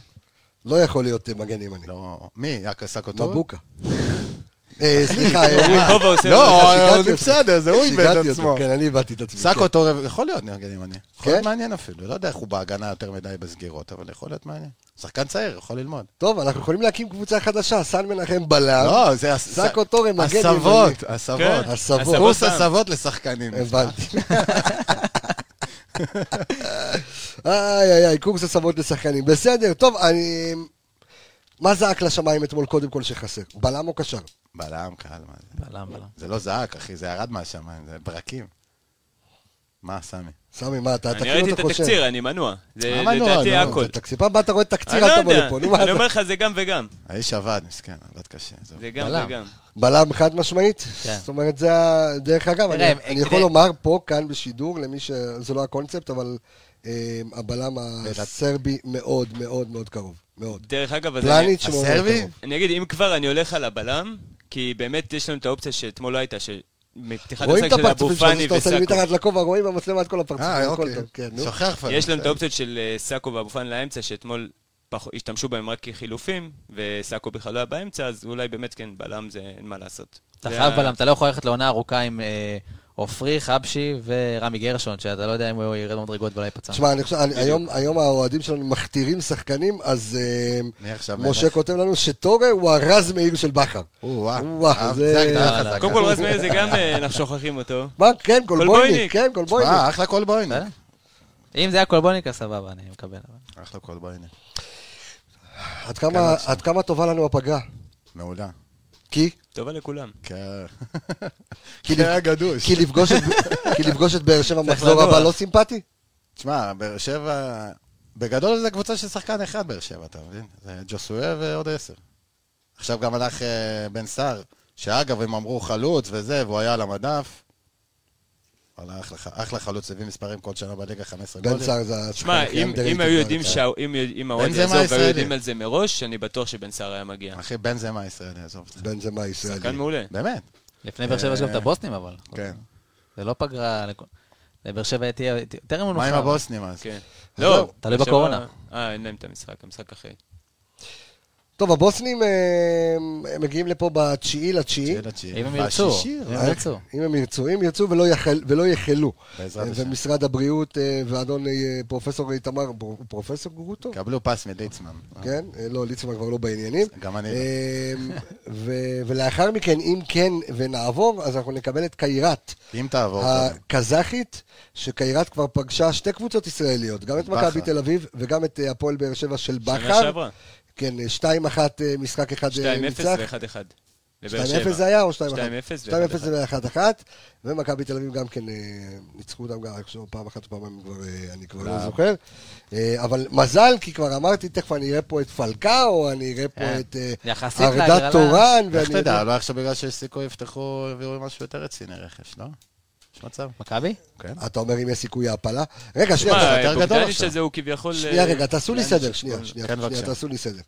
[SPEAKER 1] לא יכול להיות אה, מגן ימני.
[SPEAKER 3] לא, מי? יאקה סקוטור? [LAUGHS]
[SPEAKER 1] מבוקה. אה, סליחה, אה,
[SPEAKER 2] אורי קובה עושה
[SPEAKER 3] לא,
[SPEAKER 2] לו-
[SPEAKER 1] שיגעתי
[SPEAKER 3] אה,
[SPEAKER 1] אותך.
[SPEAKER 3] זה בסדר, זה הוא איבד
[SPEAKER 1] שיגעתי
[SPEAKER 3] את
[SPEAKER 1] אותו,
[SPEAKER 3] עצמו.
[SPEAKER 1] כן, אני איבדתי את עצמי.
[SPEAKER 3] סאקו טורף, יכול להיות נגד ימני. יכול להיות
[SPEAKER 1] כן?
[SPEAKER 3] מעניין אפילו, לא יודע איך הוא בהגנה יותר מדי בסגירות, אבל יכול להיות מעניין. שחקן צעיר, יכול ללמוד.
[SPEAKER 1] כן. טוב, אנחנו יכולים להקים קבוצה חדשה, סן מנחם בלם.
[SPEAKER 3] לא, זה הס-
[SPEAKER 1] סאקו טורף, אה? מגן ימני.
[SPEAKER 3] הסבות, הסבות.
[SPEAKER 2] כן.
[SPEAKER 1] הסבות.
[SPEAKER 2] הסבות
[SPEAKER 3] קורס
[SPEAKER 2] סתם.
[SPEAKER 3] הסבות לשחקנים.
[SPEAKER 1] הבנתי. איי איי איי, קורס הסבות לשחקנים. בסדר, טוב, אני... מה זעק לשמיים אתמול קודם כל שחסר? בלם או קשר?
[SPEAKER 3] בלם, קהל, מה זה?
[SPEAKER 6] בלם, בלם.
[SPEAKER 3] זה לא זעק, אחי, זה ירד מהשמיים, זה ברקים. מה, סמי?
[SPEAKER 1] סמי, מה, אתה
[SPEAKER 2] אני
[SPEAKER 1] תקציב
[SPEAKER 2] ראיתי את
[SPEAKER 1] אתה חושב?
[SPEAKER 2] התקציר, אני מנוע. זה
[SPEAKER 3] כאילו מה מנוע?
[SPEAKER 2] אה,
[SPEAKER 3] לא,
[SPEAKER 2] לדעתי
[SPEAKER 3] נו,
[SPEAKER 2] הכל.
[SPEAKER 1] זה תקציב, פעם הבאה לא? אתה רואה
[SPEAKER 2] אני
[SPEAKER 1] תקציר,
[SPEAKER 2] לא
[SPEAKER 1] אל תבוא
[SPEAKER 2] יודע,
[SPEAKER 1] לפה, נו מה
[SPEAKER 2] אני
[SPEAKER 1] אתה?
[SPEAKER 2] אומר לך, זה גם וגם.
[SPEAKER 3] האיש עבד, מסכן, עבד קשה. זהו.
[SPEAKER 2] זה גם
[SPEAKER 6] בלם.
[SPEAKER 2] וגם.
[SPEAKER 1] בלם חד משמעית?
[SPEAKER 6] כן.
[SPEAKER 1] זאת אומרת, זה ה... דרך אגב, אני
[SPEAKER 6] תראה,
[SPEAKER 1] אני
[SPEAKER 6] כדי-
[SPEAKER 1] יכול לומר פה, כאן בשידור, למי ש... זה לא הקונספט, אבל אה, הבלם הסרבי מאוד מאוד מאוד קרוב, מאוד.
[SPEAKER 2] דרך אגב, אז אני-
[SPEAKER 1] פלניץ' מאוד מאוד
[SPEAKER 3] הסרבי?
[SPEAKER 1] קרוב.
[SPEAKER 2] אני אגיד, אם כבר, אני הולך על הבלם, כי באמת יש לנו את האופציה שאתמול לא הייתה, שמפתיחת
[SPEAKER 1] רואים
[SPEAKER 2] המשחק
[SPEAKER 1] את
[SPEAKER 2] של
[SPEAKER 1] הפרצופים
[SPEAKER 2] אבו
[SPEAKER 1] שלך
[SPEAKER 2] פאני
[SPEAKER 1] שאתה עושה לי
[SPEAKER 2] וסאקו.
[SPEAKER 1] מתחת לכובע, רואים במצלמה את כל הפרצופים,
[SPEAKER 3] אה,
[SPEAKER 1] הכל
[SPEAKER 3] אוקיי.
[SPEAKER 1] טוב, כן, נו.
[SPEAKER 3] שוחח כבר.
[SPEAKER 2] יש לנו את האופציות של אה, סאקו ואבו פאני לאמצע, שאתמול פח- השתמשו בהם רק כחילופים, וסאקו בכלל לא היה באמצע, אז אולי באמת כן, בלם זה אין מה לעשות.
[SPEAKER 6] אתה
[SPEAKER 2] זה
[SPEAKER 6] חייב
[SPEAKER 2] ה-
[SPEAKER 6] בלם, אתה לא יכול ללכת לעונה ארוכה עם אה, עופרי, חבשי ורמי גרשון, שאתה לא יודע אם הוא ירד במדרגות ולא ייפצע.
[SPEAKER 1] תשמע, אני חושב, אני- היום- היום האוהדים שלנו מכתירים שחקנים, אז אה,
[SPEAKER 3] מי עכשיו
[SPEAKER 1] משה כותב לנו שטורה הוא הרז מאיר של בכר. וואו,
[SPEAKER 3] וואו,
[SPEAKER 1] זה- אה,
[SPEAKER 3] זה הגדרה
[SPEAKER 6] לא, לא.
[SPEAKER 3] חזקה.
[SPEAKER 2] קודם כל, רז מאיר זה גם, אה, אנחנו שוכחים אותו.
[SPEAKER 1] מה, כן, גולבויניק,
[SPEAKER 2] גולבויניק.
[SPEAKER 1] כן, גולבויניק.
[SPEAKER 3] אה, אחלה קול בויניק.
[SPEAKER 6] בסדר? אם זה היה קולבוניקה, סבבה, אני מקבל. אבל.
[SPEAKER 3] אחלה קול בויניק.
[SPEAKER 1] עד כמה- עד כמה טובה לנו הפגרה?
[SPEAKER 3] מעולה.
[SPEAKER 1] כי?
[SPEAKER 2] טובה לכולם.
[SPEAKER 1] [LAUGHS]
[SPEAKER 3] כן.
[SPEAKER 1] כי
[SPEAKER 3] כן,
[SPEAKER 1] לפ-
[SPEAKER 3] גדוש.
[SPEAKER 1] כי לפגוש את- [LAUGHS] כי לפגוש את באר שבע במחזור
[SPEAKER 6] לנוח.
[SPEAKER 1] הבא לא סימפטי?
[SPEAKER 3] תשמע, באר שבע... בגדול זה קבוצה של שחקן אחד באר שבע, אתה מבין? זה ג'וסואה ועוד עשר. עכשיו גם הלך אה, בן סער, שאגב, הם אמרו חלוץ וזה, והוא היה על המדף. וואלה, אחלה, ח- אחלה חלוץ, הביא מספרים כל שנה בליגה 15
[SPEAKER 1] בן
[SPEAKER 3] גולים.
[SPEAKER 1] סער זה... השחקן
[SPEAKER 2] שמע,
[SPEAKER 1] הכי
[SPEAKER 2] אם
[SPEAKER 1] underrated
[SPEAKER 2] אם היו יודעים
[SPEAKER 1] בארץ.
[SPEAKER 2] שה- אם יוד- אם האוהד
[SPEAKER 3] בנזמה
[SPEAKER 2] יעזוב והיו
[SPEAKER 3] הישראלי.
[SPEAKER 2] יודעים על זה מראש, אני בטוח שבן סער היה מגיע.
[SPEAKER 3] אחי, בן זמה ישראלי, עזוב אותך.
[SPEAKER 1] בן זמה ישראלי.
[SPEAKER 2] שחקן מעולה.
[SPEAKER 3] באמת,
[SPEAKER 6] לפני באר שבע יש גם את
[SPEAKER 3] אה,
[SPEAKER 6] הבוסנים, אבל.
[SPEAKER 3] כן.
[SPEAKER 6] זה לא פגרה... לכ- לבאר שבע תהיה טרם מנוחה.
[SPEAKER 3] מה עם הבוסנים אז?
[SPEAKER 2] כן.
[SPEAKER 1] לא,
[SPEAKER 2] לא.
[SPEAKER 6] תלוי
[SPEAKER 2] באר שבע-
[SPEAKER 6] בקורונה.
[SPEAKER 2] אה, אין להם את המשחק, המשחק אחרי.
[SPEAKER 1] טוב, הבוסנים אה, הם מגיעים לפה בתשיעי לתשיעי. אה,
[SPEAKER 3] תשיעי לתשיעי.
[SPEAKER 6] אם הם ירצו,
[SPEAKER 3] בשישי,
[SPEAKER 6] אם
[SPEAKER 3] רק.
[SPEAKER 6] הם ירצו.
[SPEAKER 1] אם הם ירצו, אם ירצו ולא יחל- ולא יחלו.
[SPEAKER 3] בעזרת
[SPEAKER 1] אה,
[SPEAKER 3] השם.
[SPEAKER 1] ומשרד הבריאות אה, ואדון אה, פרופסור איתמר, הוא פרופסור גרוטו?
[SPEAKER 3] קבלו פס מליצמן.
[SPEAKER 1] כן, אה, לא, ליצמן כבר לא בעניינים.
[SPEAKER 3] גם אני לא.
[SPEAKER 1] אה, ו- ולאחר מכן, אם כן ונעבור, אז אנחנו נקבל את קיירת
[SPEAKER 3] אה. אם תעבור.
[SPEAKER 1] אה,
[SPEAKER 3] קודם.
[SPEAKER 1] הקזחית, שקיירת כבר פגשה שתי קבוצות ישראליות, גם את
[SPEAKER 3] בכר.
[SPEAKER 1] מכבי תל אביב וגם את אה, הפועל באר שבע של
[SPEAKER 2] שנה
[SPEAKER 1] בכר.
[SPEAKER 2] שעברה.
[SPEAKER 1] כן, אה, 2-1 אה, משחק אחד
[SPEAKER 2] 2-0
[SPEAKER 1] אה, ניצח.
[SPEAKER 2] ו-1-1. לבאר
[SPEAKER 1] 2-0
[SPEAKER 2] שבע.
[SPEAKER 1] זה היה או 2-1? 2-0
[SPEAKER 2] 2-0
[SPEAKER 1] ו-1-1. ומכבי תל אביב גם כן אה, ניצחו אותם גם, איכשהו פעם אחת או פעמיים, כבר, אה, אני כבר לא זוכר. אה, אבל מזל, כי כבר אמרתי, תכף אני אראה פה את פלקאו, אני אראה פה
[SPEAKER 6] כן.
[SPEAKER 1] את אה,
[SPEAKER 6] יחסית
[SPEAKER 1] ארדה
[SPEAKER 6] להגרלה-
[SPEAKER 1] טורן,
[SPEAKER 3] איך
[SPEAKER 1] ואני...
[SPEAKER 3] אתה יודע, אולי עכשיו בגלל שיש סיכוי יפתחו, יביאו משהו יותר רציני רכש, לא? יש מצב.
[SPEAKER 6] מכבי?
[SPEAKER 3] כן.
[SPEAKER 1] אתה אומר אם יש סיכוי העפלה? רגע, שנייה,
[SPEAKER 2] מה,
[SPEAKER 3] יותר גדול
[SPEAKER 2] בוגדניץ'
[SPEAKER 3] עכשיו.
[SPEAKER 2] הזה הוא כביכול...
[SPEAKER 1] שנייה
[SPEAKER 2] אה,
[SPEAKER 1] רגע, תעשו לי
[SPEAKER 2] בוגדניץ'
[SPEAKER 1] סדר, שנייה, שנייה,
[SPEAKER 3] כן,
[SPEAKER 1] שנייה,
[SPEAKER 3] בבקשה.
[SPEAKER 1] תעשו לי סדר.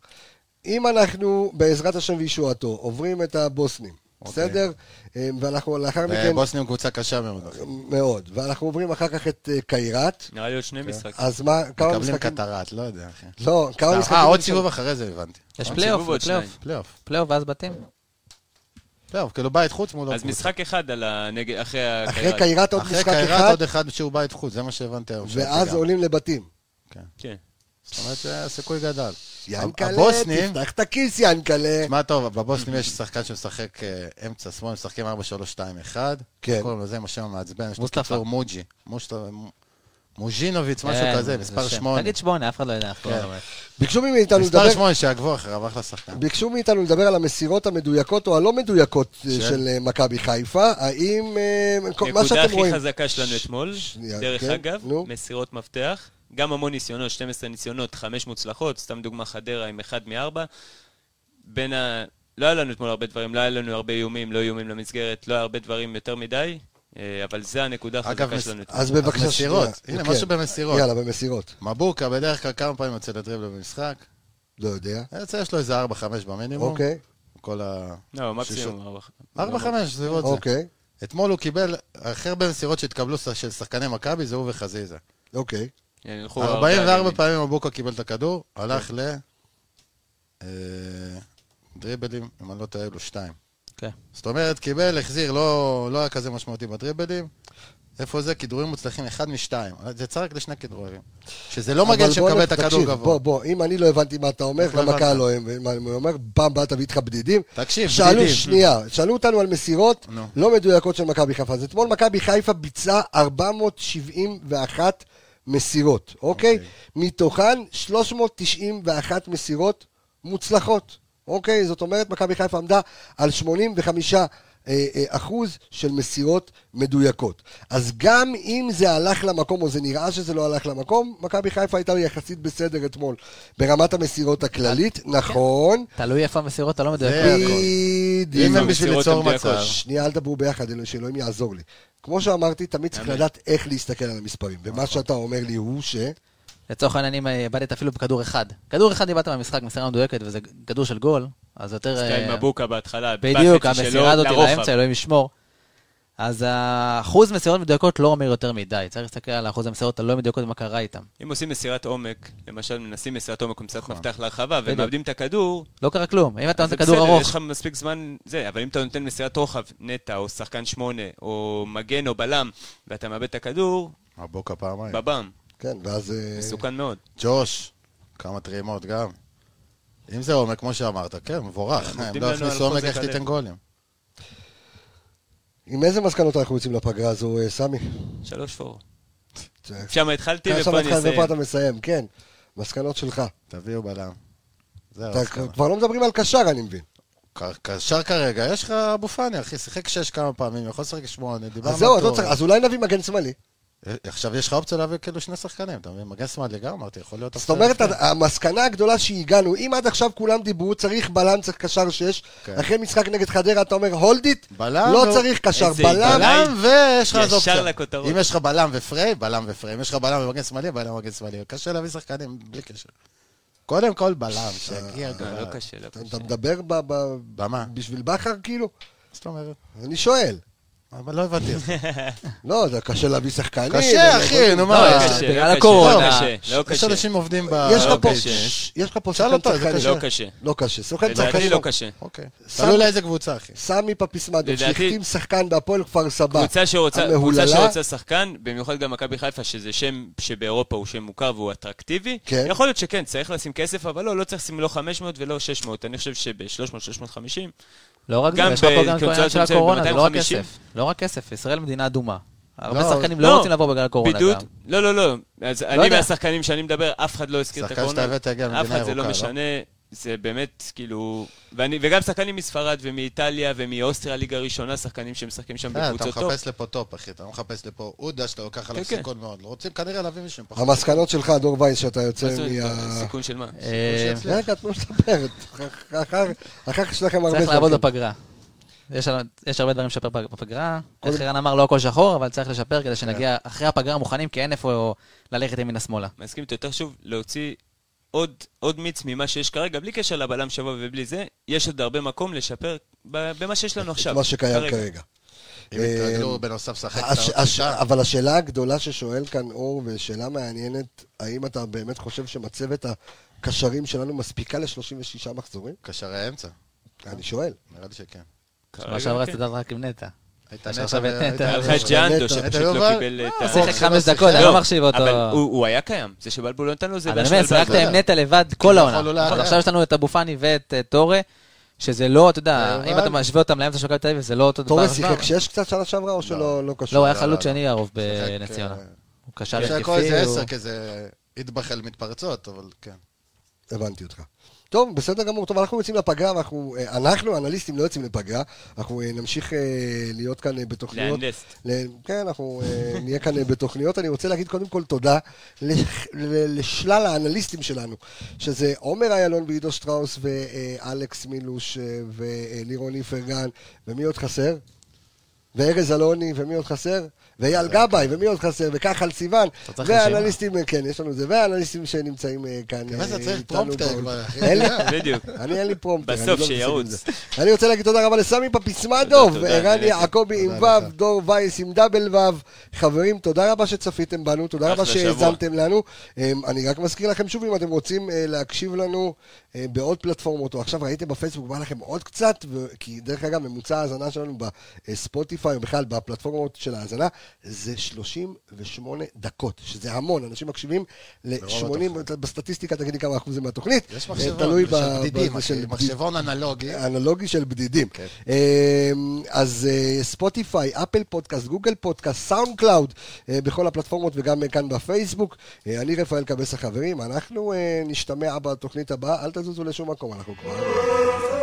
[SPEAKER 1] אם אנחנו, בעזרת השם וישועתו, עוברים את הבוסנים,
[SPEAKER 3] אוקיי.
[SPEAKER 1] בסדר? אה, ואנחנו לאחר מכן...
[SPEAKER 3] בוסנים קבוצה קשה מאוד, אחי.
[SPEAKER 1] מאוד. ואנחנו עוברים אחר כך את אה, קיירת,
[SPEAKER 2] נראה לי עוד שני משחקים.
[SPEAKER 1] אז מה, כמה
[SPEAKER 3] מקבלים
[SPEAKER 1] משחקים?
[SPEAKER 3] קטרט, לא יודע, אחי.
[SPEAKER 1] לא, כמה משחקים?
[SPEAKER 3] אה, עוד
[SPEAKER 1] נשארו?
[SPEAKER 3] סיבוב אחרי זה הבנתי.
[SPEAKER 6] יש
[SPEAKER 2] עוד
[SPEAKER 6] פלייאוף,
[SPEAKER 2] סיבוב, עוד
[SPEAKER 6] פלייאוף.
[SPEAKER 2] שניים.
[SPEAKER 3] פלייאוף.
[SPEAKER 6] פלייאוף ואז בתים.
[SPEAKER 3] פלייאוף, כאילו בית חוץ מול...
[SPEAKER 2] אז משחק אחד על הנגד, אחרי
[SPEAKER 1] אחרי
[SPEAKER 2] הקיירת.
[SPEAKER 1] קיירת עוד
[SPEAKER 3] אחרי
[SPEAKER 1] משחק
[SPEAKER 3] קיירת
[SPEAKER 1] אחד,
[SPEAKER 3] עוד אחד שהוא בית חוץ, זה מה שהבנתי היום. שראיתי
[SPEAKER 1] ואז
[SPEAKER 3] גם.
[SPEAKER 1] עולים לבתים.
[SPEAKER 2] כן.
[SPEAKER 3] זאת אומרת, זה הסיכוי גדל.
[SPEAKER 1] ינקלה,
[SPEAKER 3] הבוסנים-
[SPEAKER 1] תפתח את הכיס, ינקלה.
[SPEAKER 3] תשמע טוב, בבוסנים יש שחקן שמשחק אה, אמצע שמאל, משחקים 4-3-2-1.
[SPEAKER 1] כן.
[SPEAKER 3] קוראים לזה עם השם המעצבן, יש לו
[SPEAKER 6] מוסטפא.
[SPEAKER 3] קיצור מוג'י. מושט- מ- מוז'ינוביץ, משהו
[SPEAKER 6] כן,
[SPEAKER 3] כזה,
[SPEAKER 6] זה
[SPEAKER 3] מספר
[SPEAKER 6] שם.
[SPEAKER 3] 8.
[SPEAKER 6] נגיד שמונה, אף אחד לא יודע איך קוראים
[SPEAKER 3] כן.
[SPEAKER 6] לו.
[SPEAKER 1] ביקשו מאיתנו
[SPEAKER 3] מספר
[SPEAKER 1] לדבר...
[SPEAKER 3] 8 שיעקבו אחריו, אחלה שחקן.
[SPEAKER 1] ביקשו מאיתנו לדבר על המסירות המדויקות או הלא מדויקות אה,
[SPEAKER 3] של?
[SPEAKER 1] של אה, מכבי חיפה, האם... אה, כל- מה
[SPEAKER 2] נקודה
[SPEAKER 1] שאתם
[SPEAKER 2] הכי
[SPEAKER 1] רואים...
[SPEAKER 2] חזקה שלנו אתמול,
[SPEAKER 1] שנייה,
[SPEAKER 2] דרך
[SPEAKER 1] כן,
[SPEAKER 2] אגב,
[SPEAKER 1] נו.
[SPEAKER 2] מסירות מפתח. גם המון ניסיונות, 12 ניסיונות, 5 מוצלחות, סתם דוגמה חדרה עם 1 מ-4. בין ה... לא היה לנו אתמול הרבה דברים, לא היה לנו הרבה איומים, לא איומים למסגרת, לא היה הרבה דברים יותר מדי, אה, אבל זה הנקודה
[SPEAKER 3] אגב,
[SPEAKER 2] החזקה
[SPEAKER 3] מס-
[SPEAKER 2] שלנו אתמול.
[SPEAKER 1] אז בבקשה,
[SPEAKER 3] מסירות.
[SPEAKER 1] שנייה.
[SPEAKER 3] הנה,
[SPEAKER 1] כן.
[SPEAKER 3] משהו במסירות.
[SPEAKER 1] יאללה, במסירות.
[SPEAKER 3] מבוקה בדרך כלל כמה פעמים יוצא לדריבל במשחק.
[SPEAKER 1] לא יודע.
[SPEAKER 3] יוצא, יש לו איזה 4-5 במינימום.
[SPEAKER 1] אוקיי,
[SPEAKER 3] כל ה...
[SPEAKER 2] לא,
[SPEAKER 3] שישות.
[SPEAKER 2] מקסימום. ארבע,
[SPEAKER 3] 4-5, סביבות זה.
[SPEAKER 1] אוקיי,
[SPEAKER 3] אתמול הוא קיבל, הכי הרבה מסירות שהתקבלו ש- של שחקני מכבי זה הוא וחזיזה.
[SPEAKER 1] אוקיי.
[SPEAKER 2] כן, ילכו ארבעה
[SPEAKER 3] 44
[SPEAKER 2] ימים. כן.
[SPEAKER 3] פעמים מבוקה קיבל את הכדור, הלך ל... אה, דריבלים, אם אני לא טועה, לו שתיים.
[SPEAKER 6] כן.
[SPEAKER 3] זאת אומרת, קיבל, החזיר, לא לא היה כזה משמעותי בדריבלים. איפה זה? כידורים מוצלחים, אחד משתיים. זה יצא רק לשני כידורים. שזה לא מגן
[SPEAKER 1] אבל בוא
[SPEAKER 3] שמקבל
[SPEAKER 1] נ-
[SPEAKER 3] את הכדור
[SPEAKER 1] תקשיב,
[SPEAKER 3] גבוה.
[SPEAKER 1] בוא, בוא, אם אני לא הבנתי מה אתה אומר,
[SPEAKER 3] איך לא
[SPEAKER 1] גם הקהל
[SPEAKER 3] הבנת?
[SPEAKER 1] לא הבנתי מה אני אומר, פעם הבאה תביא איתך בדידים.
[SPEAKER 3] תקשיב,
[SPEAKER 1] שאלו,
[SPEAKER 3] בדידים.
[SPEAKER 1] שנייה, שאלו אותנו על מסירות
[SPEAKER 3] נו.
[SPEAKER 1] לא מדויקות של מכבי חיפה. אז אתמול מכבי חיפה ביצעה 471 מסירות, אוקיי?
[SPEAKER 3] אוקיי.
[SPEAKER 1] מתוכן 391 מסירות מוצלחות, אוקיי? זאת אומרת, מכבי חיפה עמדה על 85 אה, אה, אחוז של מסירות מדויקות. אז גם אם זה הלך למקום, או זה נראה שזה לא הלך למקום, מכבי חיפה הייתה יחסית בסדר אתמול. ברמת המסירות הכללית, נכון.
[SPEAKER 6] תלוי איפה המסירות לא הלא מדויקות.
[SPEAKER 1] בדיוק.
[SPEAKER 3] אם הם בשביל
[SPEAKER 2] המסירות
[SPEAKER 3] ליצור
[SPEAKER 2] הן מדויקות.
[SPEAKER 3] מצב,
[SPEAKER 1] שנייה, אל תדברו ביחד, אלא שאלוהים יעזור לי. כמו שאמרתי, תמיד צריך לדעת איך להסתכל על המספרים. ומה שאתה אומר לי הוא ש...
[SPEAKER 6] לצורך העניין, אם אה, איבדת אפילו בכדור אחד. כדור אחד איבדת מהמשחק, מסירה מדויקת, וזה כדור של גול, אז יותר...
[SPEAKER 2] סקאי
[SPEAKER 6] אה,
[SPEAKER 2] מבוקה בהתחלה,
[SPEAKER 6] בדיוק,
[SPEAKER 2] בחצי שלו,
[SPEAKER 6] המסירה הזאת
[SPEAKER 2] לרוחב.
[SPEAKER 6] לאמצע, אלוהים ישמור. אז האחוז מסירות מדויקות לא אומר יותר מדי, צריך להסתכל על אחוז המסירות הלא מדויקות ומה קרה איתם.
[SPEAKER 2] אם עושים מסירת עומק, למשל מנסים מסירת עומק במסירת
[SPEAKER 1] נכון.
[SPEAKER 2] מפתח להרחבה, ומאבדים את הכדור,
[SPEAKER 6] לא קרה כלום, אם אתה
[SPEAKER 2] אז
[SPEAKER 6] נותן כדור
[SPEAKER 2] אה, בסדר,
[SPEAKER 6] ארוך,
[SPEAKER 2] יש לך מספיק זמן, זה, אבל אם אתה נותן מסירת רוחב, נטע, או שחקן שמונה, או מגן, או בלם, ואתה מאבד את הכדור,
[SPEAKER 3] מבוקה פעמיים.
[SPEAKER 2] בבם,
[SPEAKER 1] כן, ואז... אה,
[SPEAKER 2] מסוכן מאוד.
[SPEAKER 3] ג'וש, כמה טעימות גם. אם זה עומק, כמו שאמרת, כן, מבורך. הם
[SPEAKER 2] עובדים
[SPEAKER 3] לא
[SPEAKER 2] לנו על
[SPEAKER 3] הכניסו עומק,
[SPEAKER 2] חוזה
[SPEAKER 3] איך
[SPEAKER 2] כזה.
[SPEAKER 3] תיתן גולים?
[SPEAKER 1] עם איזה מסקנות אנחנו יוצאים לפגרה הזו, אה, סמי?
[SPEAKER 2] שלוש פור.
[SPEAKER 1] זה-
[SPEAKER 2] שם התחלתי,
[SPEAKER 1] כאן אה, שם
[SPEAKER 2] ופה אני
[SPEAKER 1] התחלת
[SPEAKER 2] אסיים.
[SPEAKER 1] ופה אתה מסיים, כן. מסקנות שלך.
[SPEAKER 3] תביאו בלם. זהו,
[SPEAKER 1] אתה
[SPEAKER 3] אז ככה.
[SPEAKER 1] כבר לא מדברים על קשר, אני מבין.
[SPEAKER 3] ק- קשר כרגע, יש לך אבו פאני, אחי, שיחק שש כמה פעמים, יכול לשחק שמונה, דיברנו
[SPEAKER 1] אז זהו, אז לא
[SPEAKER 3] אותו. אה,
[SPEAKER 1] צריך- אז אולי נביא מגן שמאלי.
[SPEAKER 3] עכשיו יש לך אופציה להביא כאילו שני שחקנים, אתה מבין? מגן שמאלי גם, אמרתי, יכול להיות...
[SPEAKER 1] זאת
[SPEAKER 3] אופציה
[SPEAKER 1] אומרת,
[SPEAKER 3] לפני.
[SPEAKER 1] המסקנה הגדולה שהגענו, אם עד עכשיו כולם דיברו, צריך בלם, צריך קשר שש,
[SPEAKER 3] כן.
[SPEAKER 1] אחרי משחק נגד חדרה אתה אומר, הולד איט,
[SPEAKER 3] בלם
[SPEAKER 1] לא
[SPEAKER 3] ו-
[SPEAKER 1] צריך קשר,
[SPEAKER 2] איזה
[SPEAKER 1] בלם,
[SPEAKER 3] בלם ויש לך אז
[SPEAKER 2] ישר
[SPEAKER 3] אופציה.
[SPEAKER 2] לכותרות.
[SPEAKER 3] אם יש לך בלם ופריי, בלם ופריי. אם יש לך בלם ומגן שמאלי, בלם ומגן שמאלי. קשה להביא שחקנים, בלי קשר. קודם כל
[SPEAKER 1] אה,
[SPEAKER 3] בלם, שיגיע
[SPEAKER 2] לא
[SPEAKER 3] כבר.
[SPEAKER 2] לא קשה, לא
[SPEAKER 1] אתה-
[SPEAKER 2] קשה.
[SPEAKER 1] אתה מדבר ב- ב-
[SPEAKER 3] במה?
[SPEAKER 1] בשביל בכר כאילו?
[SPEAKER 3] זאת אומרת,
[SPEAKER 1] אני שואל.
[SPEAKER 3] אבל לא
[SPEAKER 2] [LAUGHS]
[SPEAKER 3] הבנתי.
[SPEAKER 1] לא, זה קשה להביא שחקנים.
[SPEAKER 3] קשה,
[SPEAKER 1] אבל-
[SPEAKER 3] אחי, נו
[SPEAKER 6] לא,
[SPEAKER 2] לא
[SPEAKER 3] מה?
[SPEAKER 6] יש-
[SPEAKER 2] קשה,
[SPEAKER 6] בגלל
[SPEAKER 2] לא קשה,
[SPEAKER 6] הקורונה.
[SPEAKER 2] לא קשה, לא
[SPEAKER 3] יש
[SPEAKER 2] קשה.
[SPEAKER 3] אנשים עובדים ב...
[SPEAKER 1] יש לך
[SPEAKER 2] לא
[SPEAKER 1] פה,
[SPEAKER 2] קשה.
[SPEAKER 1] שש, יש לך פה
[SPEAKER 3] שאל
[SPEAKER 1] שחקן
[SPEAKER 3] אותו, זה
[SPEAKER 1] צרכני.
[SPEAKER 3] קשה.
[SPEAKER 2] לא קשה.
[SPEAKER 1] לא קשה, סוכן
[SPEAKER 2] לדעתי
[SPEAKER 1] צרכני.
[SPEAKER 2] לא קשה.
[SPEAKER 3] אוקיי.
[SPEAKER 1] שם-
[SPEAKER 3] תלוי לאיזה קבוצה, אחי.
[SPEAKER 1] סמי פפיסמדו,
[SPEAKER 2] לדעתי-
[SPEAKER 1] שהחתים שחקן בהפועל כפר סבא.
[SPEAKER 2] קבוצה שרוצה,
[SPEAKER 1] המהוללה.
[SPEAKER 2] קבוצה שרוצה שחקן, במיוחד גם מכבי חיפה, שזה שם שבאירופה הוא שם מוכר והוא אטרקטיבי.
[SPEAKER 1] כן.
[SPEAKER 2] יכול להיות שכן, צריך לשים כסף, אבל לא, לא צריך לשים לא 500 ולא 600. אני חושב שב-300, 350,
[SPEAKER 6] לא רק זה,
[SPEAKER 2] גם
[SPEAKER 6] יש לך פה גם את
[SPEAKER 2] בקבוצה
[SPEAKER 6] העניין של
[SPEAKER 2] מצומצמת,
[SPEAKER 6] הקורונה, זה לא רק
[SPEAKER 2] 250.
[SPEAKER 6] כסף. לא רק כסף, ישראל מדינה אדומה. הרבה
[SPEAKER 3] לא,
[SPEAKER 6] שחקנים לא רוצים לבוא בגלל הקורונה גם.
[SPEAKER 2] בידוד? לא, לא, לא. אז אני
[SPEAKER 6] יודע.
[SPEAKER 2] והשחקנים שאני מדבר, אף אחד לא הזכיר את
[SPEAKER 3] שחקן
[SPEAKER 2] הקורונה.
[SPEAKER 3] שאתה הבאת הגיע
[SPEAKER 2] אף
[SPEAKER 3] למדינה
[SPEAKER 2] אחד זה לא
[SPEAKER 3] ירוקה, לא?
[SPEAKER 2] משנה. זה באמת, כאילו... ואני, וגם שחקנים מספרד ומאיטליה ומאוסטריה, ליגה ראשונה, שחקנים שמשחקים שם
[SPEAKER 3] אה, אתה
[SPEAKER 2] בקבוצות טוב.
[SPEAKER 3] מחפש לפה טופ, אחי. אתה לא מחפש לפה עודה שאתה לוקח עליו
[SPEAKER 2] כן, כן.
[SPEAKER 3] סיכון מאוד. לא רוצים כנראה להביא מישהו פחות.
[SPEAKER 1] המסקנות שלך, דור וייס, שאתה יוצא
[SPEAKER 2] מה זאת אומרת?
[SPEAKER 1] מה...
[SPEAKER 2] סיכון של מה?
[SPEAKER 6] אה,
[SPEAKER 3] שיצליח.
[SPEAKER 1] רגע, תנו
[SPEAKER 2] [LAUGHS]
[SPEAKER 1] לדבר. אחר- אחר- אחר כך יש לכם הרבה
[SPEAKER 6] צריך לעבוד
[SPEAKER 1] זמן.
[SPEAKER 6] בפגרה. יש לנו- יש הרבה דברים לשפר בפג- בפגרה. איך ערן אמר, לא הכל שחור, אבל צריך לשפר
[SPEAKER 3] כן.
[SPEAKER 6] כדי שנגיע אחרי הפגרה מוכנים, כי אין איפה ללכת ימינה-שמאלה.
[SPEAKER 2] מסכים איתו, יותר חשוב להוציא עוד, עוד מיץ ממה שיש כרגע, בלי קשר לבלם שבוע ובלי זה, יש עוד הרבה מקום לשפר ב- במה שיש לנו עכשיו.
[SPEAKER 1] את מה שקיים כרגע.
[SPEAKER 3] אם יתרגלו בנוסף לשחק את
[SPEAKER 1] אה, הש- הש-
[SPEAKER 3] האופציה.
[SPEAKER 1] אבל השאלה הגדולה ששואל כאן אור, ושאלה מעניינת, האם אתה באמת חושב שמצבת הקשרים שלנו מספיקה ל-36 מחזורים?
[SPEAKER 3] קשרי האמצע,
[SPEAKER 1] אני שואל.
[SPEAKER 3] נראה לי שכן.
[SPEAKER 6] מה שעברה
[SPEAKER 2] כן.
[SPEAKER 6] הסתדרת רק עם נטע.
[SPEAKER 3] היית
[SPEAKER 6] עכשיו
[SPEAKER 3] נטע
[SPEAKER 6] את
[SPEAKER 3] ו-
[SPEAKER 6] נטע.
[SPEAKER 2] היה לך
[SPEAKER 1] אבל-
[SPEAKER 2] את ג'אנדו,
[SPEAKER 1] נטע,
[SPEAKER 2] שפשוט
[SPEAKER 3] נטע
[SPEAKER 2] לא
[SPEAKER 3] יובל?
[SPEAKER 2] קיבל את
[SPEAKER 6] הוא
[SPEAKER 2] ה...
[SPEAKER 6] שיחק
[SPEAKER 3] שלא
[SPEAKER 6] חמש
[SPEAKER 3] שיחק.
[SPEAKER 6] דקות, אני
[SPEAKER 2] לא,
[SPEAKER 6] לא מחשיב אותו.
[SPEAKER 2] אבל הוא- הוא היה קיים, זה שבלבול לא נתן לו זה לא-
[SPEAKER 6] אבל
[SPEAKER 2] באשמת
[SPEAKER 6] באמת, שיחקת
[SPEAKER 2] בלבול.
[SPEAKER 6] עם נטע לבד כל העונה.
[SPEAKER 3] יכול, הוא לא היה
[SPEAKER 6] אבל
[SPEAKER 3] חייב.
[SPEAKER 6] עכשיו יש לנו את אבו פאני ואת אה, טורה, שזה לא, אתה יודע,
[SPEAKER 3] אבל-
[SPEAKER 6] אם אתה משווה אותם לאמצע של מכבי תל אביב, זה לא אותו דבר.
[SPEAKER 1] תורס שיחק
[SPEAKER 6] בהשוואה.
[SPEAKER 1] שש קצת שנה שעברה, או שלא לא קשור?
[SPEAKER 6] לא, הוא היה
[SPEAKER 3] לא,
[SPEAKER 6] חלוץ
[SPEAKER 3] לא,
[SPEAKER 6] שני הרוב
[SPEAKER 3] שיחק,
[SPEAKER 6] בנס ציונה.
[SPEAKER 3] אה,
[SPEAKER 6] הוא קשר
[SPEAKER 3] אפשר
[SPEAKER 6] התקפי.
[SPEAKER 3] לקרוא לזה
[SPEAKER 6] הוא-
[SPEAKER 3] עשר כזה התבחל מתפרצות, אבל כן.
[SPEAKER 1] הבנתי אותך. טוב, בסדר גמור. טוב, אנחנו יוצאים לפגרה, ואנחנו, אה, אנחנו, אנליסטים, לא יוצאים לפגרה. אנחנו אה, נמשיך אה, להיות כאן אה, בתוכניות.
[SPEAKER 2] להנדס.
[SPEAKER 1] ל- כן, אנחנו אה, נהיה כאן אה, בתוכניות. אני רוצה להגיד קודם כל תודה לח- ל- לשלל האנליסטים שלנו, שזה עומר איילון ועידו שטראוס ואלכס מילוש אה, ולירון איפרגן, ומי עוד חסר? וארז אלוני, ומי עוד חסר? ואייל גבאי, ומי עוד חסר? וכחל סיוון.
[SPEAKER 6] אתה צריך
[SPEAKER 1] והאנליסטים, אה, כן, יש לנו את זה, והאנליסטים שנמצאים אה, כאן
[SPEAKER 3] מה זה,
[SPEAKER 1] אה,
[SPEAKER 3] צריך
[SPEAKER 1] איתנו
[SPEAKER 3] פרומפטר
[SPEAKER 1] באולפן.
[SPEAKER 3] כבר, אחי. אה.
[SPEAKER 1] אין לי-
[SPEAKER 2] בדיוק.
[SPEAKER 1] אני אין לי פרומפטר. אני
[SPEAKER 2] בסוף
[SPEAKER 1] לא מתעסק
[SPEAKER 2] שירוץ.
[SPEAKER 1] עם זה. אני רוצה להגיד תודה רבה לסמי פפיסמדוב,
[SPEAKER 2] תודה,
[SPEAKER 1] ערן
[SPEAKER 2] נהניתי.
[SPEAKER 1] יעקבי עם
[SPEAKER 3] תודה
[SPEAKER 1] ו',
[SPEAKER 3] לך.
[SPEAKER 1] דור וייס עם דאבל ו'. חברים, תודה רבה שצפיתם בנו, תודה רבה
[SPEAKER 2] אחלה שבוע.
[SPEAKER 1] שהאזנתם לנו. אמ, אני רק מזכיר לכם שוב, אם אתם רוצים אה, להקשיב לנו אה, בעוד פלטפורמות, או עכשיו ראיתם בפייסבוק, בא לכם עוד קצת, ו- כי דרך אגב, ממוצע ההאזנה שלנו בספוטיפיי, או בכלל בפלטפורמות של ההאזנה, זה 38 דקות, שזה המון, אנשים מקשיבים ל-80, בסטטיסטיקה תגיד לי כמה אחוזים מהתוכנית.
[SPEAKER 3] יש
[SPEAKER 1] אה,
[SPEAKER 3] מחשבון,
[SPEAKER 1] תלוי ב-
[SPEAKER 3] של בדידים,
[SPEAKER 1] ב-
[SPEAKER 3] אחי,
[SPEAKER 1] של בדיד-
[SPEAKER 3] מחשבון אנלוגי.
[SPEAKER 1] אנלוגי של בדידים.
[SPEAKER 3] כן.
[SPEAKER 1] אמ, אז אה, ספוטיפיי, אפל פודקאסט, גוגל פודקאסט, סאונד קלאוד, אה, בכל הפלטפורמות וגם אה, כאן בפייסבוק. אה, אני רפאל קבס החברים, אנחנו אה, נשתמע בתוכנית הבאה, אל תזוזו לשום מקום, אנחנו כבר...